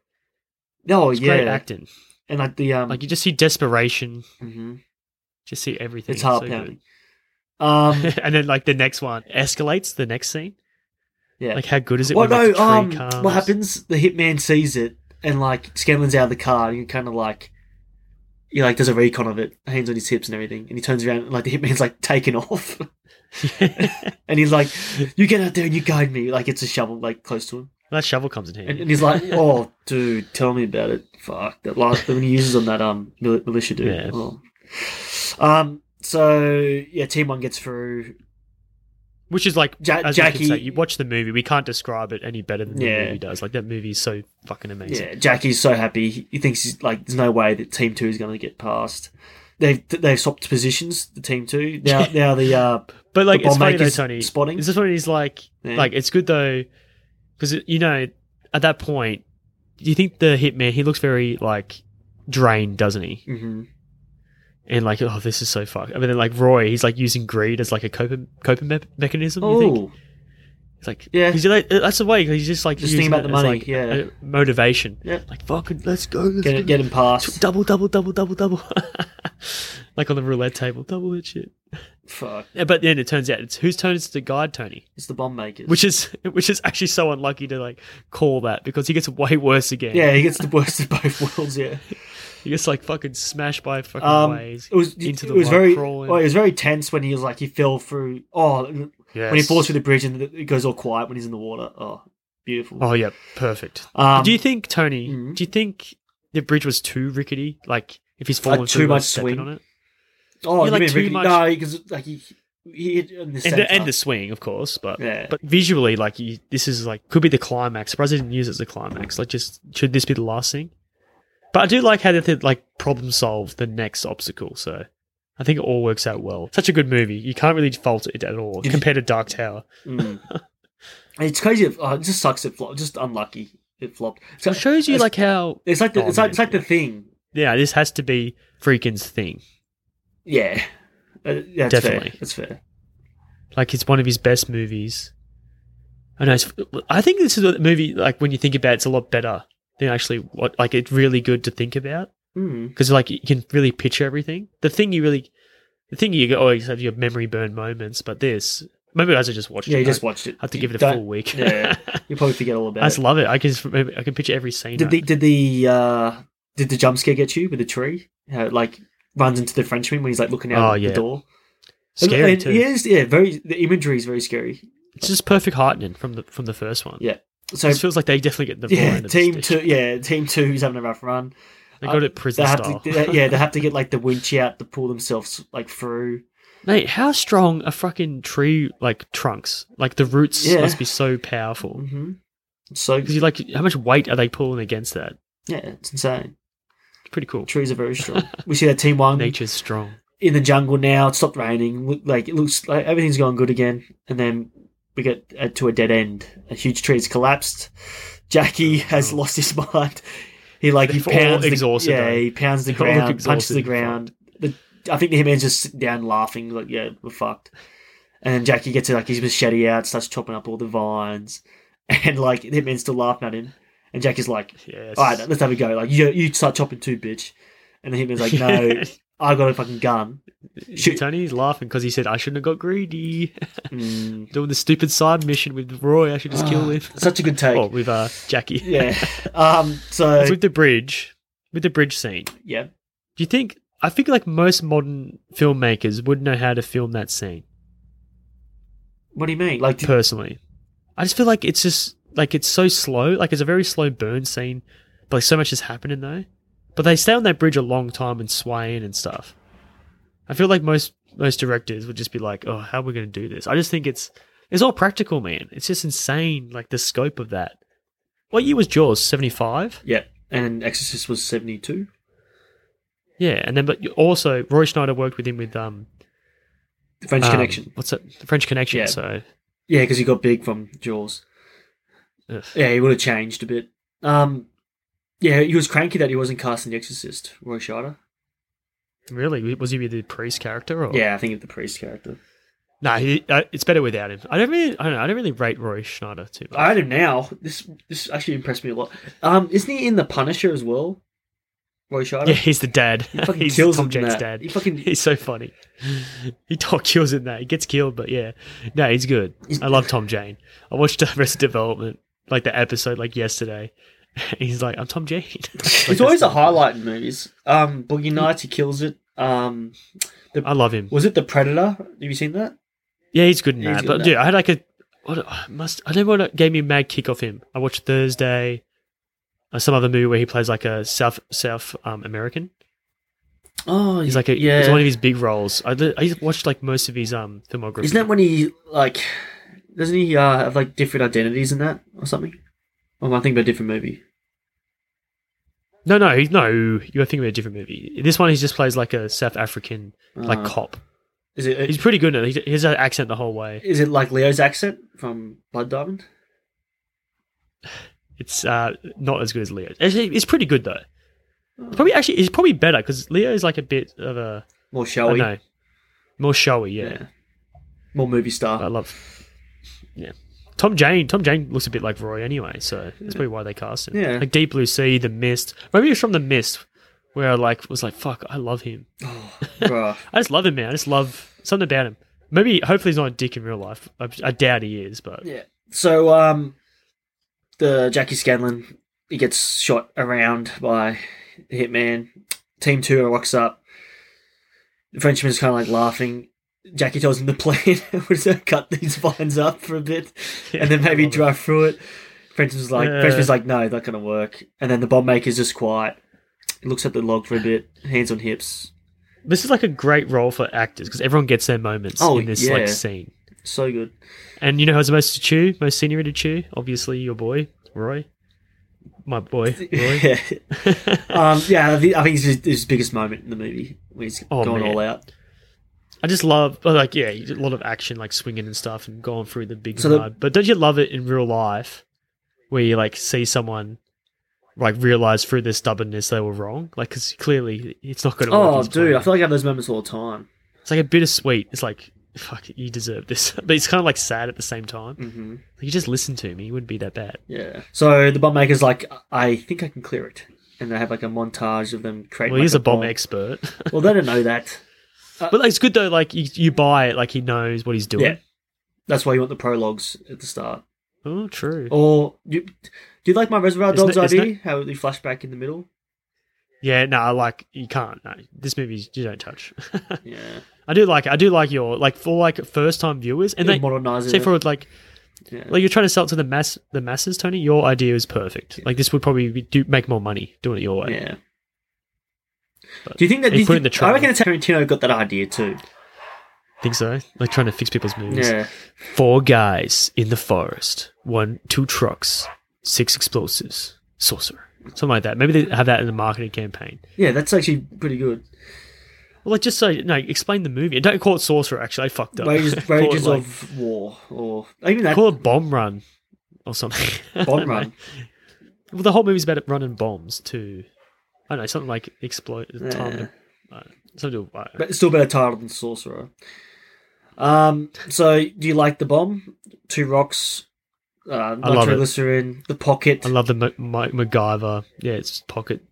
Speaker 5: Oh
Speaker 4: It's
Speaker 5: yeah,
Speaker 4: great acting.
Speaker 5: and like the um,
Speaker 4: Like you just see desperation,
Speaker 5: mhm.
Speaker 4: just see everything.
Speaker 5: it's heart
Speaker 4: so
Speaker 5: pounding.
Speaker 4: good. <laughs>
Speaker 5: Um,
Speaker 4: and then like the next one escalates. The next scene,
Speaker 5: yeah.
Speaker 4: like how good is it?
Speaker 5: well,
Speaker 4: when,
Speaker 5: no.
Speaker 4: like, the
Speaker 5: Um,
Speaker 4: tree
Speaker 5: what
Speaker 4: comes?
Speaker 5: happens? The hitman sees it, and like Scanlan's out of the car, and you kind of like, he like does a recon of it, hands on his hips and everything, and he turns around, and like the hitman's like
Speaker 4: <laughs>
Speaker 5: taken off, and he's like, "You get out there and you guide me." Like it's a shovel, like close to him,
Speaker 4: that shovel comes in
Speaker 5: and,
Speaker 4: handy.
Speaker 5: and
Speaker 4: <laughs>
Speaker 5: he's like, "Oh, dude, tell me about it." Fuck that last when he uses on that um mili- militia dude.
Speaker 4: Yeah.
Speaker 5: Oh. Um, So yeah, Team One gets through.
Speaker 4: Which is like
Speaker 5: Ja-
Speaker 4: as we keep
Speaker 5: Jackie-
Speaker 4: saying, you watch the movie. We can't describe it any better than
Speaker 5: Yeah.
Speaker 4: the movie does. Like that movie is so fucking amazing.
Speaker 5: Yeah, Jackie's so happy. He he thinks he's like, there's no way that Team Two is going to get past. They've they've swapped positions. The Team Two now now
Speaker 4: <laughs>
Speaker 5: the uh,
Speaker 4: But like
Speaker 5: The
Speaker 4: it's
Speaker 5: bomb
Speaker 4: funny though,
Speaker 5: maker's
Speaker 4: Tony.
Speaker 5: spotting.
Speaker 4: Is this what he's like?
Speaker 5: Yeah.
Speaker 4: Like it's good though, because you know at that point, you think the hitman he looks very like drained, doesn't he?
Speaker 5: mhm.
Speaker 4: and like oh this is so fucked. I mean then like Roy he's like using greed as like a coping coping me- mechanism. You think
Speaker 5: oh
Speaker 4: it's like
Speaker 5: Yeah.
Speaker 4: he's like, uh, that's the way 'cause he's just like
Speaker 5: Just
Speaker 4: using
Speaker 5: think about
Speaker 4: it
Speaker 5: the
Speaker 4: as,
Speaker 5: money,
Speaker 4: like,
Speaker 5: yeah.
Speaker 4: a- a motivation.
Speaker 5: Yeah.
Speaker 4: like fucking let's go. Let's
Speaker 5: get
Speaker 4: go.
Speaker 5: it get him past.
Speaker 4: double double double double double <laughs> like on the roulette table double that shit.
Speaker 5: Fuck,
Speaker 4: Yeah, but then it turns out it's whose turn is to guide Tony,
Speaker 5: it's the bomb makers.
Speaker 4: which is <laughs> which is actually so unlucky to like call that because he gets way worse again.
Speaker 5: yeah, he gets the worst of both
Speaker 4: <laughs>
Speaker 5: worlds. Yeah.
Speaker 4: he gets like fucking smashed by fucking
Speaker 5: Um,
Speaker 4: waves.
Speaker 5: it was
Speaker 4: into
Speaker 5: it
Speaker 4: the
Speaker 5: was
Speaker 4: water
Speaker 5: very
Speaker 4: crawling.
Speaker 5: well, it was very tense when he was like he fell through. Oh, when he falls through the bridge and it goes all quiet when he's in the water. Oh, beautiful.
Speaker 4: Oh yeah, perfect.
Speaker 5: Um,
Speaker 4: do you think Tony?
Speaker 5: mhm.
Speaker 4: Do you think the bridge was too rickety? Like if he's falling
Speaker 5: Like,
Speaker 4: through,
Speaker 5: Uh, too
Speaker 4: like,
Speaker 5: much
Speaker 4: stepping
Speaker 5: swing?
Speaker 4: on it,
Speaker 5: oh,
Speaker 4: yeah,
Speaker 5: you
Speaker 4: like,
Speaker 5: mean
Speaker 4: too
Speaker 5: Ricky?
Speaker 4: much-
Speaker 5: No, because like he he hit in the
Speaker 4: and
Speaker 5: center.
Speaker 4: the, and the swing, of course. But
Speaker 5: Yeah.
Speaker 4: but visually, like you, this is like could be the climax. Surprised they didn't use it as a climax. Like just should this be the last thing? But I do like how they did, like problem solve the next obstacle. So I think it all works out well. Such a good movie. You can't really fault it at all
Speaker 5: Did you-
Speaker 4: compared to Dark Tower.
Speaker 5: Mm. it's crazy. It, oh, it just sucks. It flopped. Just unlucky. It flopped. So,
Speaker 4: It shows you
Speaker 5: it's-
Speaker 4: like how
Speaker 5: it's like the,
Speaker 4: Oh,
Speaker 5: it's like it's
Speaker 4: man.
Speaker 5: like the thing.
Speaker 4: yeah, this has to be Freakin's thing.
Speaker 5: Yeah, Uh, yeah, that's fair.
Speaker 4: Definitely.
Speaker 5: That's fair.
Speaker 4: Like it's one of his best movies. I know. It's, I think this is a movie. Like when you think about, it, it's a lot better than actually what. Like it's really good to think about
Speaker 5: Mm.
Speaker 4: because like you can really picture everything. The thing you really, the thing you always have your memory burn moments, but this maybe I should just watch.
Speaker 5: Yeah,
Speaker 4: it.
Speaker 5: you just
Speaker 4: I
Speaker 5: watched it.
Speaker 4: have to
Speaker 5: You
Speaker 4: give it a
Speaker 5: don't-
Speaker 4: full week. <laughs>
Speaker 5: Yeah. You probably forget all about
Speaker 4: I just
Speaker 5: it.
Speaker 4: love it. I can just remember, I can picture every scene.
Speaker 5: Did the did the uh, did the jump scare get you with the tree? How it, like runs into the Frenchman when he's like looking out
Speaker 4: Oh, yeah.
Speaker 5: the door. And-
Speaker 4: Scary
Speaker 5: and
Speaker 4: too.
Speaker 5: It is, yeah, very. The imagery is very scary.
Speaker 4: It's just perfect heightening from the from the first one.
Speaker 5: Yeah. So
Speaker 4: It just feels like they definitely get the raw
Speaker 5: yeah,
Speaker 4: end of the
Speaker 5: team
Speaker 4: stick.
Speaker 5: two, yeah, team two is having a rough run.
Speaker 4: They got it
Speaker 5: They
Speaker 4: prison
Speaker 5: have
Speaker 4: style.
Speaker 5: to, they-
Speaker 4: <laughs>
Speaker 5: yeah, they have to get like the winch out to pull themselves like through.
Speaker 4: Mate, how strong are fucking tree like trunks? Like the roots
Speaker 5: Yeah.
Speaker 4: must be so powerful.
Speaker 5: hmm So
Speaker 4: Because you like, how much weight are they pulling against that?
Speaker 5: yeah, it's insane.
Speaker 4: It's pretty cool.
Speaker 5: Trees are very
Speaker 4: <laughs>
Speaker 5: strong. we see that team one
Speaker 4: Nature's strong.
Speaker 5: in the jungle now. It stopped raining. Look- Like it looks like everything's going good again. And then we get uh, to a dead end. A huge tree has collapsed. Jackie has
Speaker 4: Oh.
Speaker 5: lost his <laughs> mind. He like he
Speaker 4: They're all
Speaker 5: pounds the,
Speaker 4: exhausted,
Speaker 5: Yeah,
Speaker 4: though.
Speaker 5: he pounds the
Speaker 4: They all look
Speaker 5: ground, punches the
Speaker 4: exhausted.
Speaker 5: ground. The, I think the hitman's just sitting down laughing. Like yeah, we're fucked. And Jackie gets like his machete out, starts chopping up all the vines, <laughs> and like the hitman's still laughing at him. And Jackie's like,
Speaker 4: Yes.
Speaker 5: "All right, let's have a go." Like you, you start chopping too, bitch. And the hitman's
Speaker 4: <laughs>
Speaker 5: like, "No, I got a fucking gun." Shoot.
Speaker 4: Tony's laughing because he said, I shouldn't have got greedy. <laughs>
Speaker 5: Mm.
Speaker 4: Doing the stupid side mission with Roy. I should just kill
Speaker 5: <sighs>
Speaker 4: him.
Speaker 5: Such a good take.
Speaker 4: Oh, with uh, Jackie.
Speaker 5: Yeah. Um. So
Speaker 4: 'Cause with the bridge, with the bridge scene, do
Speaker 5: yeah.
Speaker 4: you think, I think like most modern filmmakers would know how to film that scene.
Speaker 5: What do you mean? Like,
Speaker 4: personally. I just feel like it's just like it's so slow. Like it's a very slow burn scene, but like so much is happening though. But they stay on that bridge a long time and swaying and stuff. I feel like most most directors would just be like, "Oh, how are we going to do this?" I just think it's it's all practical, man. It's just insane, like the scope of that. What year was Jaws? Seventy five.
Speaker 5: yeah. And Exorcist was seventy two.
Speaker 4: Yeah, and then but also Roy Schneider worked with him with um
Speaker 5: The French
Speaker 4: um,
Speaker 5: Connection.
Speaker 4: What's that? The French Connection.
Speaker 5: Yeah.
Speaker 4: So
Speaker 5: Yeah, because he got big from Jaws.
Speaker 4: ugh.
Speaker 5: Yeah, he would have changed a bit. Um. Yeah, he was cranky that he wasn't casting The Exorcist. Roy Scheider.
Speaker 4: really, was he with the priest character? Or?
Speaker 5: Yeah, I think of the priest character.
Speaker 4: No, he, uh, it's better without him. I don't really, I don't know, I don't really rate Roy Schneider too much.
Speaker 5: I had him now. This this actually impressed me a lot. Um, isn't he in The Punisher as well? Roy
Speaker 4: <laughs>
Speaker 5: Scheider.
Speaker 4: yeah, he's the dad.
Speaker 5: He fucking
Speaker 4: he's
Speaker 5: kills
Speaker 4: Tom
Speaker 5: him in
Speaker 4: Jane's
Speaker 5: that.
Speaker 4: dad.
Speaker 5: He fucking-
Speaker 4: he's so funny. <laughs> He talk kills in that. He gets killed, but yeah, no, he's good. I love Tom Jane. I watched <laughs> the rest of Development, like the episode, like yesterday. <laughs> He's like, I'm Tom Jane. <laughs>
Speaker 5: He's always a highlight in movies. Um, Boogie Nights, he kills it. Um,
Speaker 4: I love him.
Speaker 5: was it The Predator? Have you seen that?
Speaker 4: Yeah, he's good in
Speaker 5: He's
Speaker 4: that.
Speaker 5: good
Speaker 4: but
Speaker 5: in
Speaker 4: dude, I had like a what I must I don't know what gave me a mad kick off him. I watched Thursday, uh, some other movie where he plays like a South South um, American.
Speaker 5: Oh,
Speaker 4: He's like a,
Speaker 5: yeah.
Speaker 4: it's one of his big roles. I, li- I watched like most of his um filmography.
Speaker 5: Isn't that when he like? Doesn't he uh, have like different identities in that or something? Or am I thinking about a different movie?
Speaker 4: no, no, he, no. You're thinking of a different movie. This one he just plays like a South African like
Speaker 5: Uh,
Speaker 4: cop.
Speaker 5: Is it
Speaker 4: He's pretty good at it. He has an accent the whole way.
Speaker 5: is it like Leo's accent from Blood Diamond?
Speaker 4: It's uh, not as good as Leo. Actually, it's pretty good though. It's probably actually it's probably better because Leo is like a bit of a
Speaker 5: More
Speaker 4: I
Speaker 5: showy,
Speaker 4: know more showy. Yeah.
Speaker 5: more movie
Speaker 4: I
Speaker 5: star.
Speaker 4: love. Yeah, Tom Jane. Tom Jane looks a bit like Roy anyway, so that's probably why they cast him.
Speaker 5: Yeah.
Speaker 4: like Deep Blue Sea, The Mist. Maybe it's from The Mist, where I like was like, fuck, I love him. Uh,
Speaker 5: Bruh.
Speaker 4: I just love him, man. I just love something about him. Maybe, hopefully, he's not a dick in real life. I, I doubt he is, but <laughs>
Speaker 5: Yeah. So um, the Jackie Scanlon he gets shot around by the Hitman. Team two rocks up. The Frenchman's kind of like laughing. Jackie tells him the plan <laughs> was to cut these vines up for a bit, and then
Speaker 4: Yeah, I
Speaker 5: maybe
Speaker 4: love it.
Speaker 5: drive through it. Frenchman's like,
Speaker 4: Yeah.
Speaker 5: Frenchman's like, no, not gonna work. And then the bomb maker's just quiet. He looks at the log for a bit, hands on hips.
Speaker 4: This is like a great role for actors because everyone gets their moments
Speaker 5: Oh,
Speaker 4: in this
Speaker 5: yeah.
Speaker 4: like scene.
Speaker 5: So good.
Speaker 4: And you know who's the most to chew, most senior to chew? Obviously, your boy Roy, my boy
Speaker 5: <laughs>
Speaker 4: Roy.
Speaker 5: Yeah.
Speaker 4: <laughs>
Speaker 5: um, yeah, I think, I think it's his, his biggest moment in the movie when he's
Speaker 4: Oh,
Speaker 5: gone
Speaker 4: man.
Speaker 5: all out.
Speaker 4: I just love but, like yeah, a lot of action like swinging and stuff and going through the big
Speaker 5: So the-
Speaker 4: mud. But don't you love it in real life where you like see someone like realize through their stubbornness they were wrong? Like because clearly it's not going to work.
Speaker 5: Oh,
Speaker 4: his
Speaker 5: dude,
Speaker 4: plan.
Speaker 5: I feel like I have those moments all the time.
Speaker 4: it's like a bittersweet. It's like fuck, you deserve this, <laughs> but it's kind of like sad at the same time.
Speaker 5: Mm-hmm.
Speaker 4: Like, you just listen to me; it wouldn't be that bad.
Speaker 5: Yeah. So the bomb maker's like, I think I can clear it, and they have like a montage of them creating.
Speaker 4: Well,
Speaker 5: like,
Speaker 4: he's a bomb expert. <laughs>
Speaker 5: Well, they don't know that.
Speaker 4: but like, it's good though. Like you, you buy it. Like he knows what he's doing.
Speaker 5: Yeah. That's why you want the prologues at the start.
Speaker 4: Oh, true.
Speaker 5: Or you, do you like my Reservoir
Speaker 4: Isn't
Speaker 5: Dogs
Speaker 4: it- isn't
Speaker 5: idea? How the flashback in the middle.
Speaker 4: Yeah. No, I like you can't. No, this movie you don't touch. <laughs>
Speaker 5: Yeah.
Speaker 4: I do like. it. I do like your like for like first time viewers and
Speaker 5: They
Speaker 4: they
Speaker 5: modernize
Speaker 4: say
Speaker 5: it.
Speaker 4: for like.
Speaker 5: Yeah.
Speaker 4: Like you're trying to sell it to the mass, the masses, Tony. Your idea is perfect. Like this would probably be, do make more money doing it your way.
Speaker 5: yeah. Do you think that?
Speaker 4: They
Speaker 5: do you
Speaker 4: put it in
Speaker 5: think-
Speaker 4: the
Speaker 5: I reckon that Tarantino got that idea too.
Speaker 4: Think so? Like trying to fix people's movies.
Speaker 5: Yeah.
Speaker 4: Four guys in the forest. One, two trucks, six explosives, sorcerer, something like that. Maybe they have that in the marketing campaign.
Speaker 5: Yeah, that's actually pretty good.
Speaker 4: Well, like just so no, explain the movie. Don't call it sorcerer. Actually, I fucked up.
Speaker 5: Rages,
Speaker 4: <laughs> call, it,
Speaker 5: rages
Speaker 4: like-
Speaker 5: of war, or even that
Speaker 4: call it bomb run or something.
Speaker 5: bomb run.
Speaker 4: well, the whole movie's about it running bombs to, I don't know, something like explode. Time to, uh, something to, uh,
Speaker 5: But it's still better title than Sorcerer. Um, so do you like the bomb? Two rocks, uh,
Speaker 4: I love it.
Speaker 5: nitroglycerin, the pocket,
Speaker 4: I love the Ma- Ma- MacGyver. Yeah, it's pocket.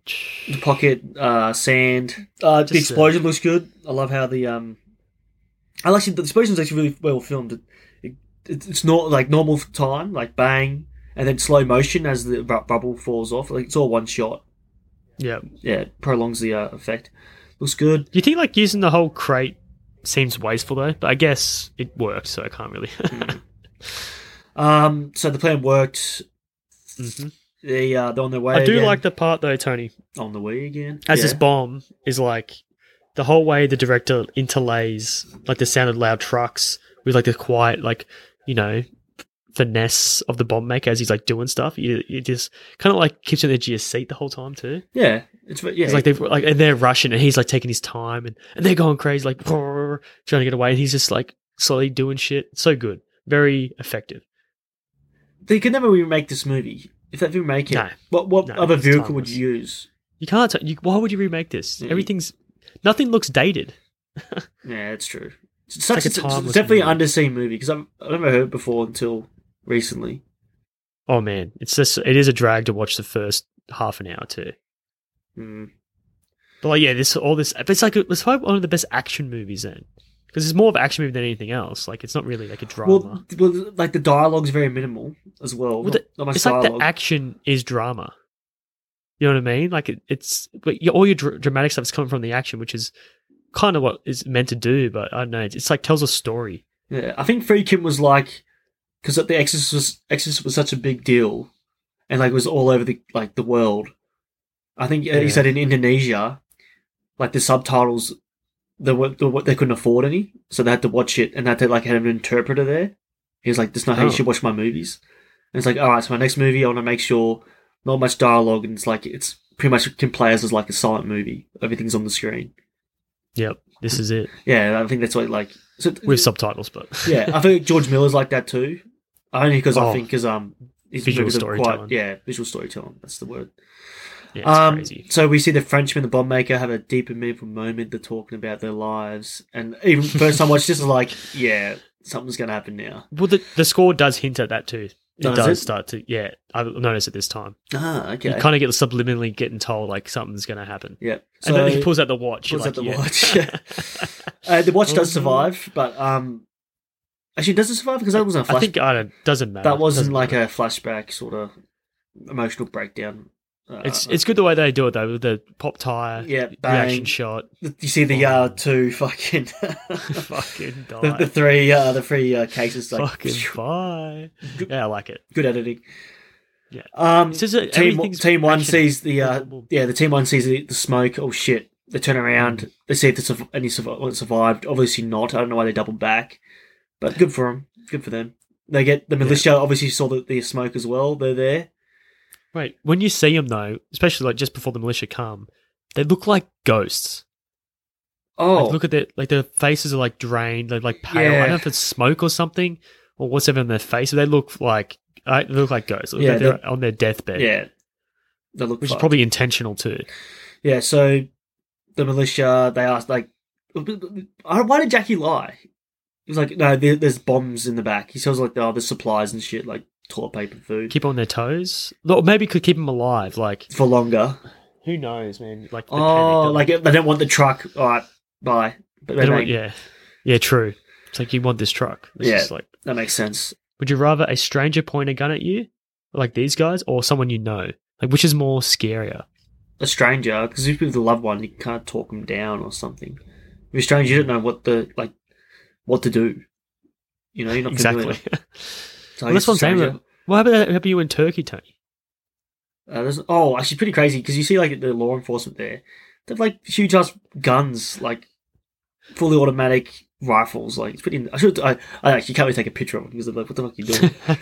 Speaker 5: the pocket, uh, sand. Uh,
Speaker 4: Just,
Speaker 5: the explosion looks good. I love how the um, I actually the explosion's actually really well filmed. It, it, it's not like normal time, like bang, and then slow motion as the bu- bubble falls off. Like it's all one shot.
Speaker 4: Yeah.
Speaker 5: Yeah, it prolongs the uh, effect. Looks good.
Speaker 4: Do you think like using the whole crate seems wasteful though? But I guess it works, so I can't really. <laughs>
Speaker 5: Hmm. Um, so the plan worked.
Speaker 4: Mhm.
Speaker 5: They uh, they're on their way.
Speaker 4: I do
Speaker 5: again.
Speaker 4: like the part though, Tony,
Speaker 5: on the way again.
Speaker 4: as
Speaker 5: yeah.
Speaker 4: this bomb is like the whole way the director interlays like the sound of loud trucks with like the quiet, like you know, finesse of the bomb maker as he's like doing stuff. You it just kind of like keeps you on the edge of your seat the whole time too.
Speaker 5: yeah, it's ve- yeah,
Speaker 4: It's like they've like and they're rushing and he's like taking his time and, and they're going crazy like trying to get away and he's just like slowly doing shit. So good, very effective.
Speaker 5: they could never remake this movie if they remake it.
Speaker 4: No.
Speaker 5: What what
Speaker 4: No,
Speaker 5: other
Speaker 4: it's
Speaker 5: vehicle would
Speaker 4: timeless.
Speaker 5: you use?
Speaker 4: You can't. T- you, why would you remake this?
Speaker 5: Yeah, you-
Speaker 4: Everything's nothing looks dated.
Speaker 5: Yeah, it's true. It's, such,
Speaker 4: like a
Speaker 5: it's, it's
Speaker 4: timeless
Speaker 5: definitely an
Speaker 4: movie.
Speaker 5: underseen movie because I've I've never heard it before until recently.
Speaker 4: Oh man, it's just it is a drag to watch the first half an hour too.
Speaker 5: Mm.
Speaker 4: But like yeah, this all this. But it's like it's probably one of the best action movies then, because it's more of an action movie than anything else. Like it's not really like a drama.
Speaker 5: Well, th- well, like the dialogue's very minimal as well.
Speaker 4: Well,
Speaker 5: not,
Speaker 4: the-
Speaker 5: not much
Speaker 4: it's
Speaker 5: dialogue.
Speaker 4: like the action is drama. You know what I mean? Like it, it's but you- all your dr- dramatic stuff is coming from the action, which is kind of what is meant to do. But I don't know. It's, it's like tells a story.
Speaker 5: yeah, I think Friedkin was like because the Exorcist was Exorcist was such a big deal, and like it was all over the like the world. I think uh,
Speaker 4: Yeah.
Speaker 5: he said in Indonesia, like the subtitles, they were, they, were- they couldn't afford any, so they had to watch it and they had to like have an interpreter there. He was like, "That's not how
Speaker 4: Oh.
Speaker 5: you should watch my movies." And it's like, all right, so my next movie, I want to make sure not much dialogue, and it's like it's pretty much can play as as like a silent movie. Everything's on the screen.
Speaker 4: Yep, this is it
Speaker 5: Yeah, I think that's what like so
Speaker 4: with subtitles, but <laughs>
Speaker 5: yeah, uh, I think George Miller's like that too. Only because I
Speaker 4: Oh.
Speaker 5: think because um his
Speaker 4: Visual
Speaker 5: movies are
Speaker 4: storytelling.
Speaker 5: yeah, visual storytelling. That's the word.
Speaker 4: yeah, it's
Speaker 5: Um,
Speaker 4: crazy.
Speaker 5: so we see the Frenchman, the bomb maker, have a deep and meaningful moment. They're talking about their lives, and even first time watch, this is like, yeah, something's gonna happen now.
Speaker 4: Well, the, the score does hint at that too. It
Speaker 5: Does
Speaker 4: does,
Speaker 5: it?
Speaker 4: start to yeah. I've noticed it this time.
Speaker 5: Ah,
Speaker 4: You
Speaker 5: okay.
Speaker 4: kind of get subliminally getting told like something's going to happen.
Speaker 5: yeah.
Speaker 4: and then he pulls out the watch. you're
Speaker 5: pulls out
Speaker 4: like,
Speaker 5: the
Speaker 4: yeah. <laughs>
Speaker 5: watch, yeah. uh, the watch does
Speaker 4: Mhm.
Speaker 5: survive, but um, actually, does it survive? Because that wasn't a
Speaker 4: I
Speaker 5: flash.
Speaker 4: think I don't. Doesn't matter.
Speaker 5: that wasn't
Speaker 4: Doesn't
Speaker 5: like
Speaker 4: matter.
Speaker 5: a flashback sort of emotional breakdown. Uh,
Speaker 4: It's it's good the way they do it though with the pop tire
Speaker 5: yeah,
Speaker 4: reaction
Speaker 5: bang. <laughs>
Speaker 4: shot. <laughs>
Speaker 5: You see
Speaker 4: Oh.
Speaker 5: the uh, two fucking <laughs>
Speaker 4: Fucking die.
Speaker 5: the, the three uh, the three uh, cases like
Speaker 4: Fucking bye. Yeah, I like it.
Speaker 5: good editing.
Speaker 4: Yeah.
Speaker 5: Um,
Speaker 4: It's just that
Speaker 5: team
Speaker 4: everything's
Speaker 5: team one
Speaker 4: action.
Speaker 5: sees the uh,
Speaker 4: Unbelievable.
Speaker 5: yeah the team one sees the, the smoke. Oh shit! They turn
Speaker 4: Mm.
Speaker 5: around. They see if the surv- any survi- one survived. Obviously not. I don't know why they doubled back, but good for them. Good for them. They get the militia. Obviously saw the, the smoke as well. They're there.
Speaker 4: Wait, when you see them though, especially like just before the militia come, they look like ghosts.
Speaker 5: Oh,
Speaker 4: Like, look at their like their faces are like drained. They're like pale. I
Speaker 5: Yeah.
Speaker 4: don't know if it's smoke or something or what's ever in their face. They look like I they look like ghosts. Look
Speaker 5: Yeah,
Speaker 4: like they're on their deathbed.
Speaker 5: yeah. They look
Speaker 4: which is
Speaker 5: fucked.
Speaker 4: probably intentional too.
Speaker 5: yeah. So the militia they asked like, "Uh, why did Jackie lie? He was like, no, there, there's bombs in the back. He tells like, oh, there's supplies and shit like toilet paper, food
Speaker 4: Keep on their toes. Or maybe could keep them alive. Like
Speaker 5: for longer.
Speaker 4: who knows, man? Like the
Speaker 5: Oh,
Speaker 4: panic,
Speaker 5: like they don't want the truck. All right, bye. But
Speaker 4: they
Speaker 5: that,
Speaker 4: don't want-
Speaker 5: make,
Speaker 4: yeah, yeah, true. It's like you want this truck. It's
Speaker 5: Yeah.
Speaker 4: just like
Speaker 5: that makes sense.
Speaker 4: Would you rather a stranger point a gun at you, like these guys, or someone you know? Like, which is more scarier?
Speaker 5: A stranger, because if you're with a loved one, you can't talk them down or something. If you're a stranger, you don't know what the like, what to do. You know, you're not familiar.
Speaker 4: Exactly.
Speaker 5: with-
Speaker 4: <laughs>
Speaker 5: So I
Speaker 4: well, that's
Speaker 5: guess
Speaker 4: what I'm saying.
Speaker 5: stranger-
Speaker 4: What what happened? That happened you in Turkey, Tony?
Speaker 5: Uh, there's, oh, actually, pretty crazy because you see like the law enforcement there. They've like huge ass guns, like fully automatic rifles. Like it's pretty. I should. I, I actually can't really take a picture of them because they're like, what the fuck are you
Speaker 4: <laughs>
Speaker 5: doing?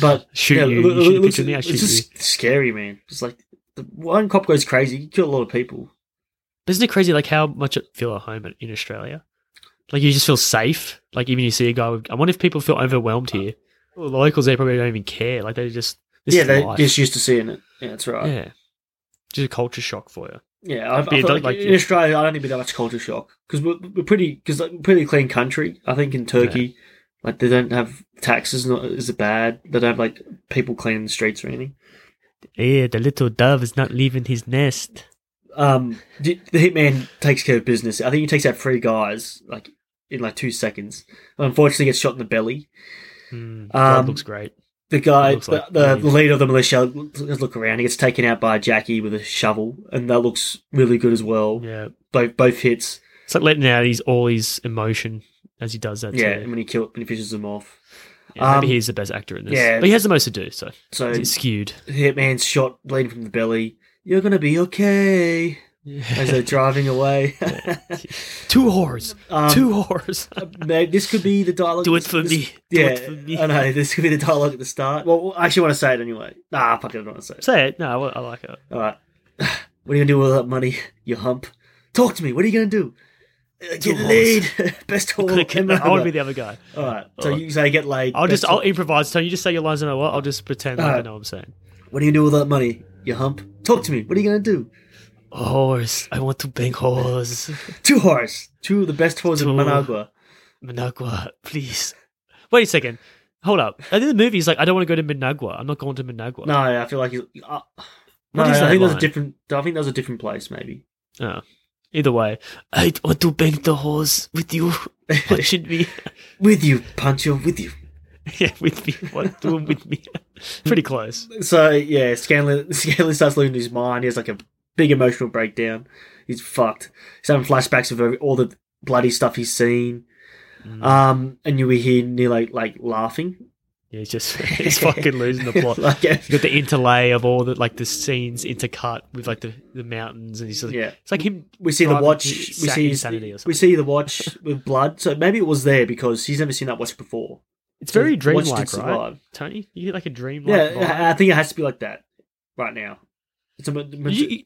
Speaker 5: But
Speaker 4: shoot
Speaker 5: yeah,
Speaker 4: you!
Speaker 5: look-
Speaker 4: you shoot
Speaker 5: look-
Speaker 4: a picture of me. I
Speaker 5: it's
Speaker 4: shoot you.
Speaker 5: just scary, man. It's like the one cop goes crazy, you kill a lot of people.
Speaker 4: Isn't it crazy? Like how much it feel at home in- in Australia? Like you just feel safe. Like even you see a guy. With, I wonder if people feel overwhelmed here. Well, the locals there probably don't even care. Like they just this
Speaker 5: yeah,
Speaker 4: is
Speaker 5: they're
Speaker 4: life.
Speaker 5: just used to seeing it. Yeah, that's right. Yeah,
Speaker 4: yeah, just a culture shock for you.
Speaker 5: I, I
Speaker 4: But you
Speaker 5: feel
Speaker 4: don't
Speaker 5: like,
Speaker 4: like
Speaker 5: in
Speaker 4: it.
Speaker 5: Australia, I don't even have much culture shock because we're, we're pretty because like, we're pretty clean country. I think in Turkey, like they don't have taxes, not is it bad? They don't have like people cleaning the streets or anything.
Speaker 4: Yeah, the little dove is not leaving his nest.
Speaker 5: Um, the the hitman takes care of business. I think he takes out three guys like in like two seconds. Unfortunately, gets shot in the belly.
Speaker 4: Mm,
Speaker 5: Um,
Speaker 4: God looks great.
Speaker 5: The guy,
Speaker 4: Looks like-
Speaker 5: the, the leader of the militia, has look around. He gets taken out by Jackie with a shovel, and that looks really good as well.
Speaker 4: Yeah.
Speaker 5: Both both hits,
Speaker 4: It's like letting out his all his emotion as he does that.
Speaker 5: yeah.
Speaker 4: too.
Speaker 5: And when he kills, when he fishes them off,
Speaker 4: Yeah, maybe
Speaker 5: um,
Speaker 4: he's the best actor in this.
Speaker 5: yeah.
Speaker 4: but he has the most to do, so
Speaker 5: so
Speaker 4: it's skewed.
Speaker 5: Hitman's shot bleeding from the belly. You're gonna be okay as they're driving
Speaker 4: <laughs>
Speaker 5: away.
Speaker 4: two whores,
Speaker 5: <laughs> um,
Speaker 4: two whores. <laughs>
Speaker 5: Meg, this could be the dialogue.
Speaker 4: do it for
Speaker 5: this-
Speaker 4: me. Do
Speaker 5: Yeah,
Speaker 4: it for me.
Speaker 5: I know this could be the dialogue at the start. Well, I actually want to say it anyway. Nah, fuck it, I don't want to say it.
Speaker 4: Say it. No, I, wa- I like it.
Speaker 5: All right, what are you gonna do with all that money, you hump? Talk to me. What are you gonna do? Uh, Get
Speaker 4: horse.
Speaker 5: laid,
Speaker 4: <laughs>
Speaker 5: <laughs> best whore.
Speaker 4: Click.
Speaker 5: ever.
Speaker 4: I want to be the other <laughs> guy.
Speaker 5: All right, so you say get laid.
Speaker 4: I'll
Speaker 5: best
Speaker 4: just I'll
Speaker 5: whore.
Speaker 4: improvise. So you just say your lines and I what? I'll just pretend like I
Speaker 5: Alright.
Speaker 4: know what I'm saying.
Speaker 5: What are you gonna do with all that money, you hump? Talk to me. What are you gonna do?
Speaker 4: Whores. I want to bang whores.
Speaker 5: Two whores, two of the best whores in
Speaker 4: Two.
Speaker 5: Managua.
Speaker 4: Managua, please. Wait a second. Hold up. I think the movie's like I don't want to go to Managua. I'm not going to Managua.
Speaker 5: No, I feel like he's. Uh, no,
Speaker 4: What is that
Speaker 5: I think there's a
Speaker 4: line?
Speaker 5: different. I think there's a different place, maybe.
Speaker 4: Oh. Either way, I want to bang the horse with you. Punching
Speaker 5: <laughs>
Speaker 4: me.
Speaker 5: With you, Pancho, with you.
Speaker 4: yeah, with me. What? Do it with me.
Speaker 5: <laughs>
Speaker 4: Pretty close.
Speaker 5: So yeah, <laughs> Scanlan Scanlan starts losing his mind. He has like a big emotional breakdown. He's fucked. He's having flashbacks of every, all the
Speaker 4: Mm.
Speaker 5: bloody stuff he's seen. Um, and you we hear Neil like, like laughing.
Speaker 4: He's just <laughs> he's fucking losing the plot.
Speaker 5: <laughs>
Speaker 4: <laughs>
Speaker 5: Like, yeah.
Speaker 4: You've got the interlay of all the like the scenes intercut with like the, the mountains and he's like,
Speaker 5: Yeah.
Speaker 4: it's like him.
Speaker 5: we see the
Speaker 4: driving
Speaker 5: watch.
Speaker 4: to
Speaker 5: We
Speaker 4: sa-
Speaker 5: see
Speaker 4: insanity or something.
Speaker 5: we see the watch with blood. So maybe it was there because he's never seen that watch before.
Speaker 4: It's very
Speaker 5: the
Speaker 4: dreamlike,
Speaker 5: watch did
Speaker 4: right?
Speaker 5: survive.
Speaker 4: Tony, you get like a dreamlike.
Speaker 5: yeah, I- I
Speaker 4: Yeah,
Speaker 5: think it has to be like that right now. It's a, ma- ma-
Speaker 4: you, you-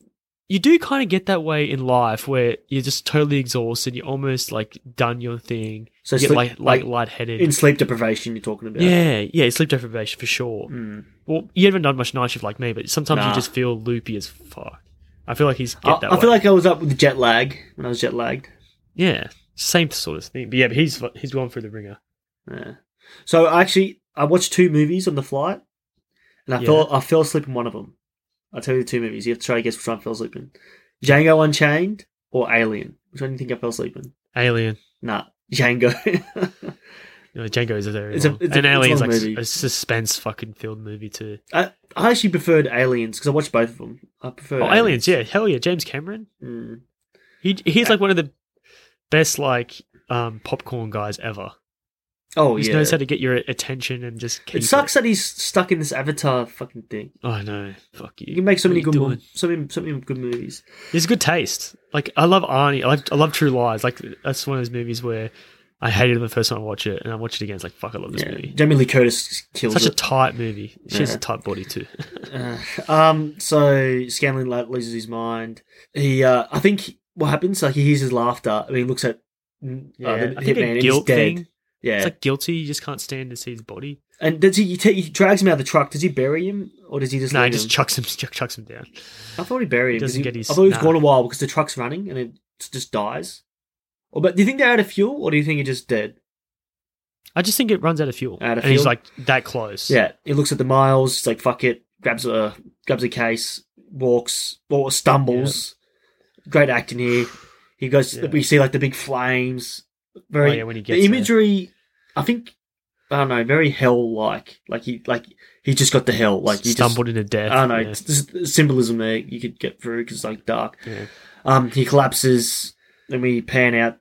Speaker 4: you do kind of get that way in life where you're just totally exhausted. You're almost like done your thing.
Speaker 5: So
Speaker 4: you get
Speaker 5: sleep-
Speaker 4: like like
Speaker 5: like,
Speaker 4: lightheaded.
Speaker 5: in sleep deprivation you're talking about.
Speaker 4: yeah, yeah, sleep deprivation for sure.
Speaker 5: Mm.
Speaker 4: Well, you haven't done much night shift like me, but sometimes
Speaker 5: Nah.
Speaker 4: you just feel loopy as fuck. I feel like he's get
Speaker 5: I,
Speaker 4: that.
Speaker 5: I
Speaker 4: way.
Speaker 5: feel like I was up with jet lag when I was jet lagged.
Speaker 4: yeah, same sort of thing. But yeah, but he's he's gone through the ringer.
Speaker 5: Yeah. So I actually, I watched two movies on the flight, and I fell I fell asleep in one of them. I'll tell you the two movies. You have to try to guess which one I fell asleep in: Django Unchained or Alien. Which one do you think I fell asleep in?
Speaker 4: Alien,
Speaker 5: Nah, Django. <laughs>
Speaker 4: you know, Django is a very
Speaker 5: It's a-
Speaker 4: long-
Speaker 5: it's a-
Speaker 4: and
Speaker 5: it's a
Speaker 4: Alien's
Speaker 5: long
Speaker 4: like
Speaker 5: movie.
Speaker 4: a suspense fucking filled movie too.
Speaker 5: I, I actually preferred Aliens because I watched both of them. I prefer
Speaker 4: Oh, Aliens, yeah, hell yeah, James Cameron.
Speaker 5: Mm.
Speaker 4: He he's like one of the best like um popcorn guys ever.
Speaker 5: Oh
Speaker 4: He just
Speaker 5: yeah.
Speaker 4: knows how to get your attention and just keep
Speaker 5: it sucks that he's stuck in this Avatar fucking thing.
Speaker 4: It. I know. Fuck you.
Speaker 5: You can make so
Speaker 4: What
Speaker 5: many
Speaker 4: are
Speaker 5: good,
Speaker 4: you
Speaker 5: mo-
Speaker 4: doing?
Speaker 5: so many, so many good movies.
Speaker 4: He's good taste. Like I love Arnie. I love I love True Lies. Like that's one of those movies where I hated it the first time I watched it, and I watched it again. It's like fuck, I love this
Speaker 5: Yeah.
Speaker 4: movie.
Speaker 5: Jamie Lee Curtis kills
Speaker 4: Such a
Speaker 5: it.
Speaker 4: tight movie. She has
Speaker 5: Yeah.
Speaker 4: a tight body too.
Speaker 5: Um, so Scanlan lo- loses his mind. He, uh, I think, what happens? Like he hears his laughter and he looks at mm, uh, the
Speaker 4: I think
Speaker 5: hitman and
Speaker 4: a
Speaker 5: he's
Speaker 4: guilt
Speaker 5: dead.
Speaker 4: thing.
Speaker 5: Yeah,
Speaker 4: It's like guilty. You just can't stand to see his body.
Speaker 5: and does he, he, ta- he drags him out of the truck? Does he bury him or does he just?
Speaker 4: No, he
Speaker 5: leave
Speaker 4: just
Speaker 5: him?
Speaker 4: chucks him. <laughs> Chucks him down.
Speaker 5: I thought he buried him. 'cause
Speaker 4: doesn't
Speaker 5: he-
Speaker 4: get his-
Speaker 5: I thought he was
Speaker 4: nah.
Speaker 5: gone a while because the truck's running and it just dies. Or but do you think they're out of fuel or do you think he's just dead?
Speaker 4: I just think it runs out of fuel,
Speaker 5: Out of
Speaker 4: and he's
Speaker 5: fuel?
Speaker 4: like that close.
Speaker 5: Yeah, he looks at the miles. He's like, "Fuck it," grabs a grabs a case, walks or stumbles. Great acting here. He goes.
Speaker 4: Yeah.
Speaker 5: We see like the big flames. Very
Speaker 4: Oh, yeah, when he gets
Speaker 5: the imagery. I think I don't know. Very hell like. Like he like he just got the hell. Like he
Speaker 4: stumbled into death.
Speaker 5: Just, I don't know.
Speaker 4: yeah.
Speaker 5: There's symbolism there you could get through because like dark.
Speaker 4: Yeah.
Speaker 5: Um, he collapses. Then we pan out.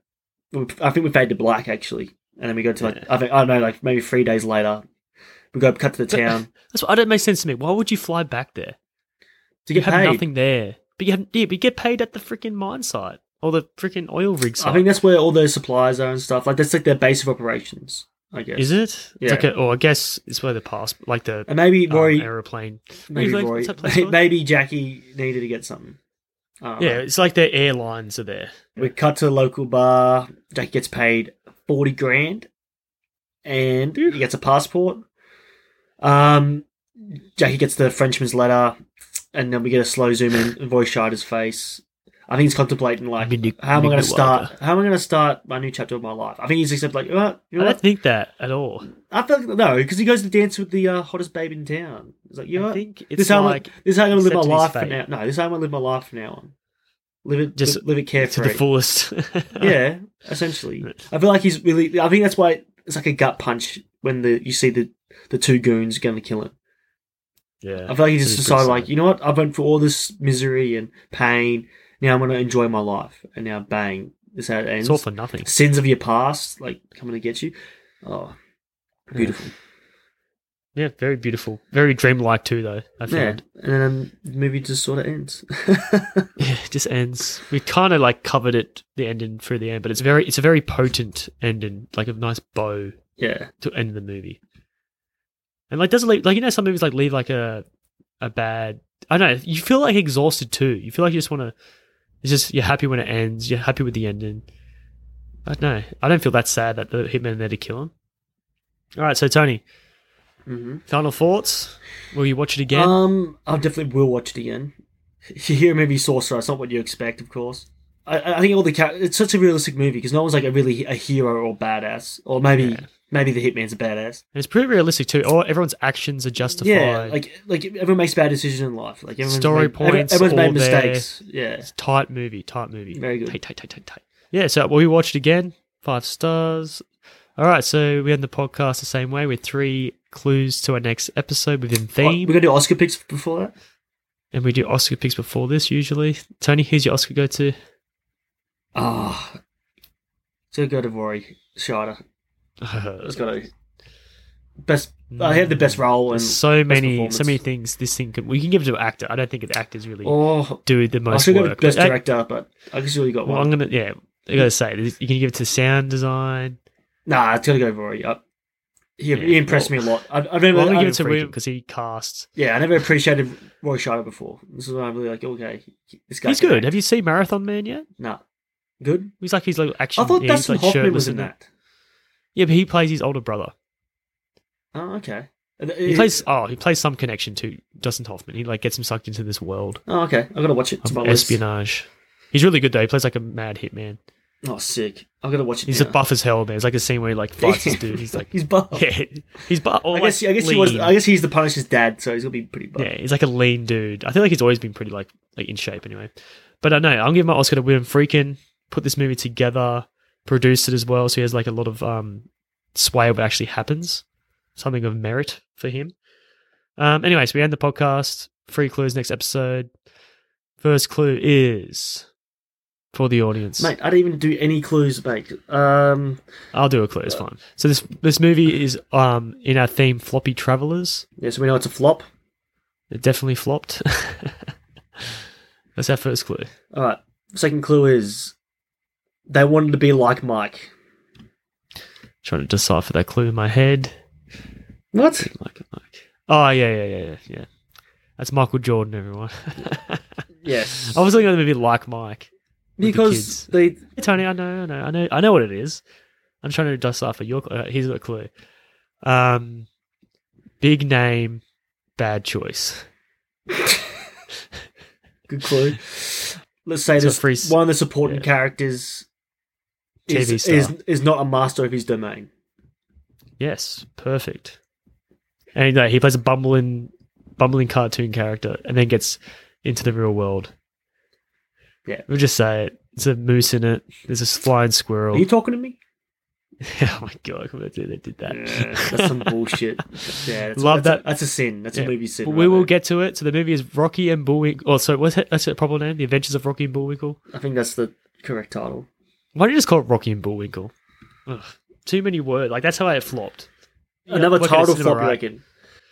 Speaker 5: I think we fade to black actually, and then we go to like
Speaker 4: Yeah.
Speaker 5: I, think, I don't know, like maybe three days later. We go cut to the town.
Speaker 4: That's what I don't make sense to me. Why would you fly back there?
Speaker 5: to
Speaker 4: You
Speaker 5: get
Speaker 4: have
Speaker 5: paid.
Speaker 4: nothing there, but you have yeah, but you get paid at the freaking mine site or the freaking oil rig site.
Speaker 5: I think that's where all their suppliers are and stuff. Like that's like their base of operations, I guess.
Speaker 4: Is it?
Speaker 5: Yeah.
Speaker 4: It's like a, or I guess it's where the pass, like the
Speaker 5: And maybe
Speaker 4: um,
Speaker 5: Rory,
Speaker 4: aeroplane.
Speaker 5: maybe
Speaker 4: What's
Speaker 5: Rory,
Speaker 4: that
Speaker 5: <laughs>
Speaker 4: place called?
Speaker 5: maybe Jackie needed to get something. Um, I don't
Speaker 4: yeah,
Speaker 5: know.
Speaker 4: it's like their airlines are there.
Speaker 5: We cut to the local bar. Jackie gets paid forty grand, and he gets a passport. Um, Jackie gets the Frenchman's letter, and then we get a slow zoom in and voice shot his face. I think he's contemplating like,
Speaker 4: Mini-
Speaker 5: how am I going to
Speaker 4: mini-
Speaker 5: start? How am I going to start my new chapter of my life? I think he's accepted like, you know what? You know
Speaker 4: I
Speaker 5: what?
Speaker 4: don't think that at all.
Speaker 5: I feel like, no, because he goes to dance with the uh, hottest babe in town. He's like, you know,
Speaker 4: I
Speaker 5: what?
Speaker 4: think
Speaker 5: this
Speaker 4: it's
Speaker 5: how
Speaker 4: like
Speaker 5: I'm, this how I'm gonna live my
Speaker 4: accepting his
Speaker 5: life from now.
Speaker 4: fate.
Speaker 5: No, this how I'm gonna live my life from now on. Live it,
Speaker 4: Just
Speaker 5: just live it
Speaker 4: to
Speaker 5: carefree.
Speaker 4: the fullest.
Speaker 5: <laughs>
Speaker 4: <laughs>
Speaker 5: yeah, essentially. I feel like he's really. I think that's why it's like a gut punch when the you see the the two goons going to kill him.
Speaker 4: yeah.
Speaker 5: I feel like he just
Speaker 4: It's pretty
Speaker 5: decided,
Speaker 4: sad.
Speaker 5: like, you know what? I've went through all this misery and pain. Now I'm gonna enjoy my life. And now, bang, this is how it ends.
Speaker 4: it's all for nothing.
Speaker 5: Sins of your past, like coming to get you. Oh, beautiful.
Speaker 4: Yeah, very beautiful, very dreamlike too, though. I
Speaker 5: Yeah,
Speaker 4: found. <laughs>
Speaker 5: and then the movie just sort of ends. <laughs>
Speaker 4: Yeah, it just ends. We kind of like covered it, the ending through the end, but it's very, it's a very potent ending, like a nice bow
Speaker 5: yeah,
Speaker 4: to end the movie. And like doesn't leave like you know some movies like leave like a a bad I don't know, you feel like exhausted too. You feel like you just wanna it's just you're happy when it ends, you're happy with the ending. I don't know. I don't feel that sad that the hitman are there to kill him. Alright, so Tony,
Speaker 5: hmm
Speaker 4: final thoughts? Will you watch it again?
Speaker 5: Um, I definitely will watch it again. You hear a movie sorcerer. It's not what you expect, of course. I, I think all the ca- it's such a realistic movie because no one's like a really a hero or badass, or maybe
Speaker 4: Yeah.
Speaker 5: maybe the hitman's a badass.
Speaker 4: and it's pretty realistic too. All everyone's actions are justified.
Speaker 5: Yeah, like like everyone makes bad decisions in life. Like everyone's
Speaker 4: Story
Speaker 5: made, everyone-
Speaker 4: points,
Speaker 5: Everyone's made
Speaker 4: all there.
Speaker 5: mistakes. Yeah,
Speaker 4: It's a tight movie, tight movie.
Speaker 5: Very good.
Speaker 4: Tight, tight, tight, tight, tight. Yeah, so we watched it again. Five stars. All right, so we end the podcast the same way with three clues to our next episode within
Speaker 5: Oh,
Speaker 4: theme.
Speaker 5: we're gonna do Oscar picks before that.
Speaker 4: and we do Oscar picks before this usually. Tony, who's your Oscar go
Speaker 5: <laughs>
Speaker 4: to?
Speaker 5: Ah, so go to Rory Scheider. Let's go to best. I had the best role and
Speaker 4: So
Speaker 5: best
Speaker 4: many, so
Speaker 5: performance.
Speaker 4: many things. This thing could we can give it to an actor. I don't think the actors really
Speaker 5: Oh,
Speaker 4: do the
Speaker 5: I
Speaker 4: most
Speaker 5: should go
Speaker 4: work.
Speaker 5: with best
Speaker 4: But, uh,
Speaker 5: director, but I guess you only got
Speaker 4: well, I'm
Speaker 5: one.
Speaker 4: gonna yeah. I gotta say this- you can give it to sound design.
Speaker 5: Nah, it's gonna go Rory. I, he,
Speaker 4: Yeah,
Speaker 5: he impressed
Speaker 4: well-
Speaker 5: me a lot. I, I've never,
Speaker 4: Well, I'm gonna
Speaker 5: I
Speaker 4: give it to
Speaker 5: never
Speaker 4: William
Speaker 5: freaking-
Speaker 4: because he casts.
Speaker 5: Yeah, I never appreciated Roy Scheider before. This is when I'm really like, okay, he- this guy.
Speaker 4: He's
Speaker 5: can
Speaker 4: good.
Speaker 5: act.
Speaker 4: Have you seen Marathon Man yet?
Speaker 5: Nah, good.
Speaker 4: He's like his little action.
Speaker 5: I thought
Speaker 4: yeah, he's,
Speaker 5: Dustin
Speaker 4: like,
Speaker 5: Hoffman
Speaker 4: shirtless
Speaker 5: was in
Speaker 4: and-
Speaker 5: that.
Speaker 4: Yeah, but he plays his older brother.
Speaker 5: Oh, okay.
Speaker 4: He plays oh, he plays some connection to Dustin Hoffman. He like gets him sucked into this world
Speaker 5: Oh, okay. I gotta watch it. It's
Speaker 4: of
Speaker 5: my list.
Speaker 4: espionage. He's really good though. He plays like a mad hitman.
Speaker 5: Oh, sick. I gotta watch it.
Speaker 4: He's
Speaker 5: now.
Speaker 4: a buff as hell, man. There's like a scene where he like fights this dude. He's like
Speaker 5: <laughs>
Speaker 4: <laughs>
Speaker 5: he's buff.
Speaker 4: Yeah. He's buff.
Speaker 5: I guess. I guess he was. I guess he's the Punisher's dad, so he's gonna be pretty buff.
Speaker 4: Yeah, he's like a lean dude. I feel like he's always been pretty like like in shape anyway. But uh, I know I'm giving my Oscar to William Freakin. Put this movie together, produced it as well, so he has like a lot of um sway of what actually happens. Something of merit for him. Um. Anyway, so we end the podcast. Free clues next episode. First clue is for the audience.
Speaker 5: Mate, I didn't even do any clues, mate. Um,
Speaker 4: I'll do a clue. It's fine. So this this movie is um in our theme floppy travelers.
Speaker 5: yeah, so we know it's a flop.
Speaker 4: It definitely flopped. <laughs> That's our first clue.
Speaker 5: All right. Second clue is they wanted to be like Mike.
Speaker 4: Trying to decipher that clue in my head.
Speaker 5: What?
Speaker 4: Like, like, oh yeah, yeah, yeah, yeah, yeah. That's Michael Jordan, everyone. <laughs>
Speaker 5: Yes.
Speaker 4: I was looking at the movie like Mike. Oh, the kids.
Speaker 5: because they
Speaker 4: Hey, Tony, I know, I know, I know, I know what it is. I'm trying to decipher your. cl- Uh, here's a clue. Um, big name, bad choice.
Speaker 5: good clue. Let's say
Speaker 4: It's a
Speaker 5: this
Speaker 4: free s-
Speaker 5: one of the supporting
Speaker 4: yeah.
Speaker 5: characters is,
Speaker 4: TV star.
Speaker 5: is is not a master of his domain.
Speaker 4: Yes, perfect. And uh, he plays a bumbling, bumbling cartoon character, and then gets into the real world.
Speaker 5: Yeah.
Speaker 4: we'll just say it. There's a moose in it. There's a flying squirrel.
Speaker 5: Are you talking to me?
Speaker 4: <laughs> oh my god, I did, they did that.
Speaker 5: Yeah, <laughs> that's some
Speaker 4: <laughs>
Speaker 5: bullshit. Yeah, that's,
Speaker 4: Love
Speaker 5: that's
Speaker 4: that.
Speaker 5: A, that's a sin. That's
Speaker 4: Yeah.
Speaker 5: a movie sin.
Speaker 4: But
Speaker 5: right
Speaker 4: we will
Speaker 5: there.
Speaker 4: get to it. So the movie is Rocky and Bullwinkle. Oh, so what's it, that's the proper name? The Adventures of Rocky and Bullwinkle.
Speaker 5: I think that's the correct title.
Speaker 4: Why don't you just call it Rocky and Bullwinkle? Ugh, too many words. Like that's how it flopped.
Speaker 5: Another
Speaker 4: look at
Speaker 5: title
Speaker 4: it,
Speaker 5: flop,
Speaker 4: right?
Speaker 5: I reckon.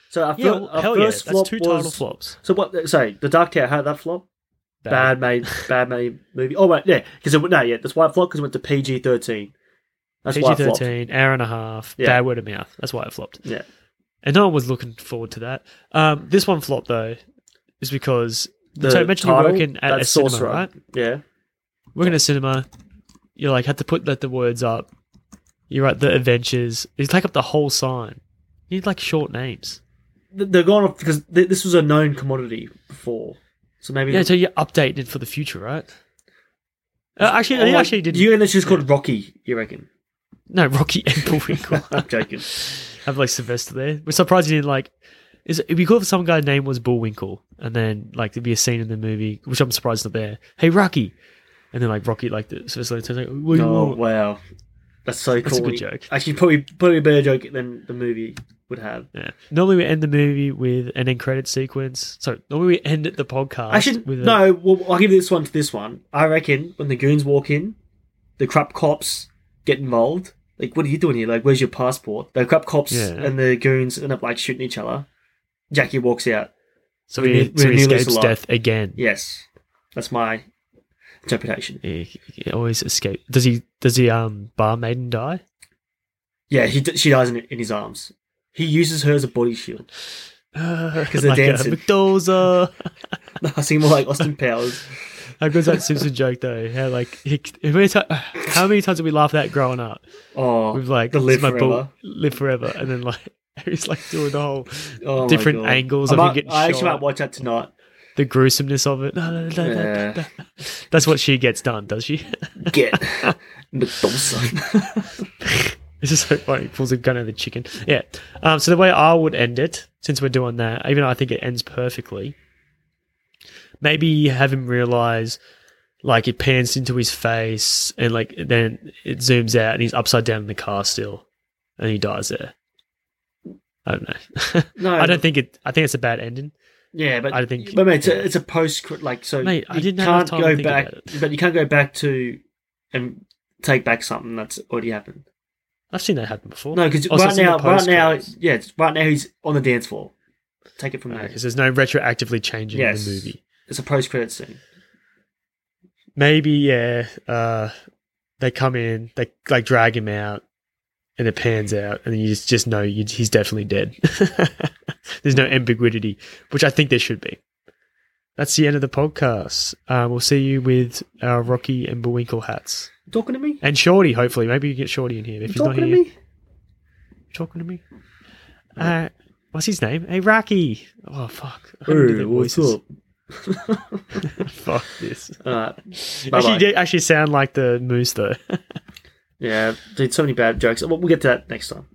Speaker 5: So our,
Speaker 4: Yeah,
Speaker 5: fir-
Speaker 4: well,
Speaker 5: our
Speaker 4: hell yeah.
Speaker 5: first
Speaker 4: That's
Speaker 5: flop
Speaker 4: two
Speaker 5: was,
Speaker 4: title flops.
Speaker 5: So what? Sorry, the Dark Tower had that flop. Bad, made, bad made movie. Oh wait, yeah, because it no, yeah, that's why it flopped because it went to PG thirteen. That's why
Speaker 4: PG
Speaker 5: it flopped.
Speaker 4: thirteen, hour and a half,
Speaker 5: Yeah.
Speaker 4: bad word of mouth. That's why it flopped.
Speaker 5: Yeah.
Speaker 4: And no one was looking forward to that. Um, this one flopped though, is because
Speaker 5: The
Speaker 4: so imagine you're
Speaker 5: title,
Speaker 4: working at a
Speaker 5: that's
Speaker 4: cinema,
Speaker 5: Sorcerer.
Speaker 4: right?
Speaker 5: Yeah,
Speaker 4: Working at a cinema, you like had to put like, the words up. You write the adventures. You take up the whole sign. You need like short names.
Speaker 5: Th- they're gone off because th- this was a known commodity before. So maybe
Speaker 4: Yeah, so you update it for the future, right? Uh, actually,
Speaker 5: Or
Speaker 4: they
Speaker 5: like-
Speaker 4: actually did.
Speaker 5: Oh, You and it's just called Rocky. You
Speaker 4: <laughs>
Speaker 5: reckon?
Speaker 4: no, Rocky and
Speaker 5: <laughs>
Speaker 4: Bullwinkle. <laughs>
Speaker 5: I'm joking.
Speaker 4: have like Sylvester there. We're surprised he didn't like. Is it'd be cool if some guy's name was Bullwinkle, and then like there'd be a scene in the movie, which I'm surprised is not there. Hey Rocky, and then like Rocky like the Sylvester Stallone's like, what do you
Speaker 5: oh
Speaker 4: want?
Speaker 5: wow, that's so
Speaker 4: That's a
Speaker 5: cool.
Speaker 4: good joke.
Speaker 5: Actually, probably probably a better joke than the movie would have.
Speaker 4: Yeah. Normally we end the movie with an end credit sequence. So normally we end the podcast.
Speaker 5: I should
Speaker 4: with a-
Speaker 5: no. Well, I'll give this one to this one. I reckon when the goons walk in, the crap cops get involved. Like, what are you doing here? Like, where's your passport? The crap cops
Speaker 4: Yeah.
Speaker 5: and the goons end up like shooting each other. Jackie walks out.
Speaker 4: so
Speaker 5: we
Speaker 4: he,
Speaker 5: need-
Speaker 4: so
Speaker 5: we
Speaker 4: he
Speaker 5: need to lose
Speaker 4: escapes
Speaker 5: a lot.
Speaker 4: death again.
Speaker 5: Yes, that's my interpretation.
Speaker 4: He, he always escape. Does he? Does he? Um, bar maiden
Speaker 5: <laughs>
Speaker 4: die?
Speaker 5: Yeah, he d- she dies in, in his arms. He uses her as a body shield. <laughs>
Speaker 4: Because
Speaker 5: they're
Speaker 4: like uh,
Speaker 5: dancing.
Speaker 4: A Mendoza.
Speaker 5: I see more like Austin Powers.
Speaker 4: How good's that Simpson joke though? How like he, how, many ti- how many times did we laugh at that growing up?
Speaker 5: Oh,
Speaker 4: We've like
Speaker 5: the
Speaker 4: this
Speaker 5: live
Speaker 4: is my
Speaker 5: forever.
Speaker 4: bull- live forever, and then like <laughs> he's like doing the whole
Speaker 5: Oh my
Speaker 4: different
Speaker 5: God.
Speaker 4: angles
Speaker 5: I,
Speaker 4: of him
Speaker 5: might-
Speaker 4: getting
Speaker 5: I actually
Speaker 4: shot.
Speaker 5: might watch
Speaker 4: <laughs>
Speaker 5: that tonight.
Speaker 4: the gruesomeness of it. <laughs> No, no, no, no, no, no, no. That's what she gets done, does she?
Speaker 5: Get
Speaker 4: <laughs>
Speaker 5: McDolson.
Speaker 4: <laughs> It's just so funny. He pulls a gun at the chicken. Yeah. Um, so the way I would end it, since we're doing that, even though I think it ends perfectly, maybe have him realize, like it pans into his face, and like then it zooms out, and he's upside down in the car still, and he dies there. I don't know. <laughs>
Speaker 5: no,
Speaker 4: I don't think it. I think it's a bad ending.
Speaker 5: Yeah, but
Speaker 4: I think-
Speaker 5: But mate, it's,
Speaker 4: yeah.
Speaker 5: a, it's a post like so.
Speaker 4: Mate, I
Speaker 5: you
Speaker 4: didn't have enough
Speaker 5: can't
Speaker 4: time to
Speaker 5: go
Speaker 4: think
Speaker 5: back,
Speaker 4: about
Speaker 5: but you can't go back to and take back something that's already happened.
Speaker 4: I've seen that happen before.
Speaker 5: No, because
Speaker 4: Oh, so
Speaker 5: right
Speaker 4: it's in
Speaker 5: now,
Speaker 4: the
Speaker 5: right now,
Speaker 4: postcards.
Speaker 5: yeah, it's- right now he's on the dance floor. Take it from
Speaker 4: No,
Speaker 5: there.
Speaker 4: because there's no retroactively changing Uh,
Speaker 5: Yes.
Speaker 4: the movie.
Speaker 5: It's a post-credit scene.
Speaker 4: Maybe yeah. Uh, they come in, they like drag him out, and it pans out, and you just just know you, he's definitely dead. <laughs> there's no ambiguity, which I think there should be. That's the end of the podcast. Uh, we'll see you with our Rocky and Buwinkle hats
Speaker 5: You talking to me?
Speaker 4: and Shorty. Hopefully, maybe you get Shorty in here if
Speaker 5: You
Speaker 4: he's not
Speaker 5: talking to
Speaker 4: here.
Speaker 5: me?
Speaker 4: talking to me? Uh, what's his name? Hey, Rocky. Oh, fuck. I couldn't do
Speaker 5: Ooh,
Speaker 4: their
Speaker 5: what's
Speaker 4: voices.
Speaker 5: up?
Speaker 4: <laughs> fuck this.
Speaker 5: Alright.
Speaker 4: Actually, you
Speaker 5: Bye-bye.
Speaker 4: did actually sound like the moose, though. <laughs>
Speaker 5: Yeah, dude, so many bad jokes. Well, we'll get to that next time.